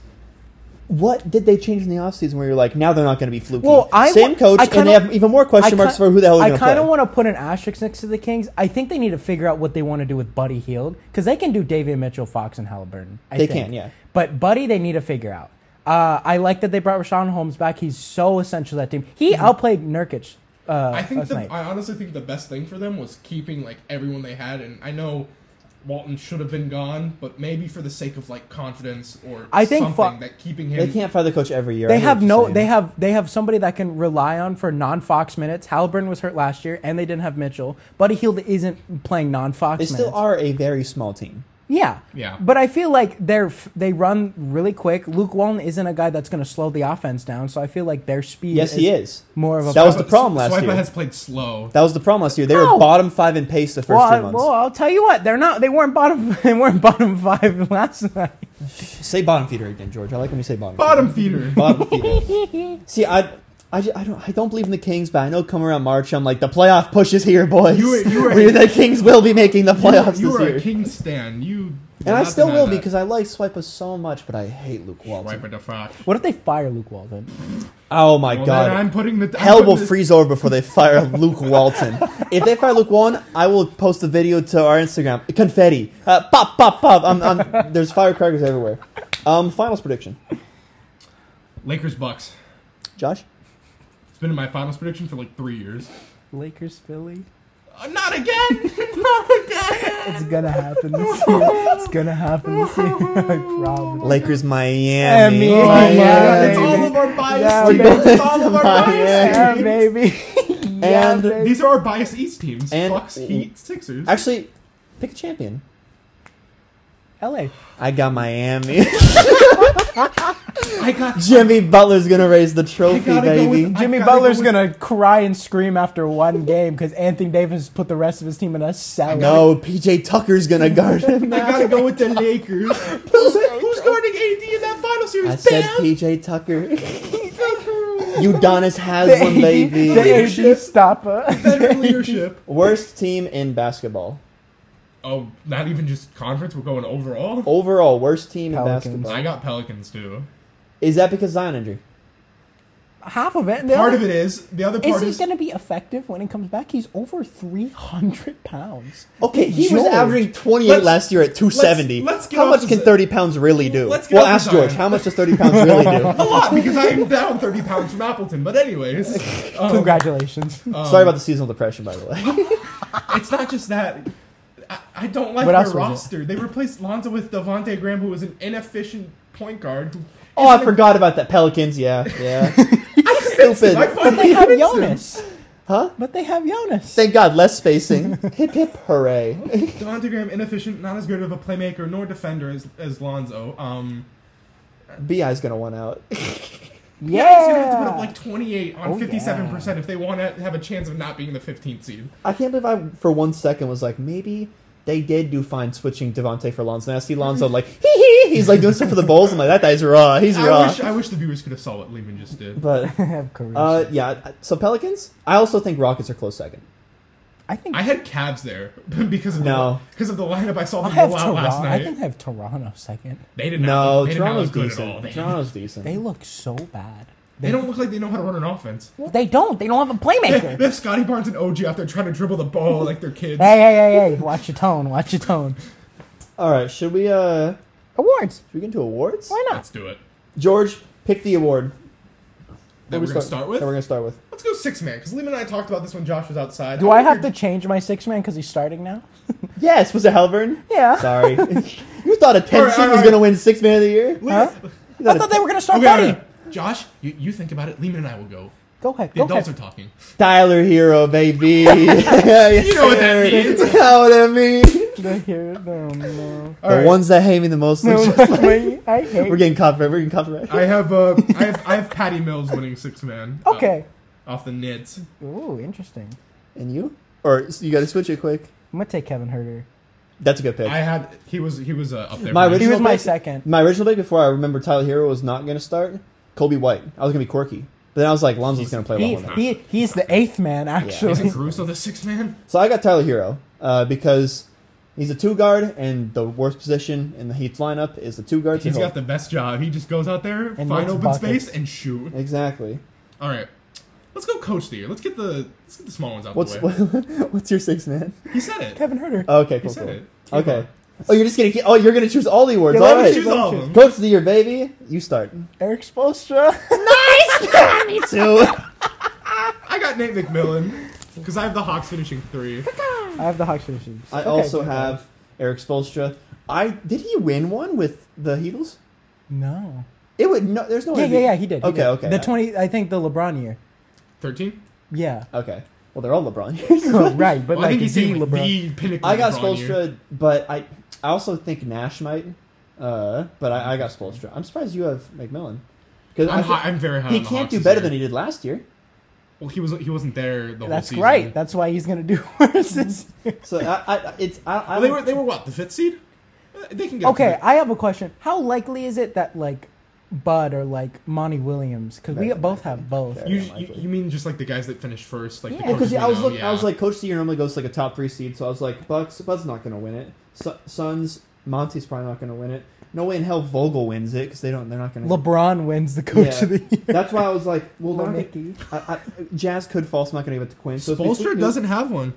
[SPEAKER 1] What did they change in the offseason where you're like, now they're not going to be fluky?
[SPEAKER 2] Well, I
[SPEAKER 1] Same
[SPEAKER 2] wa-
[SPEAKER 1] coach,
[SPEAKER 2] I
[SPEAKER 1] and they
[SPEAKER 2] kinda-
[SPEAKER 1] have even more question marks
[SPEAKER 2] kin-
[SPEAKER 1] for who the hell is
[SPEAKER 2] I
[SPEAKER 1] going to
[SPEAKER 2] kind
[SPEAKER 1] play.
[SPEAKER 2] of want to put an asterisk next to the Kings. I think they need to figure out what they want to do with Buddy Heald because they can do Davion Mitchell, Fox, and Halliburton. I
[SPEAKER 1] They
[SPEAKER 2] think.
[SPEAKER 1] can, yeah.
[SPEAKER 2] But Buddy, they need to figure out. Uh, I like that they brought Rashawn Holmes back. He's so essential to that team. He outplayed Nurkic. Uh,
[SPEAKER 3] I think
[SPEAKER 2] last
[SPEAKER 3] the,
[SPEAKER 2] night.
[SPEAKER 3] I honestly think the best thing for them was keeping like everyone they had, and I know Walton should have been gone, but maybe for the sake of like confidence or
[SPEAKER 2] I think
[SPEAKER 3] something
[SPEAKER 2] Fo-
[SPEAKER 3] that keeping him.
[SPEAKER 1] they can't fire the coach every year. I
[SPEAKER 2] They
[SPEAKER 1] hear
[SPEAKER 2] have
[SPEAKER 1] what you're
[SPEAKER 2] no.
[SPEAKER 1] saying.
[SPEAKER 2] They have they have somebody that can rely on for non-Fox minutes. Halliburton was hurt last year, and they didn't have Mitchell. Buddy Heald isn't playing non-Fox.
[SPEAKER 1] They
[SPEAKER 2] minutes.
[SPEAKER 1] still are a very small team.
[SPEAKER 2] Yeah.
[SPEAKER 3] Yeah.
[SPEAKER 2] But I feel like they're f- they run really quick. Luke Walton isn't a guy that's going to slow the offense down, so I feel like their speed.
[SPEAKER 1] Yes, he is.
[SPEAKER 2] More of a.
[SPEAKER 1] That was the problem last
[SPEAKER 3] Swiper
[SPEAKER 1] year.
[SPEAKER 3] has played slow.
[SPEAKER 1] That was the problem last year. They were
[SPEAKER 2] How?
[SPEAKER 1] bottom five in pace the first
[SPEAKER 2] well, I,
[SPEAKER 1] three months.
[SPEAKER 2] well, I'll tell you what, they're not. They weren't bottom. They weren't bottom five last night.
[SPEAKER 1] say bottom feeder again, George. I like when you say bottom. feeder.
[SPEAKER 3] Bottom feeder.
[SPEAKER 1] bottom feeder. See, I, I, ju- I don't, I don't believe in the Kings, but I know come around March, I'm like the playoff push is here, boys.
[SPEAKER 3] You were- you were-
[SPEAKER 1] We- the Kings will be making the playoffs
[SPEAKER 3] you are
[SPEAKER 1] this year,
[SPEAKER 3] a King Stan. You
[SPEAKER 1] and I
[SPEAKER 3] cannot
[SPEAKER 1] still
[SPEAKER 3] deny
[SPEAKER 1] will
[SPEAKER 3] that.
[SPEAKER 1] because I like Swiper so much, but I hate Luke Walton.
[SPEAKER 3] Swiper the fuck.
[SPEAKER 2] What if they fire Luke Walton?
[SPEAKER 1] Oh my
[SPEAKER 3] Well, then
[SPEAKER 1] god.
[SPEAKER 3] I'm putting the I'm
[SPEAKER 1] Hell
[SPEAKER 3] putting
[SPEAKER 1] will
[SPEAKER 3] the-
[SPEAKER 1] freeze over before they fire Luke Walton. If they fire Luke Walton, I will post a video to our Instagram. Confetti, uh, pop, pop, pop. I'm, I'm, there's firecrackers everywhere. Um, finals prediction,
[SPEAKER 3] Lakers Bucks.
[SPEAKER 1] Josh.
[SPEAKER 3] It's been in my finals prediction for like three years.
[SPEAKER 2] Lakers Philly.
[SPEAKER 3] Uh, not again. not again.
[SPEAKER 2] It's gonna happen this year. It's gonna happen this year. I promise.
[SPEAKER 1] Lakers, Miami.
[SPEAKER 2] Miami. Oh,
[SPEAKER 3] my
[SPEAKER 2] yeah,
[SPEAKER 3] It's all
[SPEAKER 2] baby.
[SPEAKER 3] of our bias.
[SPEAKER 2] Yeah, baby. yeah,
[SPEAKER 3] teams. It's all of our bias. teams.
[SPEAKER 2] baby. yeah,
[SPEAKER 1] And
[SPEAKER 2] baby.
[SPEAKER 3] These are our biased East teams.
[SPEAKER 1] And-
[SPEAKER 3] Bucks, Heat, Sixers.
[SPEAKER 1] Actually, pick a champion.
[SPEAKER 2] LA.
[SPEAKER 1] I got Miami.
[SPEAKER 3] I got
[SPEAKER 1] Jimmy Butler's gonna raise the
[SPEAKER 3] I
[SPEAKER 1] trophy,
[SPEAKER 3] gotta go with-
[SPEAKER 1] baby.
[SPEAKER 3] I
[SPEAKER 2] Jimmy
[SPEAKER 3] gotta go
[SPEAKER 2] Butler's
[SPEAKER 3] with-
[SPEAKER 2] gonna cry and scream after one game because Anthony Davis put the rest of his team in a salad.
[SPEAKER 1] No, PJ Tucker's gonna guard him.
[SPEAKER 3] I gotta go with the Lakers. who's, who's guarding AD in that final series?
[SPEAKER 1] I said
[SPEAKER 3] Bam!
[SPEAKER 1] PJ Tucker.
[SPEAKER 3] Veteran
[SPEAKER 1] Udonis
[SPEAKER 2] the
[SPEAKER 1] Haslam,
[SPEAKER 2] AD, the
[SPEAKER 1] baby.
[SPEAKER 2] AD stopper.
[SPEAKER 3] leadership.
[SPEAKER 1] Worst team in basketball.
[SPEAKER 3] Oh, not even just conference. We're going overall.
[SPEAKER 1] Overall, worst team
[SPEAKER 2] Pelicans.
[SPEAKER 1] in basketball.
[SPEAKER 3] I got Pelicans too.
[SPEAKER 1] Is that because Zion injury?
[SPEAKER 2] Half of it.
[SPEAKER 3] Part of it is the other
[SPEAKER 2] Is
[SPEAKER 3] part
[SPEAKER 2] he
[SPEAKER 3] is.
[SPEAKER 2] going to be effective when he comes back? He's over 300 pounds.
[SPEAKER 1] Okay, he was
[SPEAKER 2] George.
[SPEAKER 1] averaging 28
[SPEAKER 3] Let's-
[SPEAKER 1] last year at 270.
[SPEAKER 3] let's get
[SPEAKER 1] how
[SPEAKER 3] off
[SPEAKER 1] much
[SPEAKER 3] the
[SPEAKER 1] can
[SPEAKER 3] Zion.
[SPEAKER 1] 30 pounds really do?
[SPEAKER 3] Let's get
[SPEAKER 1] well,
[SPEAKER 3] off the
[SPEAKER 1] ask George,
[SPEAKER 3] Zion.
[SPEAKER 1] how much does 30 pounds really do?
[SPEAKER 3] A lot because I am down thirty pounds from Appleton. But anyways, um,
[SPEAKER 2] Congratulations.
[SPEAKER 1] Sorry about the seasonal depression, by the way.
[SPEAKER 3] it's not just that. I, I don't like
[SPEAKER 2] What else
[SPEAKER 3] their
[SPEAKER 2] was it?
[SPEAKER 3] roster. They replaced Lonzo with Devonte Graham, who was an inefficient point guard. Who
[SPEAKER 1] oh, I
[SPEAKER 3] isn't a-
[SPEAKER 1] forgot about that Pelicans. Yeah, yeah. Stupid.
[SPEAKER 3] I finally
[SPEAKER 2] they have
[SPEAKER 3] convinced him.
[SPEAKER 2] Jonas.
[SPEAKER 1] Huh?
[SPEAKER 2] But they have Jonas.
[SPEAKER 1] Thank God, less spacing. hip hip hooray.
[SPEAKER 3] Devonte Graham inefficient, not as good of a playmaker nor defender as, as Lonzo. Um,
[SPEAKER 1] Bi's gonna one out.
[SPEAKER 2] yeah.
[SPEAKER 3] he's gonna have to put up like 28 on
[SPEAKER 2] Oh,
[SPEAKER 3] 57 percent if they want to have a chance of not being the 15th seed.
[SPEAKER 1] I can't believe I, for one second, was like, maybe they did do fine switching Devonte for Lonzo. And I see Lonzo like, hee hee. He's like doing stuff for the Bulls. I'm like, that guy's raw. He's raw.
[SPEAKER 3] I wish I wish the viewers could have saw what Lehman just did.
[SPEAKER 1] but
[SPEAKER 2] have Caruso.
[SPEAKER 1] uh, yeah, so Pelicans. I also think Rockets are close second.
[SPEAKER 2] I think
[SPEAKER 3] I
[SPEAKER 2] I,
[SPEAKER 3] had Cavs there because of
[SPEAKER 1] No.
[SPEAKER 3] the, because of the lineup I saw them
[SPEAKER 2] have
[SPEAKER 3] roll out
[SPEAKER 2] Toronto.
[SPEAKER 3] last night.
[SPEAKER 2] I think I have Toronto second.
[SPEAKER 3] they did not.
[SPEAKER 1] No,
[SPEAKER 3] they
[SPEAKER 1] Toronto's
[SPEAKER 3] did not look good at all.
[SPEAKER 1] decent.
[SPEAKER 3] They,
[SPEAKER 1] Toronto's
[SPEAKER 2] They
[SPEAKER 3] Hmm.
[SPEAKER 1] decent.
[SPEAKER 2] look so bad.
[SPEAKER 3] they don't look like they know how to run an offense.
[SPEAKER 2] They don't. They don't have a
[SPEAKER 3] They,
[SPEAKER 2] playmaker.
[SPEAKER 3] they have Scotty Barnes and OG out there trying to dribble the ball like they're kids.
[SPEAKER 2] hey, hey, hey, hey! Watch your tone. Watch your tone.
[SPEAKER 1] All right, should we uh, should
[SPEAKER 2] Awards.
[SPEAKER 1] we get into awards?
[SPEAKER 2] Why not?
[SPEAKER 3] Let's do it.
[SPEAKER 1] George, pick the award.
[SPEAKER 3] That
[SPEAKER 1] Who
[SPEAKER 3] we're gonna start with.
[SPEAKER 1] That we're gonna start with.
[SPEAKER 3] Let's go six man because Lehman and I talked about this when Josh was outside.
[SPEAKER 2] Do I have to change my six man because he's starting now?
[SPEAKER 1] Yes, was it Halvern?
[SPEAKER 2] Yeah.
[SPEAKER 1] Sorry, you thought a ten
[SPEAKER 3] All right,
[SPEAKER 1] seed
[SPEAKER 3] all
[SPEAKER 1] was
[SPEAKER 3] right.
[SPEAKER 1] gonna win six man of the year.
[SPEAKER 2] Huh?
[SPEAKER 1] You
[SPEAKER 2] I
[SPEAKER 1] thought a
[SPEAKER 2] thought they were gonna start
[SPEAKER 3] Okay,
[SPEAKER 2] Buddy.
[SPEAKER 3] okay. Josh, you, you think about it. Lehman and I will go.
[SPEAKER 2] Go ahead.
[SPEAKER 3] The
[SPEAKER 2] Go
[SPEAKER 3] adults
[SPEAKER 2] ahead.
[SPEAKER 3] are talking.
[SPEAKER 1] Tyler Hero, baby. Yes,
[SPEAKER 3] You know what that
[SPEAKER 1] sir.
[SPEAKER 3] means.
[SPEAKER 1] You know what I mean. The
[SPEAKER 2] They hear it. No, no.
[SPEAKER 3] Alright.
[SPEAKER 1] ones that hate me the most.
[SPEAKER 2] Wait, I hate.
[SPEAKER 1] we're getting copyright. We're getting copyright.
[SPEAKER 3] I have uh, I have I have Patty Mills winning six man. uh,
[SPEAKER 2] okay.
[SPEAKER 3] off the Nits.
[SPEAKER 2] Ooh, interesting.
[SPEAKER 1] And you? Or s- you got to switch it quick.
[SPEAKER 2] I'm gonna take Kevin Herter.
[SPEAKER 1] That's a good pick.
[SPEAKER 3] I had he was he was uh, up there.
[SPEAKER 1] My
[SPEAKER 3] for me.
[SPEAKER 2] He
[SPEAKER 1] original-
[SPEAKER 2] was my
[SPEAKER 1] pick?
[SPEAKER 2] second.
[SPEAKER 1] My original pick before I remember Tyler Hero was not going to start. Kobe White. I was going to be quirky, but then I was like, Lonzo's going to play
[SPEAKER 2] He,
[SPEAKER 1] well. enough.
[SPEAKER 2] he, he's the eighth man,
[SPEAKER 3] Isn't
[SPEAKER 2] actually.
[SPEAKER 3] Caruso the six man?
[SPEAKER 1] So I got Tyler Hero uh, because he's a two guard, and the worst position in the Heat's lineup is the two guard.
[SPEAKER 3] He's got the best job. He just goes out there,
[SPEAKER 2] And
[SPEAKER 3] find
[SPEAKER 2] makes
[SPEAKER 3] open
[SPEAKER 2] buckets.
[SPEAKER 3] space, and shoot.
[SPEAKER 1] exactly.
[SPEAKER 3] All right, let's go coach the year. Let's get the let's get the small ones out
[SPEAKER 1] What's
[SPEAKER 3] the way.
[SPEAKER 1] what's your six man? Oh,
[SPEAKER 3] He said it.
[SPEAKER 2] Kevin Herter.
[SPEAKER 1] Okay,
[SPEAKER 3] He
[SPEAKER 1] cool.
[SPEAKER 3] said
[SPEAKER 1] cool.
[SPEAKER 3] it.
[SPEAKER 1] Okay. Oh, you're just gonna keep, oh you're gonna choose all the awards.
[SPEAKER 2] Yeah, let
[SPEAKER 1] all
[SPEAKER 2] me
[SPEAKER 1] right.
[SPEAKER 3] choose all of them.
[SPEAKER 1] Coach of the year, baby. You start.
[SPEAKER 2] Eric Spolstra.
[SPEAKER 1] Me too.
[SPEAKER 3] I got Nate McMillan because I have the Hawks finishing three.
[SPEAKER 2] I have the Hawks finishing.
[SPEAKER 1] I
[SPEAKER 2] Okay,
[SPEAKER 1] also
[SPEAKER 2] good.
[SPEAKER 1] have Eric Spolstra. I did he win one with the Heatles?
[SPEAKER 2] No.
[SPEAKER 1] It would no. There's no.
[SPEAKER 2] Yeah,
[SPEAKER 1] way to
[SPEAKER 2] yeah,
[SPEAKER 1] be-
[SPEAKER 2] yeah. He did. he
[SPEAKER 1] Okay,
[SPEAKER 2] did.
[SPEAKER 1] okay.
[SPEAKER 2] The twenty, I think, the LeBron year.
[SPEAKER 3] Thirteen.
[SPEAKER 2] Yeah.
[SPEAKER 1] Okay. Well, they're all LeBron years.
[SPEAKER 2] right, but
[SPEAKER 3] Well, I
[SPEAKER 2] like the
[SPEAKER 3] think he's saying, like,
[SPEAKER 2] LeBron.
[SPEAKER 3] the pinnacle.
[SPEAKER 1] I got
[SPEAKER 3] LeBron year.
[SPEAKER 1] Spolstra, but I I also think Nash might. Uh, but I, I got Spolstra. I'm surprised you have McMillan because
[SPEAKER 3] I'm, high, I'm very high.
[SPEAKER 1] he
[SPEAKER 3] on the
[SPEAKER 1] can't
[SPEAKER 3] Hawks
[SPEAKER 1] do
[SPEAKER 3] this
[SPEAKER 1] better
[SPEAKER 3] year.
[SPEAKER 1] than he did last year.
[SPEAKER 3] Well, he was he wasn't there the
[SPEAKER 2] That's
[SPEAKER 3] whole season.
[SPEAKER 2] right. That's why he's gonna do worse this year.
[SPEAKER 1] So I, I it's I, I
[SPEAKER 3] Well, they were they were what the fifth seed. Uh, They can get a
[SPEAKER 2] Okay,
[SPEAKER 3] fifth.
[SPEAKER 2] I have a question. How likely is it that like Bud or like Monty Williams? Because we
[SPEAKER 1] Very
[SPEAKER 2] both
[SPEAKER 1] likely.
[SPEAKER 2] have both.
[SPEAKER 1] Very
[SPEAKER 3] You,
[SPEAKER 1] Yeah,
[SPEAKER 3] you,
[SPEAKER 1] likely.
[SPEAKER 3] you mean just like the guys that finished first, like
[SPEAKER 2] Yeah.
[SPEAKER 3] the
[SPEAKER 1] Well, because
[SPEAKER 3] coaches
[SPEAKER 1] I was
[SPEAKER 3] we know,
[SPEAKER 1] looking, I was
[SPEAKER 3] yeah.
[SPEAKER 1] like, Coach of the Year normally goes to, like a top three seed, so I was like, Bucks, Bud's not going to win it. Su- Suns, Monty's probably not going to win it. No way in hell Vogel wins it because they don't. They're not going to.
[SPEAKER 2] LeBron wins the coach of the year.
[SPEAKER 1] That's why I was like, well, they're not gonna-
[SPEAKER 2] Mickey.
[SPEAKER 1] I, I, Jazz could fall, so I'm not going to give it to Quinn. So it's
[SPEAKER 3] Spolstra
[SPEAKER 1] between-
[SPEAKER 3] doesn't have one.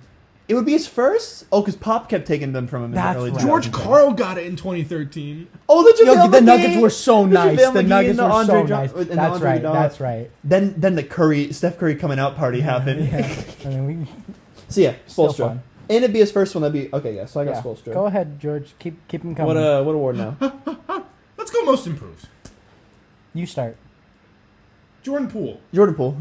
[SPEAKER 1] It would be his first. Oh, because Pop kept taking them from him. In
[SPEAKER 2] That's
[SPEAKER 1] the early
[SPEAKER 2] right.
[SPEAKER 1] George
[SPEAKER 3] George Carl got it in 2013.
[SPEAKER 1] Oh, the,
[SPEAKER 2] Yo,
[SPEAKER 1] JaVale
[SPEAKER 2] the Nuggets
[SPEAKER 1] McGee!
[SPEAKER 2] were so
[SPEAKER 1] The JaVale
[SPEAKER 2] nice. The
[SPEAKER 1] McGee
[SPEAKER 2] Nuggets
[SPEAKER 1] and
[SPEAKER 2] were
[SPEAKER 1] Andre
[SPEAKER 2] so
[SPEAKER 1] Jo-
[SPEAKER 2] nice.
[SPEAKER 1] and the
[SPEAKER 2] That's
[SPEAKER 1] Andre
[SPEAKER 2] right.
[SPEAKER 1] Iguodala.
[SPEAKER 2] That's right.
[SPEAKER 1] Then, then the Curry, Steph Curry coming out party happened.
[SPEAKER 2] Yeah. I mean, we,
[SPEAKER 1] So yeah,
[SPEAKER 2] Still
[SPEAKER 1] Spolstra,
[SPEAKER 2] fun.
[SPEAKER 1] and it'd be his first one. That'd be okay. Yeah, so I got
[SPEAKER 2] yeah.
[SPEAKER 1] Spolstra.
[SPEAKER 2] Go ahead, George. Keep keep him coming.
[SPEAKER 1] What uh, what award now?
[SPEAKER 3] Let's go most improved.
[SPEAKER 2] you start.
[SPEAKER 3] Jordan Poole.
[SPEAKER 1] Jordan Poole.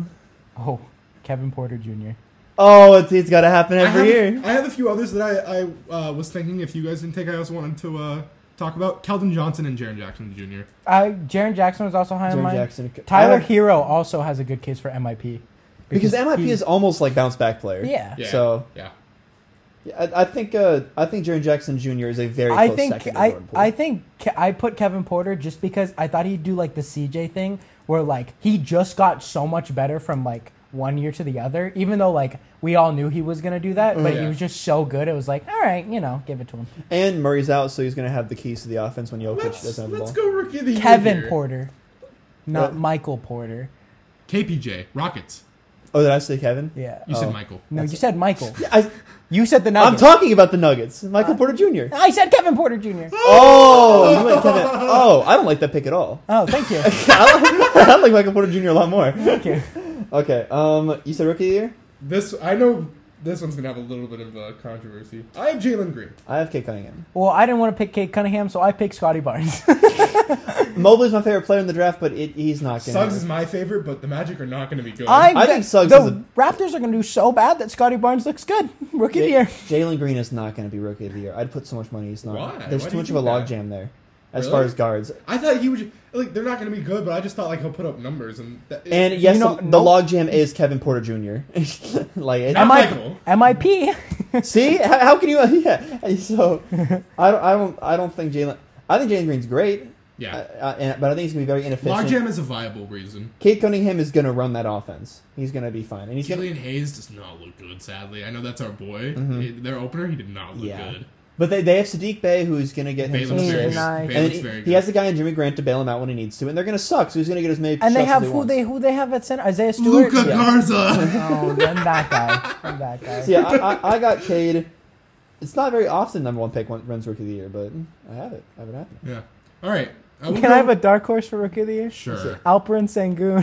[SPEAKER 2] Oh, Kevin Porter Jr.
[SPEAKER 1] Oh, it's, it's got to happen every
[SPEAKER 3] I have,
[SPEAKER 1] year.
[SPEAKER 3] I have a few others that I, I uh, was thinking if you guys didn't take, I also wanted to uh, talk about Keldon Johnson and Jaron Jackson Jr.
[SPEAKER 2] I Jaron Jackson was also high on
[SPEAKER 1] Jaren
[SPEAKER 2] mine.
[SPEAKER 1] Jackson.
[SPEAKER 2] Tyler
[SPEAKER 1] I don't-
[SPEAKER 2] Hero also has a good case for MIP.
[SPEAKER 1] because MIP
[SPEAKER 2] he-
[SPEAKER 1] is almost like bounce back player.
[SPEAKER 2] Yeah.
[SPEAKER 3] Yeah.
[SPEAKER 1] So
[SPEAKER 3] yeah,
[SPEAKER 1] yeah, I, I think uh, I think Jaron Jackson Jr. is a very
[SPEAKER 2] I
[SPEAKER 1] close
[SPEAKER 2] think
[SPEAKER 1] second. to
[SPEAKER 2] I
[SPEAKER 1] Jordan Poole.
[SPEAKER 2] I think Ke- I put Kevin Porter just because I thought he'd do like the CJ thing where like he just got so much better from like one year to the other even though like we all knew he was going to do that but he
[SPEAKER 3] Yeah.
[SPEAKER 2] was just so good it was like all right you know give it to him
[SPEAKER 1] and Murray's out, so he's going to have the keys to the offense when Jokic
[SPEAKER 3] let's,
[SPEAKER 1] doesn't have the
[SPEAKER 3] let's
[SPEAKER 1] ball.
[SPEAKER 3] go rookie of the year.
[SPEAKER 2] Kevin
[SPEAKER 3] here.
[SPEAKER 2] Porter not
[SPEAKER 1] What?
[SPEAKER 2] Michael Porter
[SPEAKER 3] KPJ Rockets.
[SPEAKER 1] Oh, did I say Kevin?
[SPEAKER 2] yeah
[SPEAKER 3] You
[SPEAKER 1] Oh.
[SPEAKER 3] said Michael.
[SPEAKER 2] no you said Michael
[SPEAKER 1] I,
[SPEAKER 2] you said the
[SPEAKER 1] I'm
[SPEAKER 2] Nuggets
[SPEAKER 1] talking about the Nuggets.
[SPEAKER 2] Uh,
[SPEAKER 1] Michael Porter Jr.
[SPEAKER 2] I said Kevin Porter Jr.
[SPEAKER 1] Oh, you went Kevin. Oh, I don't like that pick at all.
[SPEAKER 2] Oh, thank you.
[SPEAKER 1] I like Michael Porter Jr. a lot more.
[SPEAKER 2] Thank you.
[SPEAKER 1] Okay, um, you said rookie of the year.
[SPEAKER 3] This I know. This one's gonna have a little bit of uh, controversy. I have Jalen Green.
[SPEAKER 1] I have Kate Cunningham.
[SPEAKER 2] Well, I didn't want to pick Kate Cunningham, so I picked Scotty Barnes.
[SPEAKER 1] Mobley's my favorite player in the draft, but it, he's not going.
[SPEAKER 3] Suggs is
[SPEAKER 1] to
[SPEAKER 3] my favorite, but the Magic are not gonna be good.
[SPEAKER 2] I'm
[SPEAKER 1] I think Suggs
[SPEAKER 2] the
[SPEAKER 1] is a-
[SPEAKER 2] Raptors are going to do so bad that Scotty Barnes looks good. Rookie of the year.
[SPEAKER 1] Jalen Green is not going to be rookie of the year. I'd put so much money. He's not.
[SPEAKER 3] Why?
[SPEAKER 1] There's
[SPEAKER 3] Why do
[SPEAKER 1] too
[SPEAKER 3] you
[SPEAKER 1] much of a
[SPEAKER 3] think that?
[SPEAKER 1] logjam there, as
[SPEAKER 3] Really?
[SPEAKER 1] far as guards.
[SPEAKER 3] I thought he would ju- like they're not gonna be good, but I just thought like he'll put up numbers and that,
[SPEAKER 1] And yes,
[SPEAKER 2] know-
[SPEAKER 1] the,
[SPEAKER 2] nope.
[SPEAKER 1] logjam is Kevin Porter Jr. like, it-
[SPEAKER 2] MIP.
[SPEAKER 3] Not Michael.
[SPEAKER 2] MIP.
[SPEAKER 1] see, how, how can you? Yeah. So, I don't. I don't. I don't think Jalen. I think Jalen Green's great.
[SPEAKER 3] Yeah.
[SPEAKER 1] Uh, uh, and, but I think he's going to be very inefficient.
[SPEAKER 3] logjam is a viable reason.
[SPEAKER 1] Kate Cunningham is going to run that offense. He's going to be fine, and he's going to.
[SPEAKER 3] Julian Hayes does not look good. Sadly, I know that's our boy.
[SPEAKER 2] Mm-hmm.
[SPEAKER 3] He- their opener, he did not look
[SPEAKER 1] Yeah.
[SPEAKER 3] good.
[SPEAKER 1] But they, they have Sadiq Bay, who's going to get him
[SPEAKER 3] Bay
[SPEAKER 1] some
[SPEAKER 3] looks very
[SPEAKER 1] minutes.
[SPEAKER 3] good.
[SPEAKER 2] nice.
[SPEAKER 3] Bay
[SPEAKER 1] And
[SPEAKER 3] looks
[SPEAKER 1] he,
[SPEAKER 3] very good.
[SPEAKER 1] he has the guy in Jimmy Grant to bail him out when he needs to, and they're going to suck. So he's going to get as many.
[SPEAKER 2] and they
[SPEAKER 1] shots
[SPEAKER 2] have
[SPEAKER 1] as
[SPEAKER 2] who
[SPEAKER 1] wants.
[SPEAKER 2] they who they have at center Isaiah Stewart.
[SPEAKER 3] Luca
[SPEAKER 1] Yeah.
[SPEAKER 3] Garza.
[SPEAKER 2] Oh, then that guy. Then that guy.
[SPEAKER 1] So yeah, I, I, I got Cade. It's not very often number one pick won- runs rookie of the year, but I have it. I have it happen.
[SPEAKER 3] yeah. All right. I will
[SPEAKER 2] Can I
[SPEAKER 3] go-
[SPEAKER 2] have a dark horse for rookie of the year?
[SPEAKER 3] sure?
[SPEAKER 2] Alperin Sangoon.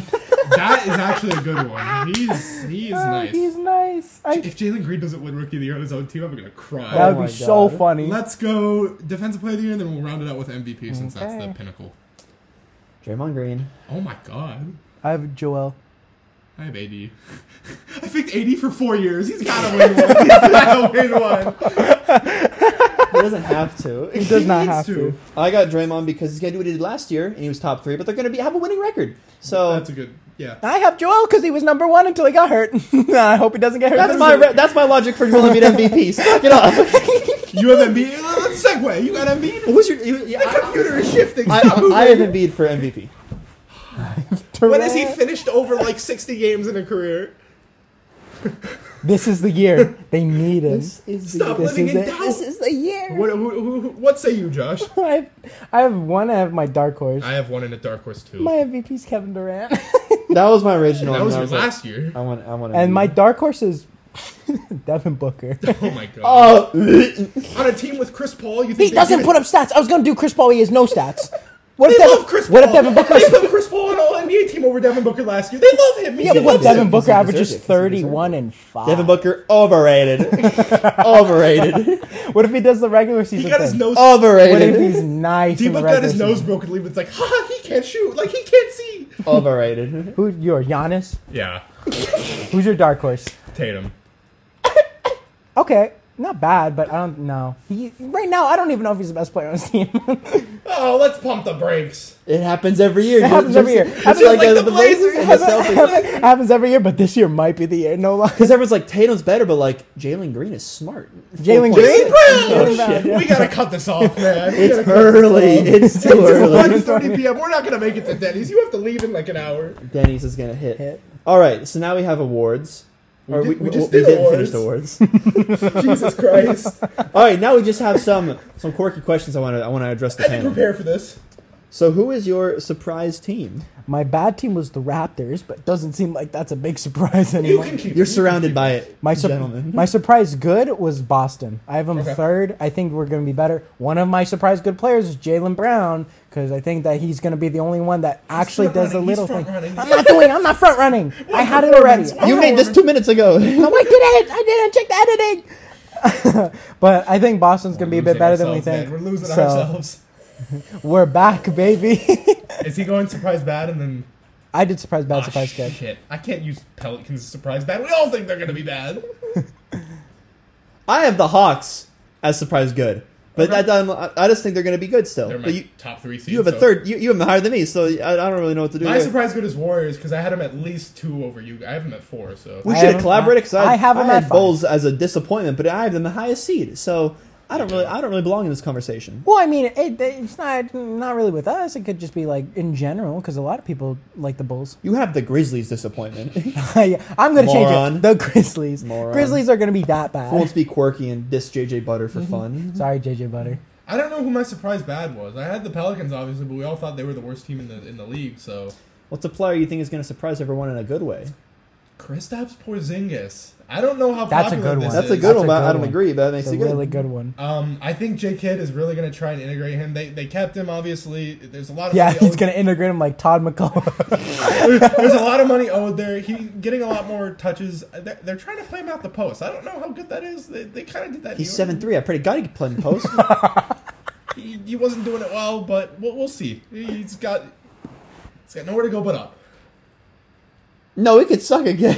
[SPEAKER 3] that is actually a good one. He's he is
[SPEAKER 2] Oh,
[SPEAKER 3] nice.
[SPEAKER 2] He's nice. I,
[SPEAKER 3] If Jalen Green doesn't win Rookie of the Year on his own team, I'm gonna cry.
[SPEAKER 2] that would
[SPEAKER 1] Oh my
[SPEAKER 2] be so
[SPEAKER 1] God.
[SPEAKER 2] funny.
[SPEAKER 3] Let's go Defensive Player of the Year, and then we'll round it out with MVP since that's the
[SPEAKER 2] Okay.
[SPEAKER 3] pinnacle.
[SPEAKER 1] Draymond Green.
[SPEAKER 3] Oh my god.
[SPEAKER 2] I have Joel.
[SPEAKER 3] I have AD. I picked AD for four years. He's gotta win one. He's gotta win one.
[SPEAKER 1] He doesn't have to.
[SPEAKER 2] He does not
[SPEAKER 3] needs
[SPEAKER 2] have to.
[SPEAKER 3] to.
[SPEAKER 1] I got Draymond because he's going to do what he did last year, and he was top three. But they're going to be have a winning record. So
[SPEAKER 3] That's a good. Yeah.
[SPEAKER 2] I have Joel because he was number one until he got hurt. I hope he doesn't get hurt.
[SPEAKER 1] that's
[SPEAKER 2] this
[SPEAKER 1] my
[SPEAKER 2] year.
[SPEAKER 1] re- that's my logic for Joel Embiid MVP. Suck it up.
[SPEAKER 3] You have Embiid. Let's segue. You got Embiid.
[SPEAKER 1] Who's your? You, yeah,
[SPEAKER 3] The computer is shifting.
[SPEAKER 1] I, I, I have Embiid for MVP.
[SPEAKER 3] when has he finished over like 60 games in a career?
[SPEAKER 2] This is the year they need him.
[SPEAKER 1] This is
[SPEAKER 3] Stop
[SPEAKER 1] the,
[SPEAKER 2] This
[SPEAKER 3] living
[SPEAKER 2] is
[SPEAKER 3] in
[SPEAKER 2] it.
[SPEAKER 3] doubt.
[SPEAKER 2] This is the year.
[SPEAKER 3] What, who, who, who- what say you, Josh?
[SPEAKER 2] I have, I have one. I have my dark horse.
[SPEAKER 3] I have one in a dark horse too.
[SPEAKER 2] my MVP's Kevin Durant,
[SPEAKER 1] that was my original.
[SPEAKER 3] that
[SPEAKER 1] and
[SPEAKER 3] was
[SPEAKER 1] I
[SPEAKER 3] your
[SPEAKER 1] like,
[SPEAKER 3] last year.
[SPEAKER 1] I want. I want.
[SPEAKER 2] and
[SPEAKER 1] Embiid.
[SPEAKER 2] my dark horse is Devin Booker.
[SPEAKER 3] Oh my god.
[SPEAKER 1] Oh,
[SPEAKER 3] On a team with Chris Paul, you
[SPEAKER 2] He
[SPEAKER 3] think they
[SPEAKER 2] doesn't
[SPEAKER 3] give
[SPEAKER 2] put
[SPEAKER 3] it-
[SPEAKER 2] up stats. I was gonna do Chris Paul. He has no stats. What if
[SPEAKER 3] They
[SPEAKER 2] Devin?
[SPEAKER 3] love Chris
[SPEAKER 2] what if
[SPEAKER 3] Paul.
[SPEAKER 2] Devin Booker?
[SPEAKER 3] They put Chris Paul on all NBA team over Devin Booker last year. They love him. He
[SPEAKER 2] Yeah, but what if
[SPEAKER 3] loves him.
[SPEAKER 2] Devin
[SPEAKER 1] He's
[SPEAKER 2] Booker
[SPEAKER 1] a
[SPEAKER 2] averages
[SPEAKER 1] deserving- he's a deserving.
[SPEAKER 2] thirty-one and five?
[SPEAKER 1] Devin Booker overrated. overrated.
[SPEAKER 2] What if he does the regular season?
[SPEAKER 3] He got his
[SPEAKER 2] thing?
[SPEAKER 3] nose.
[SPEAKER 2] What if
[SPEAKER 1] Overrated.
[SPEAKER 2] he's nice? in the
[SPEAKER 3] Debo got his
[SPEAKER 2] regular
[SPEAKER 3] nose
[SPEAKER 2] season?
[SPEAKER 3] broken. Leave. It's like, ha, ha, he can't shoot. Like he can't see.
[SPEAKER 1] Overrated.
[SPEAKER 2] Who your Giannis?
[SPEAKER 3] Yeah,
[SPEAKER 2] Who's your dark horse?
[SPEAKER 3] Tatum.
[SPEAKER 2] Okay, not bad, but I don't know. He right now, I don't even know if he's the best player on his team.
[SPEAKER 3] Oh, let's pump the brakes.
[SPEAKER 1] It happens every year. It
[SPEAKER 2] happens every year. Happens
[SPEAKER 3] like the Blazers.
[SPEAKER 2] happens every year, but this year might be the year. No lie.
[SPEAKER 1] Because everyone's like Tatum's better, but like Jalen Green is smart.
[SPEAKER 2] Jalen
[SPEAKER 1] Four
[SPEAKER 2] Green?
[SPEAKER 1] points.
[SPEAKER 2] Oh,
[SPEAKER 3] Brown!
[SPEAKER 1] shit.
[SPEAKER 3] We gotta cut this off, man. We
[SPEAKER 1] It's
[SPEAKER 3] gotta cut
[SPEAKER 1] early. It's too early.
[SPEAKER 3] 1:30 p.m. We're not gonna make it to Denny's. You have to leave in like an hour.
[SPEAKER 1] Denny's is gonna hit.
[SPEAKER 2] Hit.
[SPEAKER 1] All right, so now we have awards. Or
[SPEAKER 3] did- we just did
[SPEAKER 1] didn't finish the awards.
[SPEAKER 3] Jesus Christ!
[SPEAKER 1] All right, now we just have some some quirky questions. I want to I want to address the
[SPEAKER 3] I didn't
[SPEAKER 1] panel.
[SPEAKER 3] prepare for this.
[SPEAKER 1] So, who is your surprise team?
[SPEAKER 2] My bad team was the Raptors, but doesn't seem like that's a big surprise
[SPEAKER 3] You
[SPEAKER 2] anymore.
[SPEAKER 3] can keep.
[SPEAKER 1] You're surrounded by it,
[SPEAKER 2] My, sur-
[SPEAKER 1] gentlemen.
[SPEAKER 2] my surprise good was Boston. I have them
[SPEAKER 3] Okay.
[SPEAKER 2] third. I think we're going to be better. One of my surprise good players is Jalen Brown because I think that he's going to be the only one that actually does the
[SPEAKER 3] front-running.
[SPEAKER 2] little
[SPEAKER 3] He's
[SPEAKER 2] thing.
[SPEAKER 3] front-running.
[SPEAKER 2] I'm not doing. I'm not front running. I had it already.
[SPEAKER 3] performance.
[SPEAKER 2] I
[SPEAKER 1] you
[SPEAKER 2] had
[SPEAKER 1] made this two minutes ago.
[SPEAKER 2] No, I didn't. I didn't check the editing. but I think Boston's gonna be a bit better than we
[SPEAKER 3] Ourselves, man.
[SPEAKER 2] think.
[SPEAKER 3] We're losing
[SPEAKER 2] So,
[SPEAKER 3] ourselves.
[SPEAKER 2] We're back, baby.
[SPEAKER 3] Is he going surprise bad and then
[SPEAKER 2] I did surprise bad,
[SPEAKER 3] Ah,
[SPEAKER 2] surprise good.
[SPEAKER 3] Shit, I can't use Pelicans as surprise bad. We all think they're gonna be bad.
[SPEAKER 1] I have the Hawks as surprise good But that doesn't- I, I just think they're going to be good still.
[SPEAKER 3] They're my
[SPEAKER 1] But you,
[SPEAKER 3] top three seeds.
[SPEAKER 1] you have a
[SPEAKER 3] so-
[SPEAKER 1] third. You, you have them higher than me, so I, I don't really know what to do.
[SPEAKER 3] My
[SPEAKER 1] there.
[SPEAKER 3] surprise good is Warriors because I had them at least two over you. I have them at four. So
[SPEAKER 1] We should have
[SPEAKER 2] I haven't-
[SPEAKER 1] collaborated because I,
[SPEAKER 2] I have 'em
[SPEAKER 1] I
[SPEAKER 2] at
[SPEAKER 1] had
[SPEAKER 2] five.
[SPEAKER 1] Bulls as a disappointment, but I have them the highest seed. So I don't really, I don't really belong in this conversation.
[SPEAKER 2] Well, I mean, it, it's not not really with us. It could just be like in general because a lot of people like the Bulls.
[SPEAKER 1] You have the Grizzlies' disappointment. Who
[SPEAKER 2] yeah, I'm gonna change
[SPEAKER 1] Moron.
[SPEAKER 2] it. The Grizzlies.
[SPEAKER 1] Moron.
[SPEAKER 2] Grizzlies are gonna be that bad.
[SPEAKER 1] wants to be quirky and diss JJ Butter for
[SPEAKER 2] Mm-hmm.
[SPEAKER 1] fun?
[SPEAKER 2] Sorry, JJ Butter.
[SPEAKER 3] I don't know who my surprise bad was. I had the Pelicans obviously, but we all thought they were the worst team in the in the league. So
[SPEAKER 1] What's a player you think is going to surprise everyone in a good way?
[SPEAKER 3] Kristaps Porzingis. I don't know how
[SPEAKER 2] That's a
[SPEAKER 3] popular
[SPEAKER 2] good
[SPEAKER 3] this
[SPEAKER 2] one.
[SPEAKER 1] That's a
[SPEAKER 3] is.
[SPEAKER 1] good
[SPEAKER 2] a
[SPEAKER 1] one. but
[SPEAKER 2] good
[SPEAKER 1] I don't
[SPEAKER 2] one.
[SPEAKER 1] agree, but that makes
[SPEAKER 2] It's a
[SPEAKER 1] it good.
[SPEAKER 2] really good one.
[SPEAKER 3] Um, I think J Kidd is really going to try and integrate him. They they kept him obviously. There's a lot of
[SPEAKER 2] Yeah,
[SPEAKER 3] money
[SPEAKER 2] he's
[SPEAKER 3] owed-
[SPEAKER 2] gonna integrate him like Todd McCullough.
[SPEAKER 3] There's a lot of money owed there. He getting a lot more touches. They're, they're trying to play him out the post. I don't know how good that is. They, they kind of did that. in
[SPEAKER 1] He's
[SPEAKER 3] New
[SPEAKER 1] seven
[SPEAKER 3] Orleans.
[SPEAKER 1] three. I pray to God he can play in post.
[SPEAKER 3] He, he wasn't doing it well, but we'll, we'll see. He's got he's got nowhere to go but up.
[SPEAKER 1] no, he could suck again.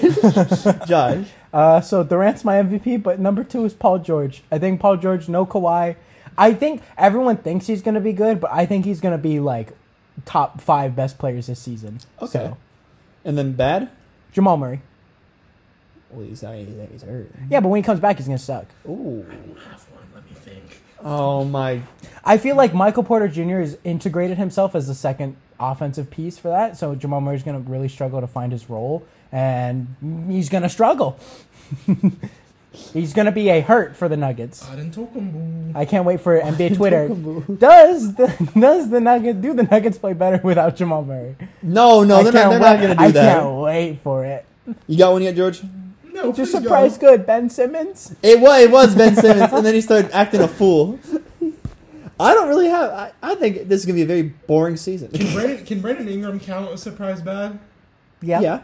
[SPEAKER 1] Josh,
[SPEAKER 2] uh, so Durant's my MVP, but number two is Paul George. I think Paul George, no Kawhi. I think everyone thinks he's gonna be good, but I think he's gonna be like top five best players this season.
[SPEAKER 1] okay,
[SPEAKER 2] So,
[SPEAKER 1] and then bad.
[SPEAKER 2] Jamal Murray.
[SPEAKER 1] Well, he's, I mean, he's hurt.
[SPEAKER 2] Yeah, but when he comes back, he's gonna suck.
[SPEAKER 1] Ooh.
[SPEAKER 3] Have one. Let me think.
[SPEAKER 1] Oh my.
[SPEAKER 2] I feel like Michael Porter Jr. has integrated himself as the second offensive piece for that. So Jamal Murray's going to really struggle to find his role, and he's going to struggle. he's going to be a hurt for the Nuggets.
[SPEAKER 3] Adentokumbu.
[SPEAKER 2] I can't wait for NBA Twitter. Does the, does the Nugget do the Nuggets play better without Jamal Murray?
[SPEAKER 1] No, no,
[SPEAKER 2] I
[SPEAKER 1] Oh, they're not,
[SPEAKER 2] can't
[SPEAKER 1] they're not
[SPEAKER 2] wait-
[SPEAKER 1] gonna do
[SPEAKER 2] I
[SPEAKER 1] that.
[SPEAKER 2] can't wait for it.
[SPEAKER 1] You got one yet, George?
[SPEAKER 3] No,
[SPEAKER 2] Just
[SPEAKER 3] please go.
[SPEAKER 2] surprise good Ben Simmons.
[SPEAKER 1] It was, it was Ben Simmons, and then he started acting a fool. I don't really have. I, I think this is gonna be a very boring season.
[SPEAKER 3] Can Brandon, can Brandon Ingram count as surprise bad?
[SPEAKER 2] Yeah.
[SPEAKER 1] yeah,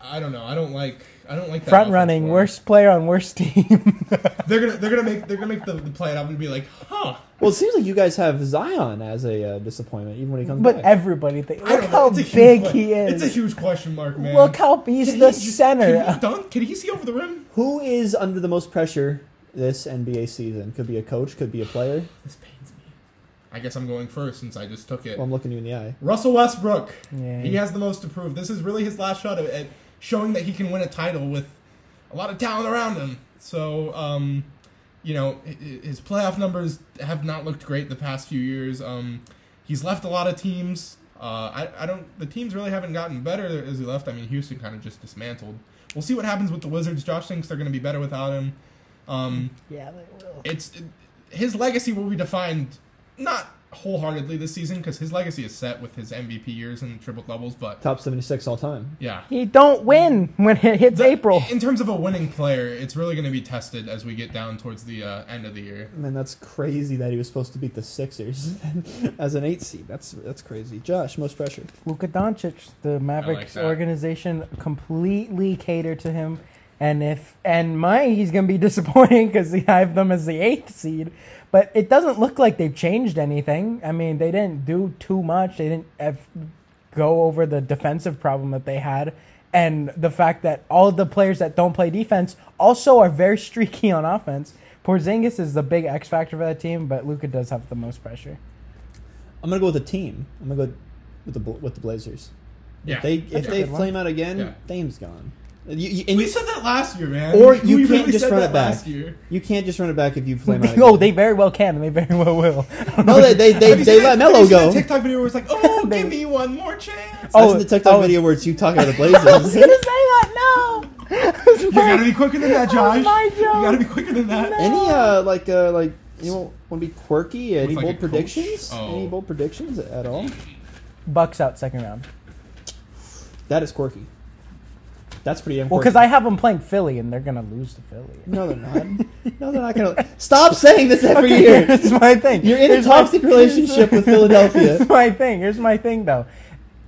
[SPEAKER 3] I don't know. I don't like. I don't like that
[SPEAKER 2] Front
[SPEAKER 3] offense for
[SPEAKER 2] running,
[SPEAKER 3] him.
[SPEAKER 2] worst player on worst team.
[SPEAKER 3] They're gonna they're gonna make they're gonna make the, the play, and I'm gonna be like, huh.
[SPEAKER 1] Well, it seems like you guys have Zion as a uh, disappointment, even when he comes
[SPEAKER 2] but
[SPEAKER 1] back.
[SPEAKER 2] everybody thinks
[SPEAKER 3] I
[SPEAKER 2] look
[SPEAKER 3] don't know.
[SPEAKER 2] how
[SPEAKER 3] It's a huge
[SPEAKER 2] big
[SPEAKER 3] que-
[SPEAKER 2] he is.
[SPEAKER 3] It's a huge question mark, man.
[SPEAKER 2] Look how he's
[SPEAKER 3] Can
[SPEAKER 2] the
[SPEAKER 3] he ju- Can he
[SPEAKER 2] center.
[SPEAKER 3] dunk? Can he see over the rim?
[SPEAKER 1] Who is under the most pressure this NBA season? Could be a coach, could be a player.
[SPEAKER 3] This pains me. I guess I'm going first since I just took it.
[SPEAKER 1] Well, I'm looking you in the eye.
[SPEAKER 3] Russell Westbrook.
[SPEAKER 2] Yeah.
[SPEAKER 3] He has the most to prove. This is really his last shot at, at showing that he can win a title with a lot of talent around him. So, um, you know, hi- hi- his playoff numbers have not looked great the past few years. Um, he's left a lot of teams. Uh, I, I don't. The teams really haven't gotten better as he left. I mean, Houston kind of just dismantled. We'll see what happens with the Wizards. Josh thinks they're going to be better without him. Um,
[SPEAKER 2] Yeah, they will.
[SPEAKER 3] it's his legacy will be defined not wholeheartedly this season because his legacy is set with his MVP years and triple doubles, but
[SPEAKER 1] Top 76 all time.
[SPEAKER 3] yeah.
[SPEAKER 2] He don't win when it hits
[SPEAKER 3] The-
[SPEAKER 2] April.
[SPEAKER 3] In terms of a winning player, it's really going to be tested as we get down towards the uh, end of the year.
[SPEAKER 1] Man, that's crazy that he was supposed to beat the Sixers as an eight seed. That's that's crazy. Josh, most pressure.
[SPEAKER 2] Luka Doncic, the Mavericks
[SPEAKER 3] that.
[SPEAKER 2] organization, completely catered to him. And if and my he's gonna be disappointing because I have them as the eighth seed, but it doesn't look like they've changed anything. I mean, they didn't do too much. They didn't f- go over the defensive problem that they had, and the fact that all of the players that don't play defense also are very streaky on offense. Porzingis is the big X factor for that team, but Luca does have the most pressure.
[SPEAKER 1] I'm gonna go with a team. I'm gonna go with the Bla- with the Blazers.
[SPEAKER 3] Yeah.
[SPEAKER 1] They if
[SPEAKER 2] That's a
[SPEAKER 1] they
[SPEAKER 2] good one.
[SPEAKER 1] flame out again,
[SPEAKER 3] Yeah.
[SPEAKER 1] Dame's gone. You, you- and
[SPEAKER 3] we
[SPEAKER 1] you-
[SPEAKER 3] said that last year, man.
[SPEAKER 1] or
[SPEAKER 3] We
[SPEAKER 1] you can't
[SPEAKER 3] really
[SPEAKER 1] just
[SPEAKER 3] said
[SPEAKER 1] run
[SPEAKER 3] that
[SPEAKER 1] it back.
[SPEAKER 3] Last year.
[SPEAKER 1] You can't just run it back if you flame out.
[SPEAKER 2] Oh,
[SPEAKER 1] again.
[SPEAKER 2] they very well can, and they very well will.
[SPEAKER 1] no, they they they,
[SPEAKER 3] Have you
[SPEAKER 1] they
[SPEAKER 3] seen
[SPEAKER 1] let
[SPEAKER 3] that- have you
[SPEAKER 1] Melo
[SPEAKER 3] seen that
[SPEAKER 1] go.
[SPEAKER 3] TikTok video where it's like, oh,
[SPEAKER 2] They-
[SPEAKER 3] give me one more chance.
[SPEAKER 1] I
[SPEAKER 2] Oh,
[SPEAKER 1] was in the TikTok
[SPEAKER 2] oh.
[SPEAKER 1] video where it's you talking about the
[SPEAKER 2] I was gonna
[SPEAKER 1] Blazers.
[SPEAKER 2] say that. No, It's
[SPEAKER 3] you got to
[SPEAKER 2] like-
[SPEAKER 3] be quicker than
[SPEAKER 1] Oh
[SPEAKER 3] that, Josh.
[SPEAKER 2] my
[SPEAKER 3] you got to
[SPEAKER 2] joke.
[SPEAKER 3] be quicker than that.
[SPEAKER 2] No.
[SPEAKER 1] Any uh like uh like you know, want to be quirky? Any
[SPEAKER 3] like, a
[SPEAKER 1] bold
[SPEAKER 3] coach?
[SPEAKER 1] predictions?
[SPEAKER 3] Oh.
[SPEAKER 1] Any bold predictions at all?
[SPEAKER 2] Bucks out second round.
[SPEAKER 1] That is quirky. That's pretty. damn
[SPEAKER 2] Well,
[SPEAKER 1] quirky.
[SPEAKER 2] because I have them playing Philly, and they're gonna lose to Philly.
[SPEAKER 1] no, they're not. No, they're not gonna. Stop saying this every
[SPEAKER 2] Okay,
[SPEAKER 1] year.
[SPEAKER 2] here's my thing.
[SPEAKER 1] You're in a
[SPEAKER 2] Here's my-
[SPEAKER 1] toxic relationship with Philadelphia.
[SPEAKER 2] Here's my thing. Here's my thing, though.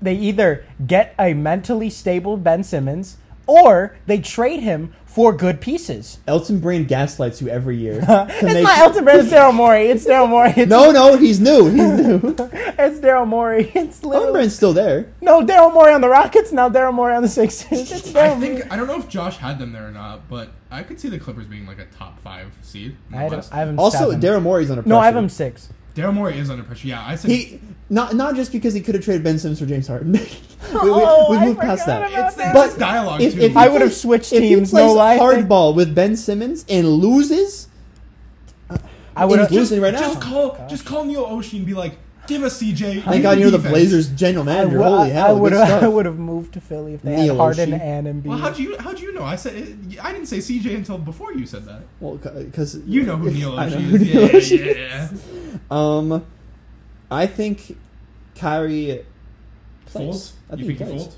[SPEAKER 2] They either get a mentally stable Ben Simmons or they trade him for good pieces.
[SPEAKER 1] Elton Brand gaslights you every year. to
[SPEAKER 2] It's
[SPEAKER 1] make-
[SPEAKER 2] not Elton Brand. It's Daryl Morey. It's Daryl Morey. It's,
[SPEAKER 1] No, no, he's new. He's new.
[SPEAKER 2] it's Daryl Morey. It's
[SPEAKER 1] Elton
[SPEAKER 2] literally
[SPEAKER 1] Brand's still there.
[SPEAKER 2] no Daryl Morey on the Rockets. Now Daryl Morey on the Sixers. It's
[SPEAKER 3] I
[SPEAKER 2] Daryl Morey.
[SPEAKER 3] think I don't know if Josh had them there or not, but I could see the Clippers being like a top five seed. in the
[SPEAKER 2] I have, him-
[SPEAKER 3] West.
[SPEAKER 2] I have him.
[SPEAKER 1] Also,
[SPEAKER 2] seven.
[SPEAKER 1] Daryl Morey's under pressure.
[SPEAKER 2] No, I have him six.
[SPEAKER 3] Daryl Morey is under pressure. Yeah, I said
[SPEAKER 1] He not not just because he could have traded Ben Simmons for James Harden. we, we,
[SPEAKER 2] Oh,
[SPEAKER 1] we
[SPEAKER 2] I
[SPEAKER 1] moved past
[SPEAKER 2] forgot
[SPEAKER 1] that.
[SPEAKER 2] about
[SPEAKER 3] it's,
[SPEAKER 2] that.
[SPEAKER 3] it's
[SPEAKER 1] But
[SPEAKER 3] just dialogue
[SPEAKER 1] if-
[SPEAKER 3] too.
[SPEAKER 1] if
[SPEAKER 2] I
[SPEAKER 1] he
[SPEAKER 2] would have
[SPEAKER 1] plays-
[SPEAKER 2] switched
[SPEAKER 1] if he
[SPEAKER 2] teams.
[SPEAKER 1] plays
[SPEAKER 2] No lie.
[SPEAKER 1] hardball with Ben Simmons and loses,
[SPEAKER 2] I would
[SPEAKER 1] He's
[SPEAKER 2] have.
[SPEAKER 1] losing right now. Oh
[SPEAKER 3] just call just call Neil Oshie and be like, give us CJ.
[SPEAKER 1] Thank God you know the Blazers general manager. Holy hell!
[SPEAKER 2] I
[SPEAKER 1] good
[SPEAKER 2] would have.
[SPEAKER 1] stuff.
[SPEAKER 2] I would have moved to Philly if they
[SPEAKER 1] Neil
[SPEAKER 2] had Harden
[SPEAKER 1] Oshie.
[SPEAKER 2] and Embiid.
[SPEAKER 3] Well, how'd you how'd you know? I said it, I didn't say CJ until before you said that.
[SPEAKER 1] Well, because
[SPEAKER 3] You know who Neil
[SPEAKER 1] I know
[SPEAKER 3] Oshie
[SPEAKER 1] who
[SPEAKER 3] is.
[SPEAKER 1] Neil Oshie
[SPEAKER 3] yeah, yeah, yeah.
[SPEAKER 1] Um, I think Kyrie
[SPEAKER 3] Foles?
[SPEAKER 1] plays. I think
[SPEAKER 3] You think
[SPEAKER 1] he
[SPEAKER 3] he
[SPEAKER 1] plays.
[SPEAKER 3] folds?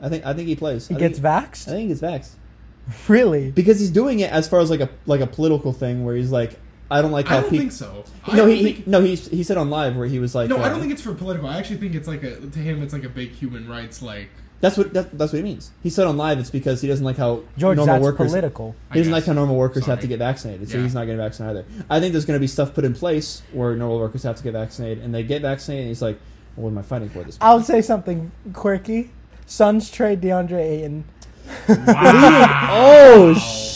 [SPEAKER 1] I think I think he plays.
[SPEAKER 2] He
[SPEAKER 1] I
[SPEAKER 2] gets
[SPEAKER 1] think, I
[SPEAKER 2] vaxxed.
[SPEAKER 1] think he gets vaxxed
[SPEAKER 2] Really?
[SPEAKER 1] because he's doing it as far as like a like a political thing where he's like, I don't like
[SPEAKER 3] I
[SPEAKER 1] how
[SPEAKER 3] don't
[SPEAKER 1] people.
[SPEAKER 3] think so. I
[SPEAKER 1] No,
[SPEAKER 3] don't
[SPEAKER 1] he,
[SPEAKER 3] think-
[SPEAKER 1] he no he he said on live where he was like,
[SPEAKER 3] no, I
[SPEAKER 1] uh,
[SPEAKER 3] don't think it's for political. I actually think it's like a to him, it's like a big human rights like.
[SPEAKER 1] that's what that, that's what he means. He said on live it's because he doesn't like how
[SPEAKER 2] George,
[SPEAKER 1] normal
[SPEAKER 2] that's
[SPEAKER 1] workers.
[SPEAKER 2] political.
[SPEAKER 1] He doesn't
[SPEAKER 3] I
[SPEAKER 1] like
[SPEAKER 3] guess.
[SPEAKER 1] how normal workers have
[SPEAKER 3] Sorry.
[SPEAKER 1] to get vaccinated, so
[SPEAKER 3] Yeah.
[SPEAKER 1] he's not getting vaccinated either. I think there's going to be stuff put in place where normal workers have to get vaccinated, and they get vaccinated, and he's like, well, "What am I fighting for?" at This
[SPEAKER 2] I'll say something quirky. Suns trade DeAndre Ayton.
[SPEAKER 1] oh, sh-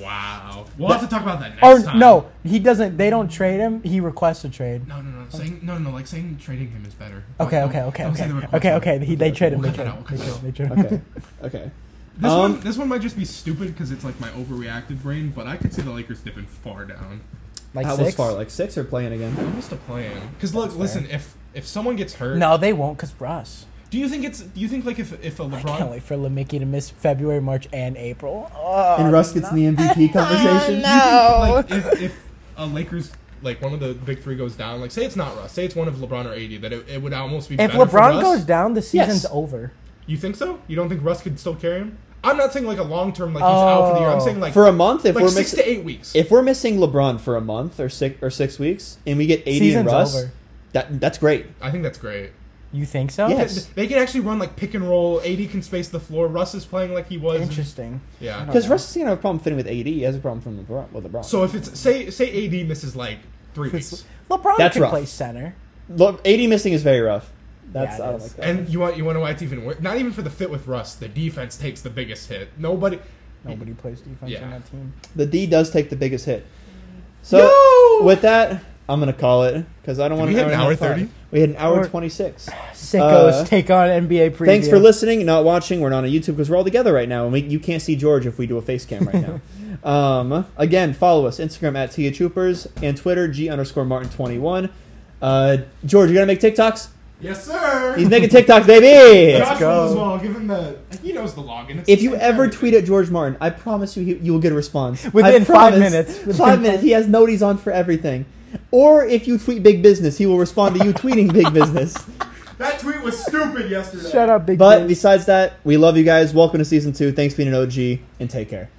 [SPEAKER 3] Wow. We'll have to talk about that next
[SPEAKER 2] Or
[SPEAKER 3] time.
[SPEAKER 2] no, he doesn't. They don't trade him. He requests a trade.
[SPEAKER 3] No, no, no. Saying no, no, no. Like saying trading him is better.
[SPEAKER 2] Okay,
[SPEAKER 3] Don't-
[SPEAKER 2] okay, okay,
[SPEAKER 3] don't say
[SPEAKER 2] okay,
[SPEAKER 3] the request.
[SPEAKER 2] okay, okay. He, they trade him. They
[SPEAKER 3] We'll
[SPEAKER 2] trade
[SPEAKER 3] cut that
[SPEAKER 2] him.
[SPEAKER 3] out,
[SPEAKER 2] They
[SPEAKER 3] we'll cut
[SPEAKER 2] trade
[SPEAKER 3] that
[SPEAKER 2] him. They trade him.
[SPEAKER 1] okay, okay.
[SPEAKER 3] This
[SPEAKER 1] Um,
[SPEAKER 3] one, this one might just be stupid because it's like my overreactive brain, but I could see the Lakers dipping far down.
[SPEAKER 2] Like
[SPEAKER 1] How
[SPEAKER 2] six.
[SPEAKER 1] was far? Like six or playing again?
[SPEAKER 3] Almost a plan. Because look,
[SPEAKER 2] That's
[SPEAKER 3] listen, if if someone gets hurt,
[SPEAKER 2] No, they won't, cause Russ.
[SPEAKER 3] do you think it's? Do you think like if if a
[SPEAKER 2] I can't
[SPEAKER 3] LeBron?
[SPEAKER 2] wait for Lemicky to miss February, March, and April. Oh,
[SPEAKER 1] And Russ gets in the MVP conversation.
[SPEAKER 3] No. Like if if a Lakers like one of the big three goes down, like say it's not Russ, say it's one of LeBron or AD, that it, it would almost be.
[SPEAKER 2] If
[SPEAKER 3] better for
[SPEAKER 2] LeBron
[SPEAKER 3] Russ?
[SPEAKER 2] goes down, the season's
[SPEAKER 1] Yes.
[SPEAKER 2] over.
[SPEAKER 3] you think so? You don't think Russ could still carry him? I'm not saying like a long term, like he's out for the year. I'm
[SPEAKER 2] Oh.
[SPEAKER 3] saying like
[SPEAKER 1] for a month, if
[SPEAKER 3] like
[SPEAKER 1] we're
[SPEAKER 3] six
[SPEAKER 1] missing,
[SPEAKER 3] to eight weeks.
[SPEAKER 1] if we're missing LeBron for a month or six or six weeks, and we get eighty and
[SPEAKER 2] Season's
[SPEAKER 1] Russ,
[SPEAKER 2] over.
[SPEAKER 1] that that's great.
[SPEAKER 3] I think that's great.
[SPEAKER 2] You think so?
[SPEAKER 1] Yeah.
[SPEAKER 3] Th- They can actually run like pick and roll. AD can space the floor. Russ is playing like he was.
[SPEAKER 2] Interesting.
[SPEAKER 3] Yeah.
[SPEAKER 1] Because
[SPEAKER 2] Okay.
[SPEAKER 1] Russ is gonna have a problem fitting with AD. He has a problem from LeBron with LeBron.
[SPEAKER 3] So if it's say say AD misses like three weeks,
[SPEAKER 2] LeBron
[SPEAKER 1] That's
[SPEAKER 2] can
[SPEAKER 1] rough.
[SPEAKER 2] play center.
[SPEAKER 1] Look, AD missing is very rough. That's
[SPEAKER 2] Yeah, it
[SPEAKER 1] I don't
[SPEAKER 2] is.
[SPEAKER 1] like that.
[SPEAKER 3] and you want you want to know why it's even worse? Not even for the fit with Russ. The defense takes the biggest hit. Nobody.
[SPEAKER 2] Nobody plays defense
[SPEAKER 3] Yeah.
[SPEAKER 2] on that team.
[SPEAKER 1] the D does take the biggest hit. So with that, I'm gonna call it because I don't want
[SPEAKER 3] we
[SPEAKER 1] to.
[SPEAKER 3] hit an hour 30?
[SPEAKER 1] We had an hour
[SPEAKER 2] Or-
[SPEAKER 1] twenty six.
[SPEAKER 2] Sickos
[SPEAKER 1] Uh,
[SPEAKER 2] take on NBA preview.
[SPEAKER 1] Thanks for listening, not watching. We're not on YouTube because we're all together right now, and we, you can't see George if we do a face cam right now. um, again, follow us Instagram at Tia Troopers and Twitter G underscore Martin twenty one. Uh, George, you gonna make TikToks?
[SPEAKER 3] Yes, sir.
[SPEAKER 1] He's making TikToks, baby.
[SPEAKER 3] Josh
[SPEAKER 2] go.
[SPEAKER 3] knows well. Give him the. He knows the login. It's
[SPEAKER 1] If
[SPEAKER 3] the
[SPEAKER 1] you
[SPEAKER 3] same
[SPEAKER 1] ever
[SPEAKER 3] everything.
[SPEAKER 1] tweet at George Martin, I promise you he, you will get a response.
[SPEAKER 2] Within
[SPEAKER 1] I
[SPEAKER 2] five
[SPEAKER 1] promise.
[SPEAKER 2] minutes. Within
[SPEAKER 1] five minutes. He has notes on for everything. Or if you tweet big business, he will respond to you tweeting big business.
[SPEAKER 3] that tweet was stupid yesterday.
[SPEAKER 2] Shut up, big
[SPEAKER 1] But
[SPEAKER 2] Blue.
[SPEAKER 1] besides that, we love you guys. Welcome to season two. Thanks for being an OG, and take care.